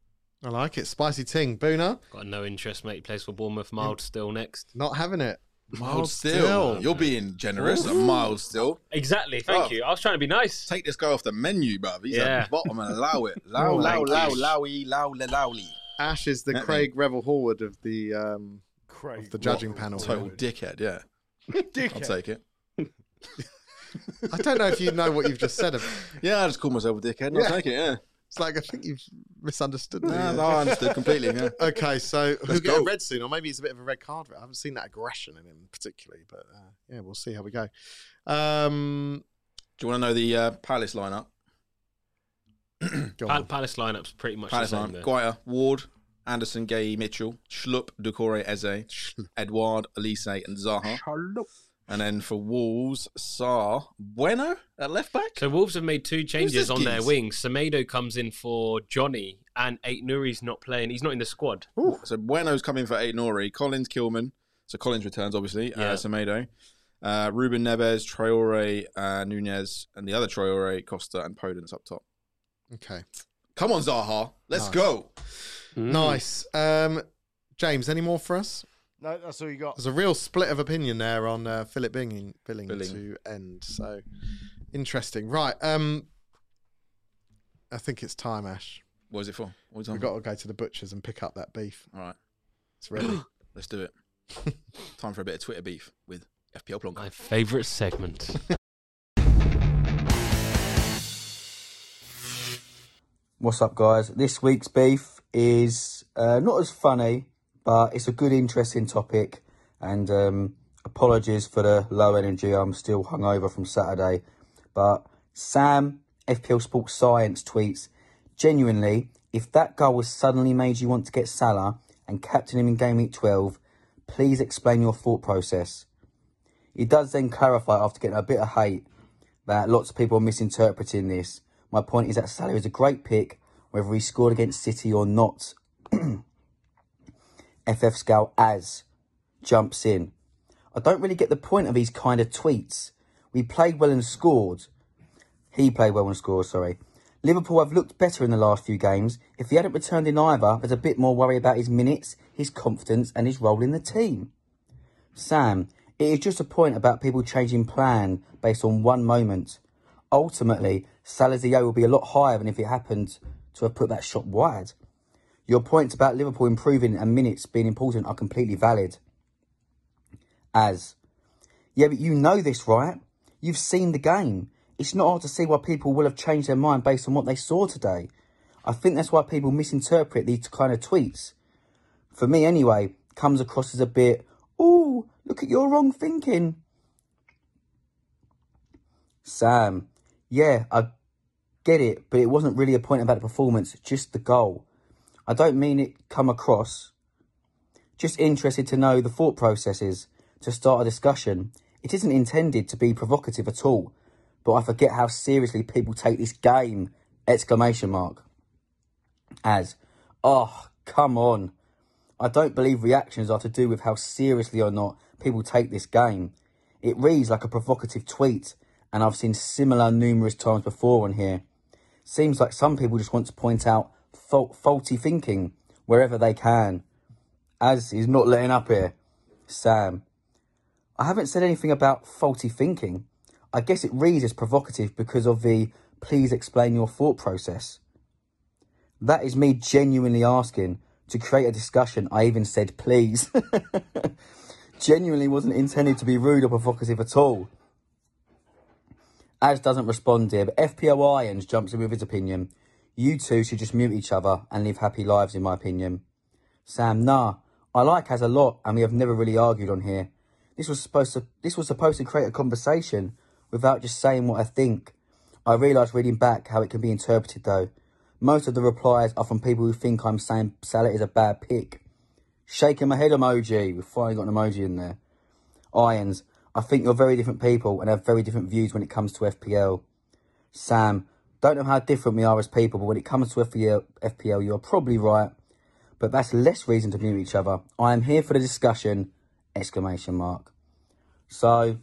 I like it. Spicy ting. Boona,
Got no interest, mate. Plays for Bournemouth. Mild still next.
not having it.
Mild still. You're being generous. A mild still.
Exactly.
thank
Thank
Oh. you.
you. I was trying to be nice.
Take this guy off the menu, bruv. He's at
Yeah.
the bottom and allow it. Lao,
Oh,
lao,
thank
lao,
you.
lowy, lao, la, lowly.
Ash is the
Uh-uh.
Craig Revel Horwood of the um,
Craig.
of the judging panel.
Total dickhead, yeah. I'll
Dickhead.
take it.
I don't know if you know what you've just said. About.
Yeah, I just call myself a dickhead and
Yeah.
I'll take it, yeah.
It's like I think you've misunderstood me.
No, no, I understood completely, yeah.
Okay, so he'll get
go.
a red soon, or maybe it's a bit of a red card. I haven't seen that aggression in him particularly, but uh, yeah, we'll see how we go. Um,
Do you want to know the uh, Palace lineup?
go
Pal-
on.
Palace lineup's pretty much
Palace
the same.
lineup.
though.
Guaya, Ward, Anderson, Gay, Mitchell, Schlupp, Ducore, Eze, Edouard, Elise, and Zaha. And then for Wolves, Saar, Bueno at left back.
So Wolves have made two changes
this
on their
geese?
wings. Semedo comes in for Johnny, and Eight Nuri's not playing. He's not in the squad.
So Bueno's coming for eight Nori. Collins, Kilman. So Collins returns, obviously.
Yeah.
Uh, Semedo. Uh, Ruben Neves, Traore, uh, Nunez, and the other Traore, Costa, and Podence up top.
Okay,
Come on, Zaha. Let's
Nice.
go. Mm.
nice. Um, James, any more for us?
No, that's all you got.
There's a real split of opinion there on uh, Philip Billing, Billing,
Billing.
to end. So interesting, right? Um, I think it's time, Ash.
What is it for? What is it
We've
on?
got to go to the butchers and pick up that beef.
All right,
It's ready.
let's do it. Time for a bit of Twitter beef with FPL Blanco.
My favourite segment.
What's up, guys? This week's beef is uh, not as funny, but it's a good, interesting topic. And um, apologies for the low energy. I'm still hungover from Saturday. But Sam, FPL Sports Science, tweets genuinely, if that goal was suddenly made you want to get Salah and captain him in game week 12, please explain your thought process. He does then clarify after getting a bit of hate that lots of people are misinterpreting this. My point is that Salah is a great pick, whether he scored against City or not. FF Scout as jumps in. I don't really get the point of these kind of tweets. We played well and scored. He played well and scored, sorry. Liverpool have looked better in the last few games. If he hadn't returned in either, there's a bit more worry about his minutes, his confidence, and his role in the team. Sam, it is just a point about people changing plan based on one moment. Ultimately, Salah's EO will be a lot higher than if it happened to have put that shot wide. Your points about Liverpool improving and minutes being important are completely valid. As, yeah, but you know this, right? You've seen the game. It's not hard to see why people will have changed their mind based on what they saw today. I think that's why people misinterpret these kind of tweets for me anyway, comes across as a bit, ooh, look at your wrong thinking. Sam, yeah, I get it, but it wasn't really a point about the performance, just the goal. I don't mean it come across. Just interested to know the thought processes to start a discussion. It isn't intended to be provocative at all, but I forget how seriously people take this game! Exclamation mark. As, oh, come on. I don't believe reactions are to do with how seriously or not people take this game. It reads like a provocative tweet, and I've seen similar numerous times before on here. Seems like some people just want to point out fault, faulty thinking wherever they can. As he's not letting up here, Sam. I haven't said anything about faulty thinking. I guess it reads as provocative because of the please explain your thought process. That is me genuinely asking to create a discussion. I even said please. genuinely wasn't intended to be rude or provocative at all. Az doesn't respond here, but FPO Irons jumps in with his opinion. You two should just mute each other and live happy lives, in my opinion. Sam, nah, I like Az a lot, and we have never really argued on here. This was supposed to this was supposed to create a conversation without just saying what I think. I realised reading back how it can be interpreted though. Most of the replies are from people who think I'm saying Salah is a bad pick. Shaking my head emoji. We've finally got an emoji in there. Irons, I think you're very different people and have very different views when it comes to FPL. Sam, don't know how different we are as people, but when it comes to FPL, FPL you're probably right. But that's less reason to mute each other. I am here for the discussion! Exclamation mark. So,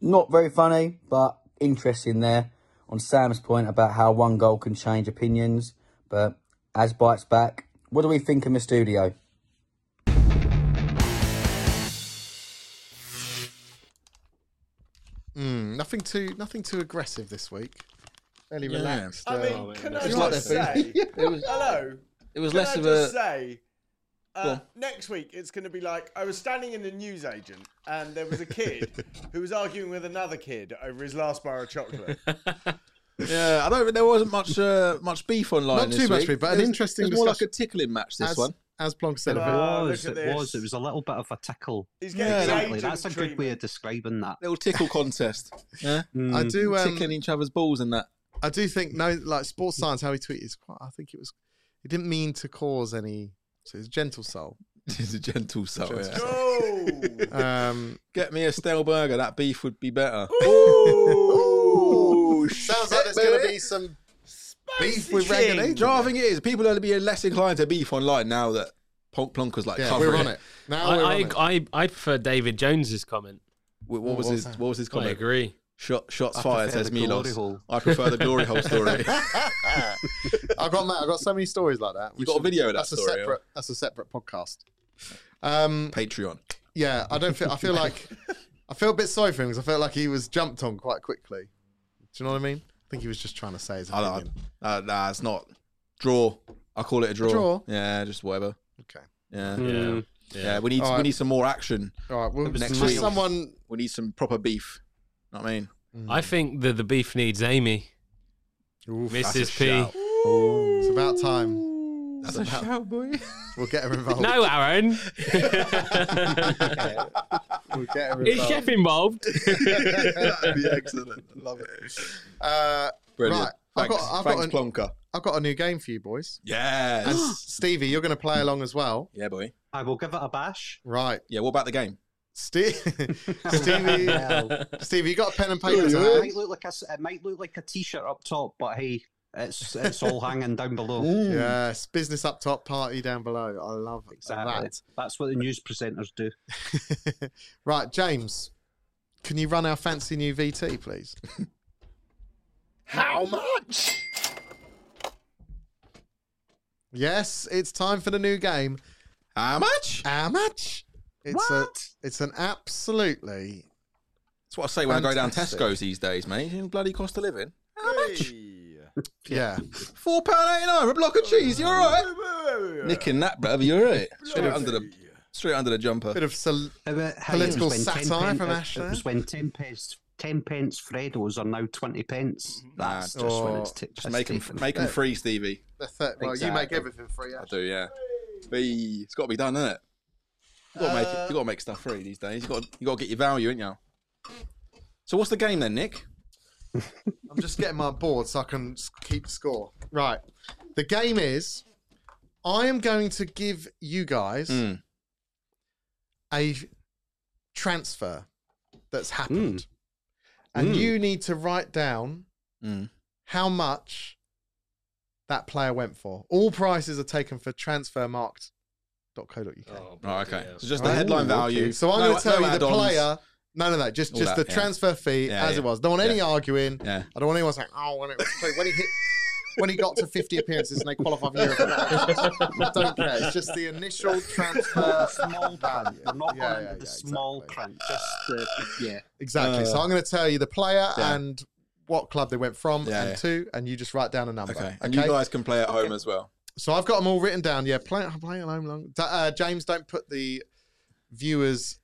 not very funny, but interesting there on Sam's point about how one goal can change opinions. But as bites back, what do we think in the studio?
Mm, nothing too nothing too aggressive this week. Fairly relaxed.
I
uh,
mean, can I
You
just
like that,
say, hello?
It was
Can
less
I
of a.
just say, uh, next week it's going to be like I was standing in a newsagent and there was a kid who was arguing with another kid over his last bar of chocolate.
Yeah, I don't. There wasn't much uh, much beef online.
Not
this
too much
week.
beef, but
It
an
was-
interesting
It was more like a
discussion.
tickling match. This
as,
one.
as Plonk said,
Wow. Oh, look
it was.
at
It
this.
was. It was a little bit of a tickle.
He's getting
Yeah,
his
Exactly.
agent
That's a good way
treatment.
of describing that. Hmm.
Little tickle contest. Yeah,
I
Mm,
do um,
tickling each other's balls and that.
I do think no, like sports science, how he tweeted is quite. I think it was. He didn't mean to cause any. So it's gentle soul.
It's a gentle soul.
Gentle
yeah.
Oh.
Um,
Get me a stale burger. That beef would be better.
Ooh.
sounds like there's going to be some beef with
Spicy
Ragged Angel.
thing.
eh? Do you know what I think it is? People are being less inclined to beef online now that Plonk Plonk was like,
Yeah,
covering
we're on it now.
I,
we're
I,
on it.
I, I prefer David Jones's comment.
What, what was
What was
his
that?
What was his
I
comment?
agree.
Shot, shots
I
fired,
prefer
says
the glory
Milos.
hole.
I prefer the glory hole story.
I've got Matt, I've got so many stories like that. We
got a video of that
that's A
story, yeah?
separate, that's a separate podcast. Um,
Patreon.
yeah, I don't feel. I feel like I feel a bit sorry for him because I felt like he was jumped on quite quickly. Do you know what I mean? I think he was just trying to say his
I
opinion.
don't, uh, nah, it's not. Draw. I call it a draw.
draw?
Yeah, just whatever.
Okay.
Yeah.
Yeah.
Yeah, we need
All right.
we need some more action.
All right, well,
It was
next
next
week.
week.
someone.
We need some proper beef. Know what I mean,
I think that the beef needs Amy.
Oof,
Mrs.
that's a
P.
shout. It's about time. That's about,
boy.
We'll get her involved.
No, Aaron.
We'll get her
Is
involved.
Chef involved?
That'd be excellent. I love it.
Uh,
Brilliant.
Right, I've
Thanks,
got- I've
thanks
got
Plonker.
I've got a new game for you boys. And
Yes.
Stevie, you're going to play along as well.
yeah, boy.
I will give it a bash.
Right.
Yeah. What about the game?
Steve, Stevie, Stevie, you got a pen and paper to
It
hand?
might look like a, s- it might look like a t-shirt up top, but hey, it's it's all hanging down below.
Yes, business up top, party down below. I love
Exactly. That's what the news presenters do.
that. right, James, can you run our fancy new VT, please?
How much?
Yes, it's time for the new game.
How much?
How much? It's
What?
A, it's an absolutely.
That's what I say when
Fantastic.
I go down Tesco's these days, mate. You know, Bloody cost of living. How much?
Yeah.
Four pound eighty nine for a block of cheese. You're all right. Nicking that, brother. You're all right. Straight under the straight under the jumper.
Bit of. Sol-
How it- how
Political
it was when 10
satire
pen-
from
it-
Ash there.
It was when ten pence, ten pence Fredos are now twenty pence.
Mm-hmm.
That's just when it's t-
Just make them make 'em free, Stevie.
the thir- well, you make
Exactly.
everything free.
I
Ash.
do, yeah. Be it's got to be done, isn't it? You got to make it. You got to make stuff free these days. You got to, you got to get your value, ain't you? So what's the game then, Nick?
I'm just getting my board so I can s- keep score. Right. The game is I am going to give you guys
Mm.
a transfer that's happened. And
Mm.
you need to write down Hmm.
Mm.
how much that player went for. All prices are taken for transfermarkt.co.uk.
Oh, okay. So just
Oh,
the headline value.
So I'm
No-
going to tell
no
you the
add-ons.
player. No, no, no. Just,
All
just
that,
the
yeah.
transfer fee
Yeah,
as
yeah.
it was. Don't want any
Yeah.
arguing.
Yeah.
I don't want anyone saying, "Oh, when it was clear." when he hit, when he got to 50 appearances and they qualify for Europe." I don't care. It's just the initial transfer.
Uh, small print. We're not
Yeah,
going
yeah,
into the
yeah,
small
exactly.
print. Just the yeah.
Exactly. so I'm going to tell you the player
Uh, Yeah.
and what club they went from
Yeah,
and
yeah.
to, and you just write down a number.
Okay.
Okay.
And you guys can play at home as well.
so I've got them all written down. Yeah, play, play at home long. D- Uh, James, don't put the viewers'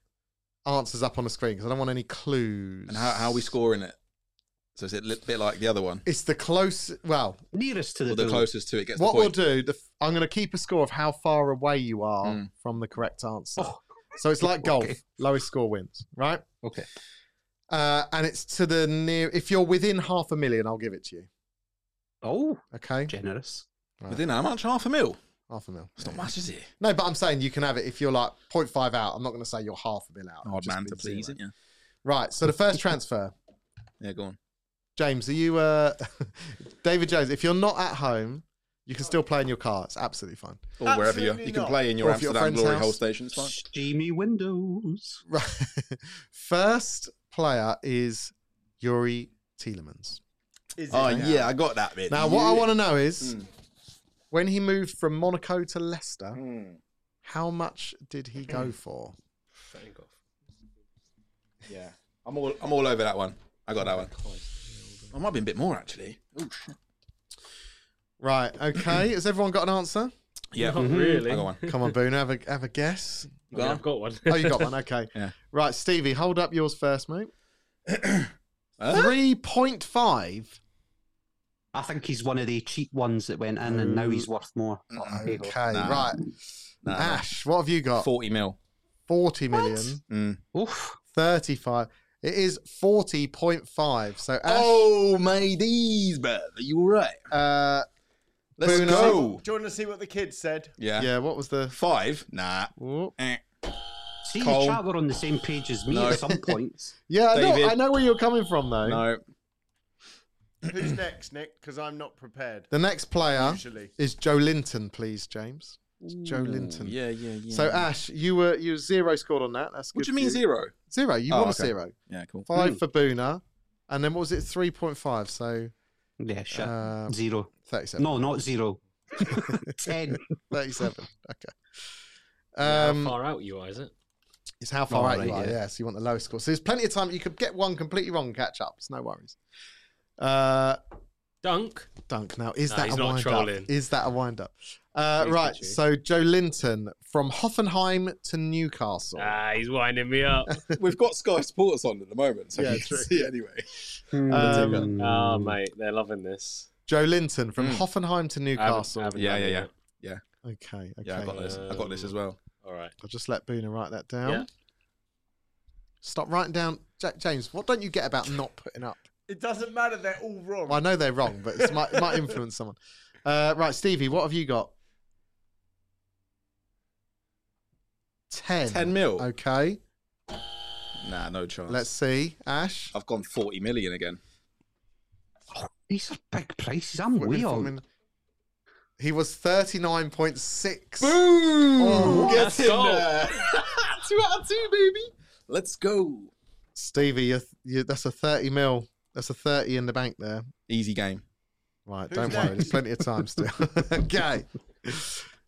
answers up on the screen because I don't want any clues.
And how, how are we scoring it? So is it a li- bit like the other one?
It's the close. Well,
Nearest to the,
Or the
goal.
closest to it gets
what
the
we'll
point.
do, the, f- I'm going to keep a score of how far away you are
Mm.
from the correct answer.
Oh.
So it's like golf,
Okay.
lowest score wins, right?
Okay.
Uh, and it's to the near. If you're within half a million, I'll give it to you.
Oh,
Okay,
generous.
Within how much? Half a mil.
half a mil.
It's not much, is it?
No, but I'm saying you can have it if you're like 0.5 out. I'm not going to say you're half a mil out. I'll
Odd
Oh, just
man
be
to please,
zero.
isn't you?
Right. So the first transfer,
Yeah, go on.
James. Are you, uh, David Jones? If you're not at home, you can still play in your car. It's absolutely fine.
Or wherever you
Absolutely
you can
not.
play in your
Or if your
Amsterdam
friend's
Glory
house.
Hole station. It's fine.
Steamy windows.
Right. First player is Yuri Telemans.
Is it
Oh
now?
yeah, I got that bit.
Now, what I
Yeah.
want to know is
Mm.
when he moved from Monaco to Leicester,
Mm.
how much did he go for?
Yeah, I'm all I'm all over that one. I got that one. I might be a bit more actually.
Right. Okay. Has everyone got an answer?
Yeah,
Not really.
I got one.
Come on, Boone. Have a have a guess.
I mean, I've got one.
Oh, you got one. Okay.
Yeah.
Right, Stevie, hold up yours first, mate.
Huh?
Three point five.
I think he's one of the cheap ones that went in, and now he's worth more.
Okay.
Nah.
Right.
Nah, nah.
Ash, what have you got?
Uh, Forty mil.
Forty million.
Mm.
Oof.
Thirty-five. It is forty point five. So Ash,
Oh, mateys, but you all right?
uh,
Let's
Boone,
go.
Do you want to see what the kid said?
Yeah.
yeah. What was the?
Five? Nah.
Oh.
Eh.
See, you
Cole.
chat were on the same page as me
No.
at some points.
Yeah, I know,
David.
I know where you're coming from though.
No.
Who's next, Nick? Because I'm not prepared.
The next player
Usually.
is Joe Linton, please, James. It's Joe
Mm.
Linton.
Yeah, yeah, yeah.
So Ash, you were you were zero scored on that. That's good.
what do you
for
mean zero?
Zero. You
Oh,
want
okay. Hmm.
a zero.
Yeah, cool.
Five for Boona, and then what was it? Three point five. So
Yeah, shit.
Uh,
zero.
thirty-seven.
No, not zero. Ten.
Thirty-seven. Okay.
how
Um,
far out you are, is it?
it's how far
Oh,
out
right,
you are. Yeah.
yeah.
So you want the lowest score. So there's plenty of time. You could get one completely wrong and catch up. It's no worries. Uh,
Dunk.
Dunk. Now, is
No,
that
he's
a
not
wind
trolling.
up? Is that a wind up? Uh,
Please
right.
do.
So Joe Linton from Hoffenheim to Newcastle.
Ah, he's winding me up.
We've got Sky Sports on at the moment, so
Yeah,
you can
true.
see anyway.
Um,
oh,
Mm.
mate, they're loving this.
Joe Linton from
Mm.
Hoffenheim to
Hmm. I haven't- I
Newcastle.
haven't
Yeah,
done
yeah,
it
yeah.
yet.
Okay. Okay.
Yeah, I got this. I got this as well.
All right.
I'll just let Boona write that down.
Yeah.
Stop writing down, Jack James. What don't you get about not putting up?
It doesn't matter. They're all wrong.
Well, I know they're wrong, but it's, might it might influence someone. Uh, right, Stevie, what have you got? Ten.
10 mil.
Okay.
Nah, no chance.
Let's see, Ash.
I've gone 40 million again.
These are big prices. I'm
What
way
we've
on.
fallen- He was thirty nine point six.
Boom!
Oh,
Get
let's
in
go.
there. two out of two, baby. Let's go.
Stevie, you're, you that's a thirty mil. That's a thirty in the bank there.
Easy game.
Right,
Who's
don't worry. There's plenty of time still. okay.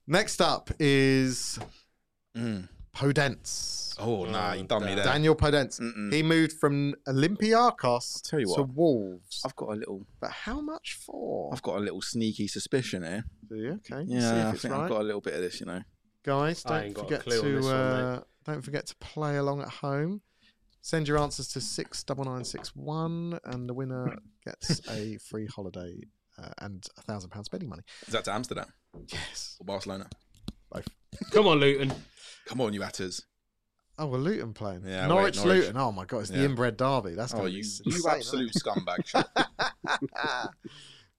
Next up is
Mm.
Podence.
Oh, nah, you done me there.
Daniel Podence.
Mm-mm.
He moved from Olympiacos
Hmm. tell you
to
what.
Wolves.
I've got a little,
But how much for?
I've got a little sneaky suspicion here.
Do you? Okay.
Yeah,
See
I
if it's
think I've
right.
got a little bit of this, you know.
Guys,
I
don't
ain't got a
forget
clue on
to
this one,
uh, don't forget to play along at home. Send your answers to six double nine six one, and the winner gets a free holiday uh, and a thousand pounds betting money.
Is that to Amsterdam
Yes.
or Barcelona?
Come on, Luton.
Come on, you atters.
Oh, well, Luton playing.
Yeah, wait,
Norwich,
Norwich.
Luton. Oh my god, it's the
Yeah.
inbred derby. That's
Oh,
gonna
you,
be insane,
you
isn't it? Ah.
absolute scumbag. Shut up.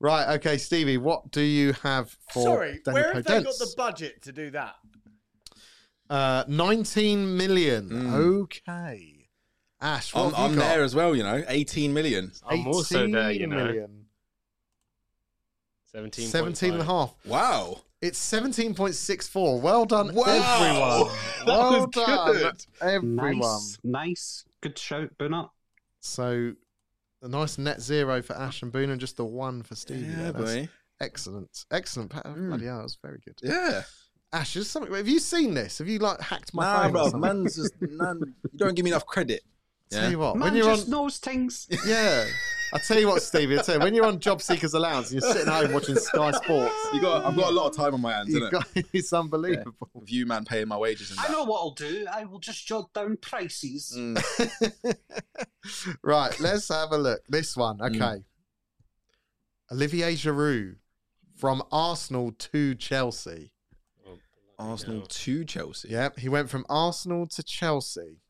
right. Okay, Stevie, what do you have for
Sorry,
Danny
where have they got
Podence?
the budget to do that?
Uh, 19 million.
Mm.
Okay. Ash, what
I'm,
have you
I'm
got?
there as well, you know. 18 million.
I'm also there, you
18
know.
million.
17.
17 and a half.
Wow.
It's 17.64. Well done,
Wow.
everyone.
That
well
was
done,
good.
everyone.
Nice, nice, good shout, Boonut.
So, a nice net zero for Ash and Boone and just the one for Stevie.
Yeah,
there. That's
boy. Mm.
excellent. Excellent. pa- Bloody hell, that was very good.
Yeah.
Ash, is something, have you seen this? Have you like hacked my
nah,
phone? or
bro.
something?
Man's just, man, you don't give me enough credit.
Tell you what,
Man
Oh, when you're on,
just knows things.
Yeah. I tell you what, Stevie, I tell you, when you're on Job Seekers Allowance and you're sitting at home watching Sky Sports,
You got, I've got a lot of time on my hands,
you
innit?
got, it's unbelievable.
With you, man, paying my wages and
I
that.
know what I'll do. I will just jot down prices.
Mm.
Right, let's have a look. This one,
Mm.
okay. Olivier Giroud from Arsenal to Chelsea.
Arsenal to Chelsea.
Yep, he went from Arsenal to Chelsea.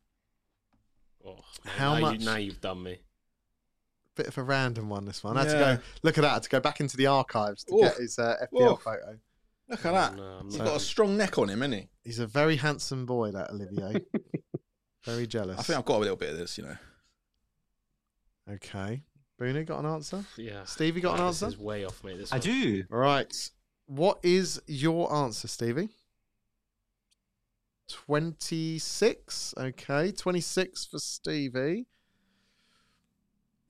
How
How oh, now
much?
You, now you've done me.
Bit of a random one, this one. I had
Yeah.
to go look at that. I had to go back into the archives to
Oof.
get his uh, FPL
Oof.
photo.
Look at that.
No, I'm
He's
not.
got a strong neck on him, isn't he?
He's a very handsome boy, that Olivier. very jealous.
I think I've got a little bit of this, you know.
Okay. Bruno got an answer?
Yeah.
Stevie got an
This
answer?
is way off, mate. This
I
one.
do.
All right. What is your answer, Stevie? 26. Okay. 26 for Stevie.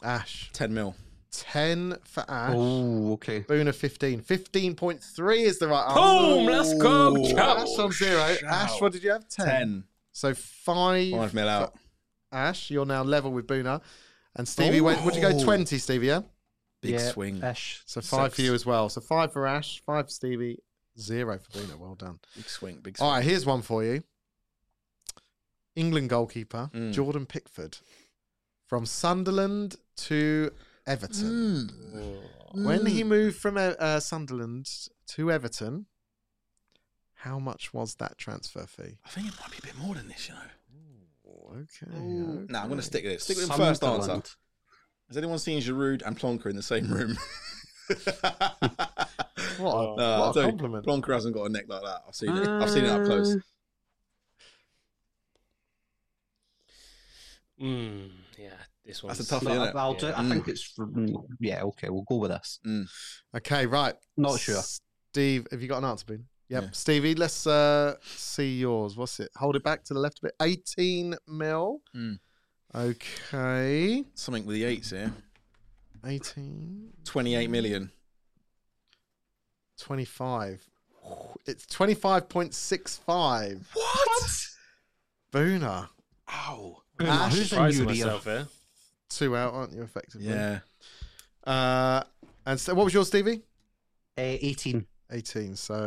Ash.
10 mil.
10 for Ash.
Oh, okay.
Boona 15. 15.3 is the right answer.
Boom! Let's go,
Ooh.
Oh.
Chelsea.
Ash on zero.
Shout.
Ash, what did you have? 10.
10.
So five.
Five mil out.
for Ash, you're now level with Boona. And Stevie went, would you go
Oh.
20, Stevie? Yeah.
Big
Yeah,
swing.
Ish.
So five for
Six.
you as well. So five for Ash, five for Stevie, zero for Bruno. Well done.
Big swing. Big swing.
All right, here's one for you. England goalkeeper
Mm.
Jordan Pickford from Sunderland to Everton.
Mm.
When he moved from uh, uh, Sunderland to Everton, how much was that transfer fee?
I think it might be a bit more than this, you know.
Okay. okay.
Nah, I'm going to stick with it. Stick with him first answer.
Sunderland.
Has anyone seen Giroud and Plonker in the same room?
What a,
No, I
Uh,
what a
tell you,
compliment.
Plonker hasn't got a neck like that. I've seen it. I've seen it up close.
Uh,
Mm, yeah, this one.
That's a tough
no,
one,
I-
isn't it?
I'll do. I
Mm.
think it's. mm, Yeah. Okay. We'll go with this.
Okay, right.
Not sure.
Steve, have you got an answer, Boone? Yep.
Yeah.
Stevie, let's uh, see yours. What's it? Hold it back to the left a bit. 18 mil.
Mm.
Okay.
Something with the eights here.
18,
28 million.
25. Ooh, It's 25.65.
What?
Booner.
Ow.
Boona, who's in
Surprised
your
myself here.
Two out, aren't you, effectively?
Yeah.
Uh, And so, what was yours, Stevie?
Uh, 18.
18, so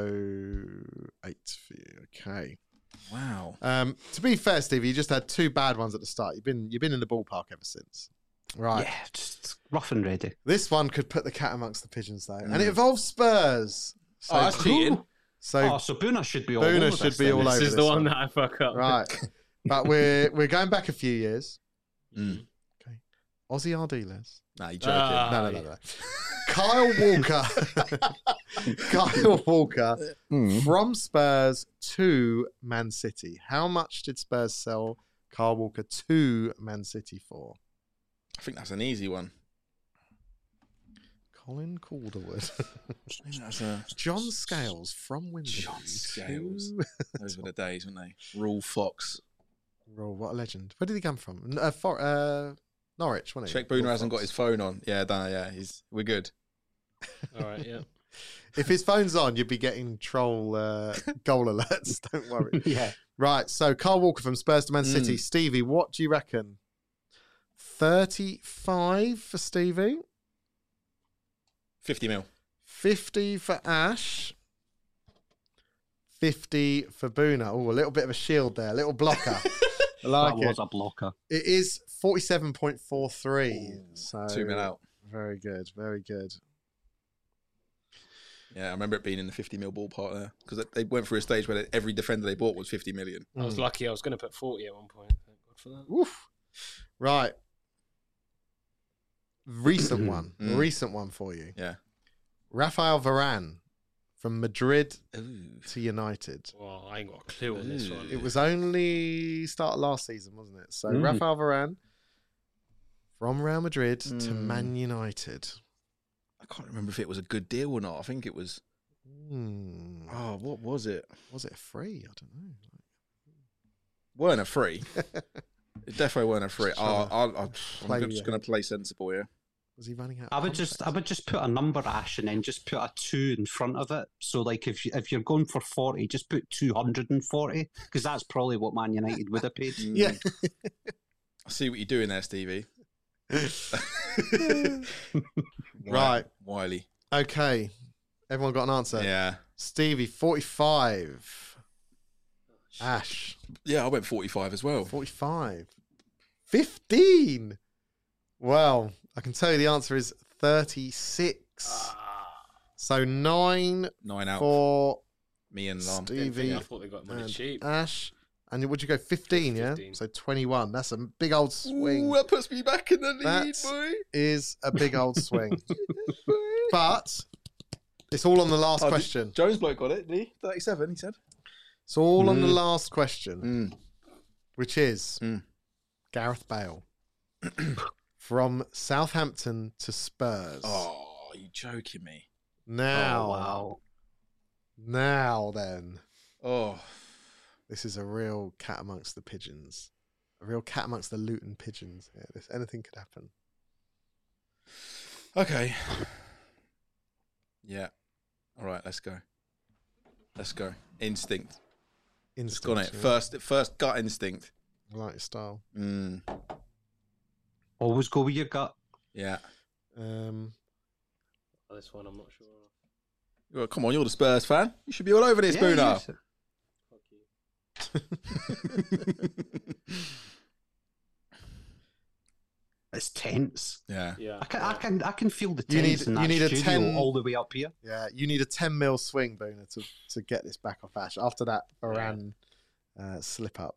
eight for you. Okay.
Wow.
Um, to be fair, Stevie, you just had two bad ones at the start. You've been you've been in the ballpark ever since. Right.
Yeah, just rough and ready.
This one could put the cat amongst the pigeons though, and it involves Spurs. So,
Oh, that's cheating.
so
Oh, so Buna should be all
Boona
over
should
this
be
then.
all
This
over
is the
this
one
one.
that I fuck up.
right, but we're we're going back a few years. Ozzy Ardiles.
Mm. Nah, you joking.
Uh,
Ah,
No, no, no, no. Kyle Walker. Kyle Walker
Hmm.
from Spurs to Man City. How much did Spurs sell Kyle Walker to Man City for?
I think that's an easy one.
Colin Calderwood.
I think that's a,
John Scales from Wimbledon.
John Scales. those were the days, weren't they? Rule Fox.
Roll, what a legend. Where did he come from? N- Uh, for, uh, Norwich, wasn't he?
Check Boona
Or
hasn't got
Fox.
his phone on. Yeah, nah, yeah, he's we're good.
All right, yeah.
If his phone's on, you'd be getting troll uh, goal alerts. Don't worry.
Yeah.
Right, so Carl Walker from Spurs to Man City.
Mm.
Stevie, what do you reckon? 35 for Stevie,
50 mil.
50 for Ash, 50 for Boona. Oh, a little bit of a shield there, a little blocker. I like
that
it.
was a blocker.
It is 47.43. so
Two mil out.
Very good, very good.
Yeah, I remember it being in the 50 mil ballpark there because they went through a stage where they, every defender they bought was 50 million.
I was
Mm.
lucky. I was going to put 40 at one point. Thank God for that.
Woof. Right. Recent one.
Mm.
Recent one for you.
Yeah.
Rafael Varane from Madrid
Ooh.
to United.
Well, I ain't got a clue on this one.
It was only start of last season, wasn't it? So
Mm.
Rafael Varane from Real Madrid to
Mm.
Man United.
I can't remember if it was a good deal or not. I think it was.
Hmm.
Oh, what was it?
Was it free? I don't know.
Weren't a free. it definitely weren't a free.
Just
Oh,
trying to
I'll, I'll,
play
I'm
with
just
your
going to play sensible here.
Was he running out? of
I would just I
contracts?
would just put a number ash and then just put a two in front of it. So like if you, if you're going for forty, just put two hundred and forty because that's probably what Man United would have paid.
Yeah.
I see what you're doing there, Stevie. Mm.
Right.
Wiley.
Okay. Everyone got an answer.
Yeah.
Stevie, 45.
Oh,
Ash,
Yeah, I went 45 as well.
45. 15. Well, I can tell you the answer is 36.
Ah.
So nine
Nine out.
for
Me and Lam.
Didn't think-
Stevie
I thought they got money
and
cheap.
Ash. And would you go 15, yeah?
15.
So 21. That's a big old swing.
Ooh, that puts me back in the lead,
That's-
boy.
Is a big old swing. but it's all on the last
Oh, did-
question.
Jones bloke got it, did he? 37, he said.
It's all on the last question.
Mm.
which is
Mm.
Gareth Bale from Southampton to Spurs.
Oh, you joking me.
Now,
Oh, wow.
now then,
Oh,
this is a real cat amongst the pigeons, a real cat amongst the Luton pigeons. Here. This, anything could happen.
okay. Yeah. All right, let's go. Let's go. Instinct. It's
Instant,
gone it.
yeah.
First, first gut instinct.
I like your style.
Mm.
Always go with your gut.
Yeah.
Um,
Oh, This one, I'm not sure.
Well, come on, you're the Spurs fan. You should be all over this,
Yeah,
Boona.
yes. It's tense.
yeah.
Yeah.
I can I can I can feel the
You need-
tense in
you
that
need a
studio
10
all the way up here.
yeah, you need a 10 mil swing, Boona, to, to get this back off Ash after that Iran uh, slip up.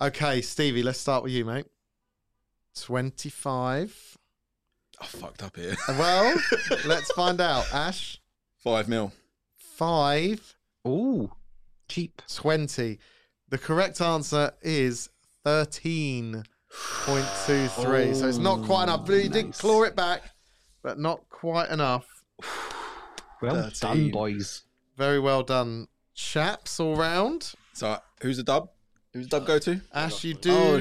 Okay, Stevie, let's start with you, mate. 25.
I fucked up here.
Well, let's find out. Ash,
Five mil.
five
Oh, cheap.
twenty. The correct answer is 13.23. so it's not quite enough. But you did
nice.
claw it back, but not quite enough.
Well
13.
done, boys.
Very well done, chaps, all round.
So, who's the dub? Oh, Who's the dub go to?
Ash, you do.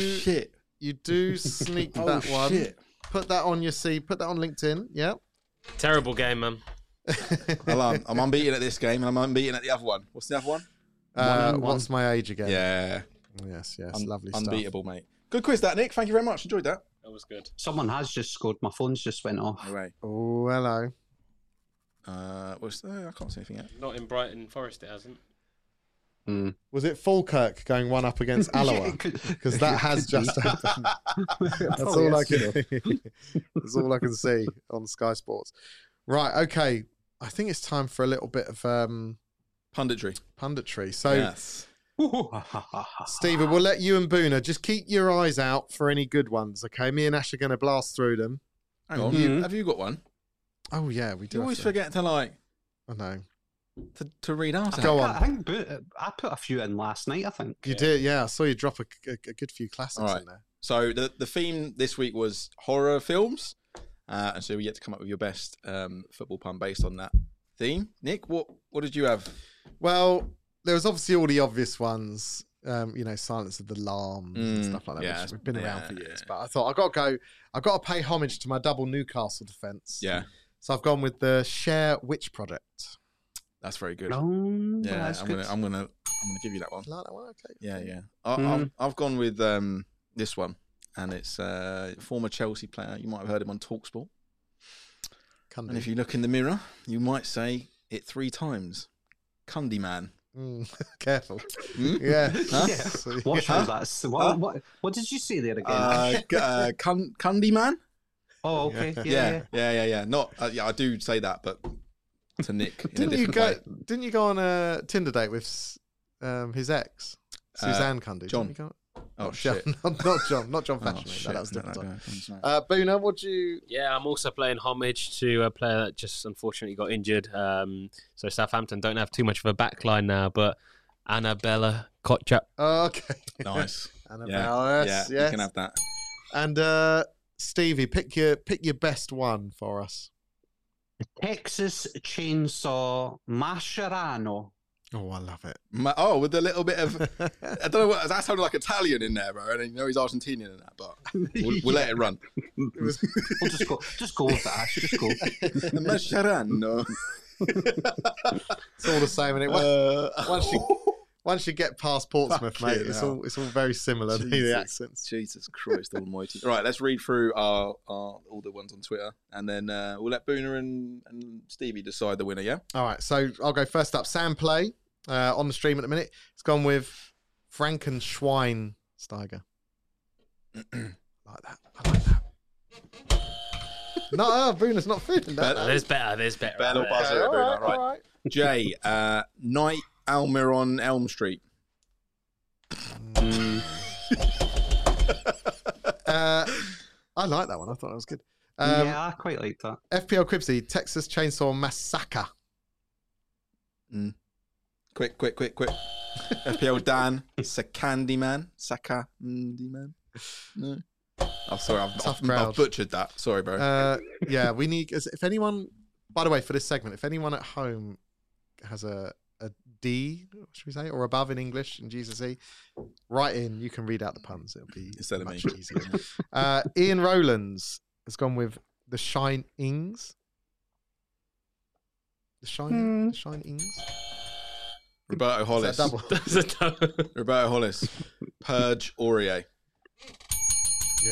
You do sneak that one. Put that on your C. Put that on LinkedIn. Yep.
Terrible game, man.
Well, I'm, I'm unbeaten at this game and I'm unbeaten at the other one. What's the other one?
Uh,
and one.
what's my age again?
Yeah.
Yes. Yes.
Un-
lovely stuff.
Unbeatable, mate. Good quiz, that, Nick. Thank you very much. Enjoyed that.
That was good.
Someone has just scored. My phone's just went off.
All right.
Oh, hello.
Uh, what's uh, I can't see anything yet.
Not in Brighton Forest, it hasn't.
Was it Falkirk going one up against Alloa? Because that has just happened. That's
Oh,
all I can. that's all I can see on Sky Sports. Right. Okay. I think it's time for a little bit of um,
Punditry.
punditry. So,
yes.
Stephen, we'll let you and Boona just keep your eyes out for any good ones. Okay. Me and Ash are going to blast through them.
Hang on.
Mhm.
Mm-hmm.
You, have you got one?
Oh yeah, we do.
You
have
always
to.
forget to like
I know.
to, to read out.
Go
I,
on.
I think Bo- uh, I put a few in last night. I think.
You did. Yeah, I saw you drop a, a, a good few classics
All right.
in there.
So the the theme this week was horror films, uh, and so we get to come up with your best um, football pun based on that theme. Nick, what what did you have?
Well, there was obviously all the obvious ones. Um, you know, Silence of the Lambs and
Mm,
stuff like that.
yeah,
which we've been around for
yeah.
years, but I thought I've got to go. I've got to pay homage to my double Newcastle defence.
Yeah,
So I've gone with the Share Witch Project.
that's very good.
Oh,
yeah,
that's
I'm
good.
gonna I'm gonna I'm gonna give you that one.
You Like that one, okay.
Yeah, yeah. I,
Hmm.
I've, I've gone with um, this one, and it's uh, former Chelsea player. You might have heard him on Talksport.
Cundy.
And if you look in the mirror, you might say it three times. Cundy man.
Mm, careful.
Hmm?
Yeah.
Yeah.
So-
Watch
Huh?
out that's What,
Huh?
what, what did you say there again?
Uh, c- uh, cun- Cundy man.
oh, okay. Yeah. yeah.
yeah, yeah, yeah, yeah. Not, uh, yeah, I do say that, but to Nick in a
Didn't you
different
go?
way.
Didn't you go on a Tinder date with s- um, his ex,
Uh,
Suzanne Cundy?
John.
Didn't you go-
Oh
not John-
shit!
Not, not John. Not John
Oh,
Fashion.
shit.
no, that was a
No,
different.
no,
time.
no, no.
Uh, Boona, what do you?
Yeah, I'm also playing homage to a player that just unfortunately got injured. Um, so Southampton don't have too much of a back line now, but Annabella Kotchap.
Oh, okay.
nice.
Annabelle,
Yeah,
yes,
yeah, you
yes.
can have that.
And uh, Stevie, pick your pick your best one for us.
Texas Chainsaw Mascherano.
Oh, I love it.
Ma- oh, with a little bit of, I don't know what that sounded like Italian in there, bro. And you know he's Argentinian in that, but we'll, we'll let it run.
We'll just go. Just go with that. Just go.
Mascherano.
It's all the same, and it
Uh,
once you once you get past Portsmouth,
Fucking
mate, it's
hell.
all it's all very similar. the- The
Jesus.
accents.
Jesus Christ Almighty! right, let's read through our, our all the ones on Twitter, and then uh, we'll let Boona and, and Stevie decide the winner. Yeah.
All right, so I'll go first up. Sam Play uh, on the stream at the minute. It's gone with Frankenschwein Steiger. like that. I like that. no, oh, Bruno's not feeling that.
But-
There's better. There's better.
Better buzzer,
All
Bruno,
right,
right.
all right.
Jay, uh, Night Almir on Elm Street.
Uh, I like that one. I thought that was good. Um,
yeah, I quite like that.
FPL Cribsy, Texas Chainsaw Massacre.
Quick, quick, quick, quick. FPL Dan, Sakandi Man, Sakandi Man. No. Oh, sorry, I've,
Tough
I've-
crowd.
I've butchered that. Sorry, bro.
Uh, yeah, we need. is- If anyone, by the way, for this segment, if anyone at home has a a D, should we say, or above in English in GCSE, write in. You can read out the puns. It'll be
Instead of
much
me.
easier. Uh, Ian Rowlands has gone with the Shine Ings. The Shine, the Shine Ings.
Roberto
Is that
Hollis.
double?
That's a double.
Roberto Hollis, Purge
yeah.
Aurier.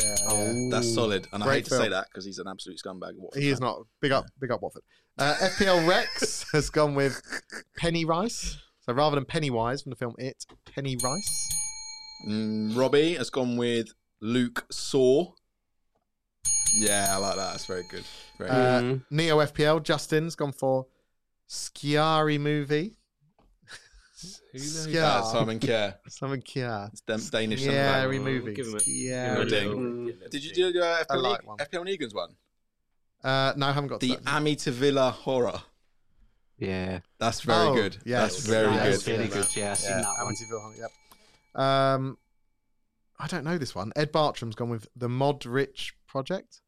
yeah.
Oh,
That's solid. And I
Great
hate to say
film.
that because he's an absolute scumbag. What
He is not big up, big up Watford. Uh, FPL Rex has gone with Penny Rice. So rather than Pennywise from the film It, Penny Rice.
Mm, Robbie has gone with Luke Saw. Yeah, I like that. That's very good. Very good.
Uh,
Mm.
Neo FPL Justin's gone for Sciari movie.
Uh,
Sciar, something
Simon Kerr.
Kia.
It's Dan- Danish. something like that.
Sciari
Oh,
movie.
give him it.
Yeah.
Give him a Did you do uh,
I
FPL,
like
Neg-
one.
FPL Negan's one?
Uh, no, I haven't got to
The
that.
Amityville Horror.
Yeah,
That's very
Oh,
good.
yes.
That's very
Yeah,
that's
good.
I've
very
seen
good. Yeah, I've seen
Yeah.
that one.
Amityville Horror, Yep. Um, I don't know this one. Ed Bartram's gone with the Mod Rich Project.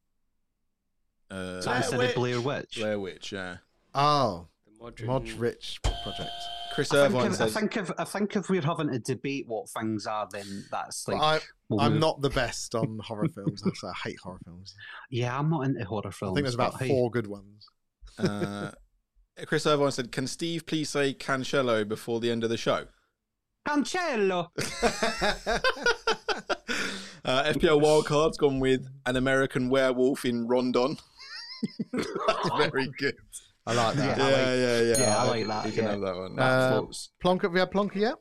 Uh,
So instead of Blair Witch,
Blair Witch, yeah.
Oh,
Modric.
Mod Rich Project.
Chris
I think,
Irvine
if, I
says,
think if I think if we're having to debate what things are, then that's like
I,
we'll
I'm
move-
not the best on horror films. I say I hate horror films.
Yeah, I'm not into horror films.
I think there's about
but hey,
four good ones.
uh, Chris Irvine said, can Steve please say Cancelo before the end of the show?
Cancello.
Uh, FPL Wildcard's gone with an American werewolf in Rondon. That's very good.
I like that.
Yeah, I
yeah,
like-
yeah, yeah.
yeah, I
Uh,
like that,
You can
yeah.
have that one.
Uh,
thoughts.
Plonker, have we had Plonker yet?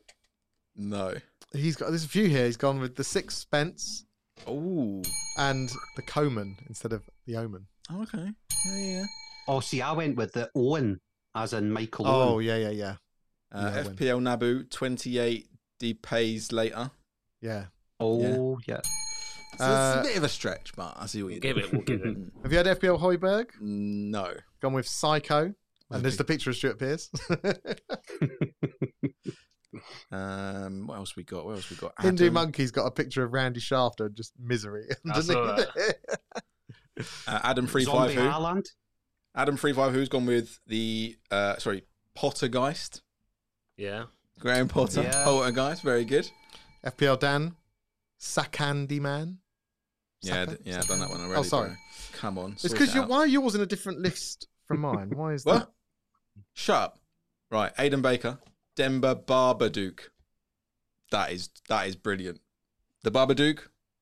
no.
He's got there's a few here. He's gone with the six Spence
Oh,
and the Coman instead of the Omen.
okay. Yeah, yeah.
Oh, see, I went with the Owen, as in Michael
Oh
Owen.
yeah, yeah, yeah,
yeah. Uh,
Yeah, I win.
FPL Nabu, 28 D pays later.
yeah.
Oh, yeah.
So
Uh,
it's a bit of a stretch, but I see what you
Give
do.
it, we'll give it.
Have you had FPL Hoiberg?
No.
Gone with Psycho. And there's the picture of Stuart Pearce.
Um, what else we got? What else we got?
Hindu
Adam-
Monkey's got a picture of Randy Shafter and just misery underneath
saw that.
it.
Uh, Adam three five
Zombie
who?
Haaland.
Adam three five who's gone with the uh sorry Pottergeist.
Yeah.
Graham Potter.
Yeah.
Poltergeist, very good.
FPL Dan, Sakandi Man.
Yeah,
Saka-
d- yeah, I've done that one already.
Oh, sorry.
bro. Come on.
It's
sort
because
it
you
out.
why are yours in a different list from mine? Why is that?
What? Shut up. Right, Aiden Baker, Denver Barbaduke. That is that is brilliant. The Barbaduke,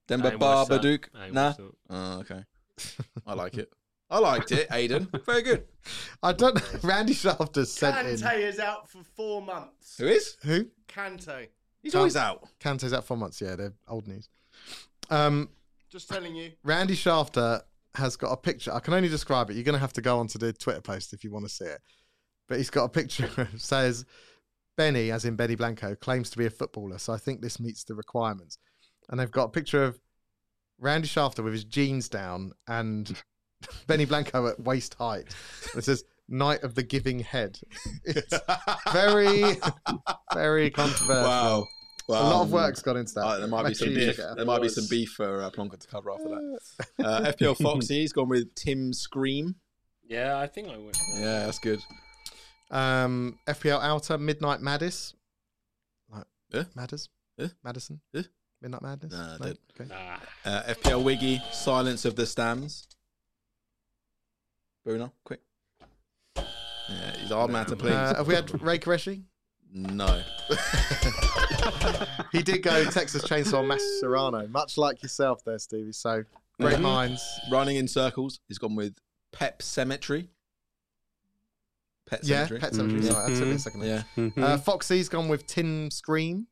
Denver
I ain't watched that.
Barbaduke.
I ain't
Nah.
watched that.
Oh, okay. I like it. I liked it, Aiden. Very good.
I don't know. Randy Shafter sent in.
Kante is out for four months.
Who is?
Who?
Kante.
He's always out.
Kante's out four months. Yeah, they're old news. Um,
Just telling you.
Randy Shafter has got a picture. I can only describe it. You're going to have to go onto the Twitter post if you want to see it. But he's got a picture of says Benny, as in Benny Blanco, claims to be a footballer. So I think this meets the requirements. And they've got a picture of Randy Shafter with his jeans down and Benny Blanco at waist height. It says Knight of the Giving Head. It's very, very controversial.
Wow.
A
Wow.
lot of work's gone into that.
Uh, there might be
Make sure
some
you check
beef.
it out.
There might be some beef for uh, Plonker to cover after that. Uh, FPL Foxy's gone with Tim Scream.
Yeah, I think I would.
Yeah, that's good.
Um, FPL Outer, Midnight Maddis. Like,
Eh?
Madders?
Eh?
Madison?
Eh?
Midnight Madness?
Nah, I
No?
don't.
Okay.
Nah.
Uh, FPL Wiggy, Silence of the Stams. Bruno, quick. Yeah, he's a hard man to please.
Uh, have we had Ray Koreshi?
no.
He did go Texas Chainsaw Mass Serrano, much like yourself there, Stevie. So, great
Mhm.
minds.
Running in circles, he's gone with Pep Cemetery. Pet
Yeah,
Cemetery. Mm-hmm.
Pet Cemetery.
Mhm.
Sorry, that took me a second.
yeah. Mm-hmm.
Uh, Foxy's gone with Tim Scream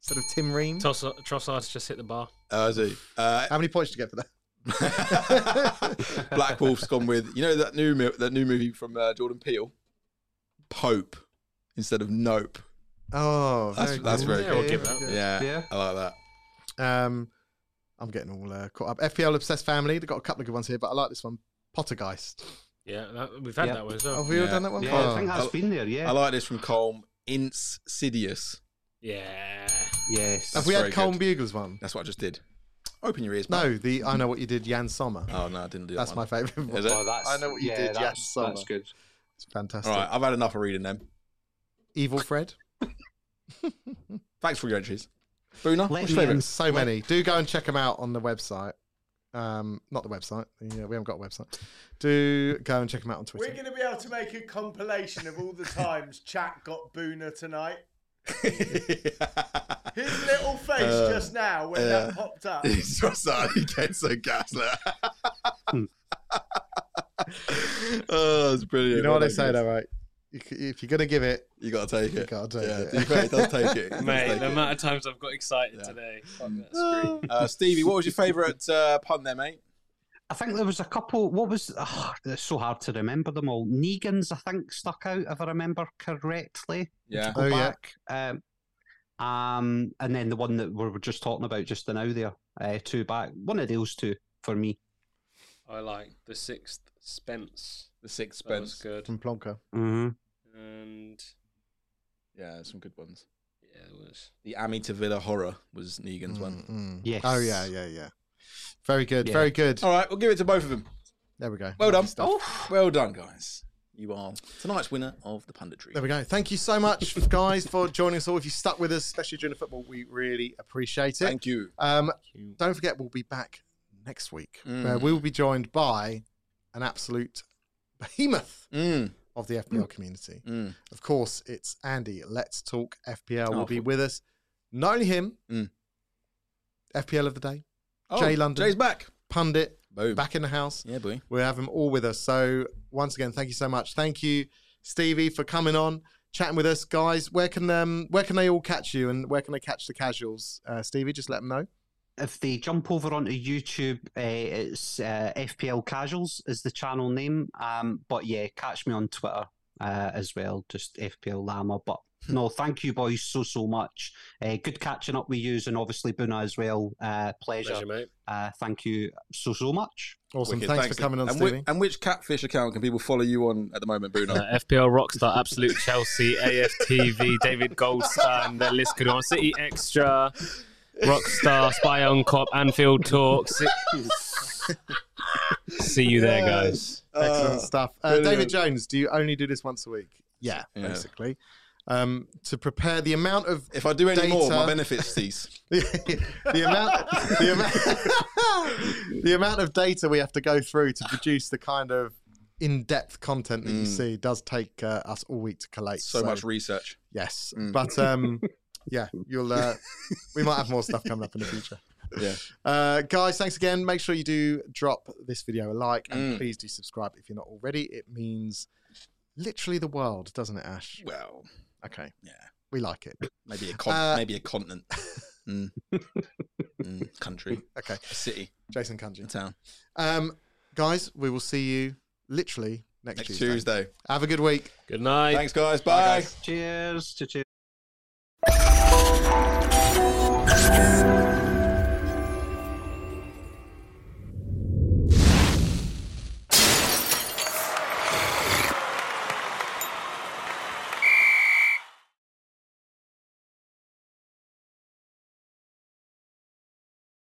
instead of Tim Ream.
Toss, Trossard's just hit the bar.
Uh, I see. Uh,
How many points did you get for that?
Black Wolf's gone with you know that new mo- that new movie from uh, Jordan Peele, Pope instead of Nope.
Oh,
That's-
very
that's
good.
very Yeah,
we'll good. give that.
good.
Yeah,
Yeah.
I like that.
Um, I'm getting all uh, caught up. FPL Obsessed Family. They've got a couple of good ones here, but I like this one. Pottergeist.
Yeah, that, we've had
Yeah.
that one as
Oh,
well.
have we all
Yeah.
done that one? Oh.
Yeah, I think that's
I-
been there, yeah.
I like this from Colm. Insidious.
Yeah.
yes.
Have we had
very
Colm
good.
Bugles one?
That's what I just did. Open your ears.
No, the I know what you did, Jan Sommer.
Mark. Oh no, I didn't do
that's
that.
my
one.
favourite one.
Is it?
Oh, that's,
I know what you
yeah,
did, yeah,
That's,
summer.
that's good.
It's fantastic.
All right, I've had enough of reading them.
Evil Fred.
Thanks for your entries. Boona,
Let
what's
me
your favourite?
in.
So many. Do go and check them out on the website. Um, not the website. Yeah, we haven't got a website. Do go and check them out on
We're
Twitter.
going to be able to make a compilation of all the times chat got Boona tonight. His little face just now when that popped up.
He's so sad. He gets so gaslit.
Hmm.
oh, it's brilliant.
You know what
Well
they
done,
say,
guys.
though, right? You c- If you're gonna give it,
You gotta take it.
You gotta take
yeah,
it.
The creator does take it. He does
Mate,
take
the
it.
amount of times I've got excited
Yeah.
today. Fuck that screen.
Uh, Stevie, what was your favourite uh, pun there, mate?
I think there was a couple. What was? Oh, it's so hard to remember them all. Negan's, I think, stuck out if I remember correctly.
Yeah.
Go
Oh, yeah.
back. Um, um, and then the one that we were just talking about just now there, uh, two back. One of those two for me.
I like the sixth Spence.
The Sixth
That was
Spence.
good.
from Plonker.
Mm-hmm.
And
Yeah, some good ones.
yeah, it was.
The Amityville Horror was Negan's one.
Mm, mm.
Yes.
Oh yeah, yeah, yeah. Very good.
Yeah.
Very good.
All right, we'll give it to both of them.
There we go.
Oh, Well
Lovely
done.
stuff.
Well done, guys. You are tonight's winner of the punditry.
There we go. Thank you so much, guys, for joining us all. If you stuck with us, especially during the football, we really appreciate it.
Thank you.
Um, don't forget, we'll be back next week,
Mm.
where we will be joined by an absolute behemoth
Mm,
of the FPL community.
mm.
Of course, it's Andy. Let's talk FPL. will
Oh,
be
for-
with us. Not only him,
Mm.
FPL of the day,
Oh,
Jay London.
Jay's back.
pundit,
Boom.
back in the house.
Yeah, boy.
We have them all with us. So once again, thank you so much. Thank you, Stevie, for coming on, chatting with us, guys. Where can um where can they all catch you, and where can they catch the casuals? Uh, Stevie, just let them know.
if they jump over onto YouTube, uh, it's uh, FPL Casuals is the channel name. Um, but yeah, catch me on Twitter uh, as well, just FPL Llama. But no, thank you boys so so much. Uh, good catching up with yous, and obviously Buna as well. Uh, pleasure.
Pleasure, mate.
Uh, thank you so so much.
Awesome.
Wicked.
Thanks, for coming on,
and
Stevie.
Which, and which catfish account can people follow you on at the moment, Bruno?
Uh, FPL Rockstar, Absolute Chelsea, AFTV, David Goldstein, the list could go on. City Extra, Rockstar, Spy on Cop, Anfield Talk. Si- See you there, guys.
Excellent stuff. Uh,
brilliant.
David Jones, do you only do this once a week? Yeah,
Yeah.
basically. Um, to prepare the amount of
If I do any more,
Data.
my benefits cease.
the amount the amount the amount of data we have to go through to produce the kind of in-depth content that you see does take uh, us all week to collate.
Mm. So much research.
yes,
Mm.
but um, yeah, you'll uh, we might have more stuff coming up in the future.
Yeah.
Uh, guys, thanks again. Make sure you do drop this video a like and
Mm.
please do subscribe if you're not already. It means literally the world, doesn't it, Ash?
Well,
Okay.
Yeah.
We like it.
maybe a con-
Uh,
maybe a continent, Mm. Mm, country,
Okay.
a city,
Jason
a
Kanji.
town.
Um, guys, we will see you literally next,
Next
Tuesday.
Tuesday.
Have a good week.
Good night.
Thanks, guys. Bye.
Cheers. Cheers.